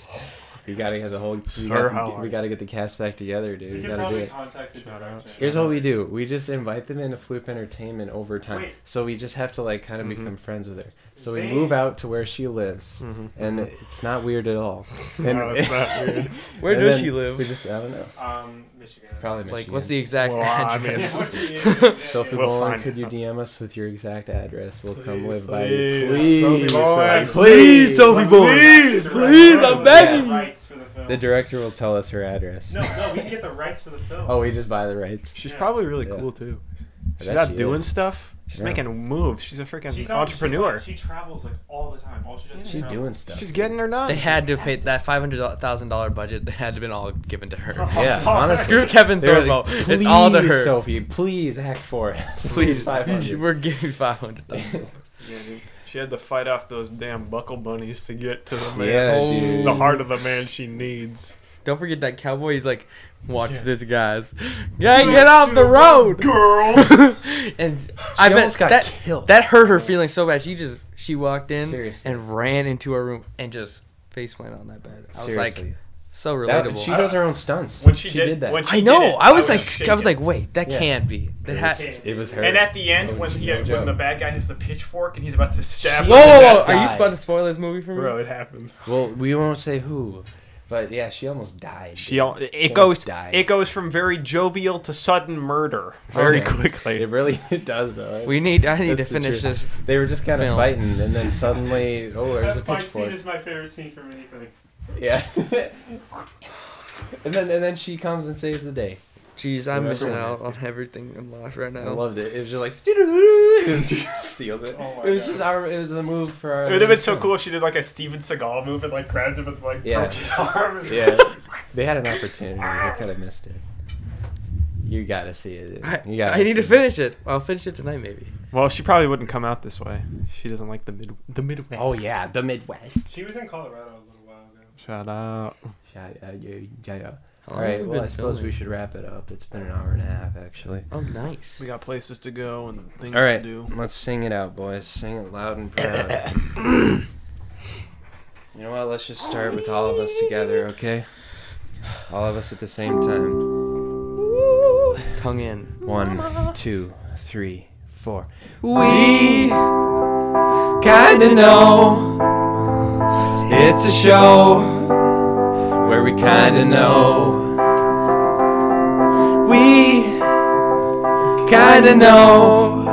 S1: we gotta get the whole. We,
S4: Sir,
S1: got
S4: how
S1: get,
S4: are
S1: we
S4: you?
S1: gotta get the cast back together, dude.
S2: We
S1: We
S2: could
S1: gotta do
S2: probably
S1: it.
S2: contact the director.
S1: Here's what we do: we just invite them into Floop Entertainment over time.
S2: Wait.
S1: So we just have to like kind of
S4: Mhm.
S1: become friends with her. So we
S2: They-
S1: move out to where she lives,
S4: Mhm.
S1: and it's not weird at
S4: [LAUGHS]
S1: all. And,
S4: No,
S1: [LAUGHS]
S4: it's not weird.
S3: Where
S1: and
S3: does
S1: then
S3: she live?
S1: We just I don't know.
S2: Um, Michigan.
S1: Probably
S3: like,
S1: Michigan.
S3: what's the exact
S4: Well, I mean,
S2: [LAUGHS]
S3: address?
S2: Yeah, what's the-
S1: Sophie
S4: We'll
S1: Bolin,
S4: find
S1: could you
S4: out.
S1: DM us with your exact address? We'll come
S5: Please,
S1: live by
S5: please.
S1: you.
S5: Sophie
S1: Please,
S5: Bolin,
S1: Sophie-
S3: please, Sophie
S2: Let's
S3: Boy.
S2: get the
S3: Please,
S2: rights. Let's
S3: I'm
S2: get
S3: begging you.
S2: rights for the film.
S1: The director will tell us her address.
S2: No, no, we can get the rights for the film.
S1: Oh, we just buy the rights.
S4: She's
S2: Yeah.
S4: probably really
S1: Yeah.
S4: cool too.
S1: I
S4: She's
S1: bet
S4: out
S1: she
S4: doing
S1: is.
S4: stuff. She's
S1: Yeah.
S4: making moves. She's a freaking
S2: She's not- she's
S4: entrepreneur.
S2: like- she travels like all the time. All she does. is
S1: She's
S2: travel.
S1: doing stuff.
S4: She's getting her nut.
S3: [LAUGHS] They
S4: [LAUGHS]
S3: had to pay that five hundred thousand dollar budget. That had to been all given to her.
S1: [LAUGHS] Yeah, honestly.
S3: [LAUGHS] Screw Kevin
S1: They were
S3: Sorbo.
S1: like,
S3: it's all to
S1: "Please,
S3: her. [LAUGHS]
S1: Sophie, please act for us.
S3: Please,
S1: five hundred. [LAUGHS]
S3: we're giving five hundred thousand.
S4: Yeah, dude. She had to fight off those damn buckle bunnies to get to the man,
S1: Yeah,
S3: dude.
S4: the heart of the man she needs.
S3: Don't forget that cowboy. He's like, watch this, guys. Yeah, get off the road, girl. [LAUGHS] and I bet
S1: almost got
S3: that
S1: killed.
S3: that hurt her feelings so bad. She just she walked in
S1: Seriously.
S3: and ran into her room and just face plant on that bed. I was like,
S1: Seriously.
S3: so
S1: That-
S3: relatable.
S1: she does her own stunts.
S4: When she did-
S1: did, that.
S4: when she-
S3: I know.
S4: did it,
S3: I was
S4: I was
S3: like, I was
S4: shaken.
S3: like, wait, that
S1: Yeah.
S3: can't be. That
S1: it,
S3: has.
S1: was, it was her.
S5: And at the end,
S1: Oh,
S5: when he
S1: no
S5: when
S1: joke.
S5: the bad guy has the pitchfork and he's about to stab,
S3: Whoa,
S5: him
S3: whoa,
S5: to
S3: whoa!
S5: death,
S3: Are you
S1: side.
S3: about to spoil this movie for me?
S5: bro, it happens.
S1: well, we won't say who, but yeah, she almost died.
S4: She
S1: dude.
S4: al- it
S1: almost
S4: goes
S1: died.
S4: it goes from very jovial to sudden murder very
S1: Okay.
S4: quickly.
S1: It really [LAUGHS] it does though.
S3: We need. I need to
S1: That's the
S3: finish
S1: truth.
S3: this.
S1: They were just kind of
S3: Film.
S1: fighting, and then suddenly, oh, there's a
S2: That fight scene
S1: pitchfork.
S2: is my favorite scene from anything. [LAUGHS]
S1: Yeah. [LAUGHS] and then and then she comes and saves the day.
S3: Jeez, I'm
S1: Yeah,
S3: missing
S1: everyone
S3: out
S1: has
S3: on everything I'm lost right
S1: I
S3: [LAUGHS] now.
S1: loved it. It was just like [LAUGHS] and she just steals it.
S2: Oh my
S1: it was
S2: God.
S1: just our. It was the move for our.
S5: It would have been so cool if she did like a Steven Seagal move and like grabbed him with like
S1: Yeah.
S5: broke his arm. And
S1: Yeah. they had an opportunity. They kind of missed it. You gotta see it.
S3: I,
S1: You gotta
S3: I need
S1: see
S3: to finish it. I'll finish it tonight, maybe.
S4: Well, she probably wouldn't come out this way. She doesn't like the mid the
S1: It.
S4: Midwest.
S1: Oh yeah, the Midwest.
S2: [LAUGHS] She was in Colorado a little while ago.
S4: Shout out.
S1: Yeah, yeah, yeah, yeah, yeah.
S3: How
S1: All
S3: long have
S1: right.
S3: we
S1: Well,
S3: been
S1: I suppose we
S3: filming?
S1: should wrap it up. It's been an hour and a half, actually.
S3: Oh, nice.
S4: We got places to go and things
S1: All right,
S4: to do.
S1: let's sing it out, boys. Sing it loud and proud.
S3: [COUGHS]
S1: you know what? Let's just start with all of us together, okay? All of us at the same time.
S3: Tongue in.
S1: One, two, three, four. We kinda know it's a show where we kinda know we kind of know.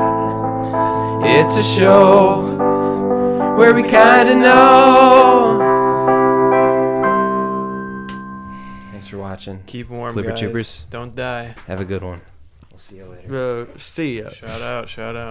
S1: It's a show where we kind of know. Thanks for watching.
S4: Keep warm,
S1: Flipper
S4: guys.
S1: chippers.
S4: Don't die.
S1: Have a good one. We'll see you later.
S3: Uh, see ya.
S4: Shout out, shout out.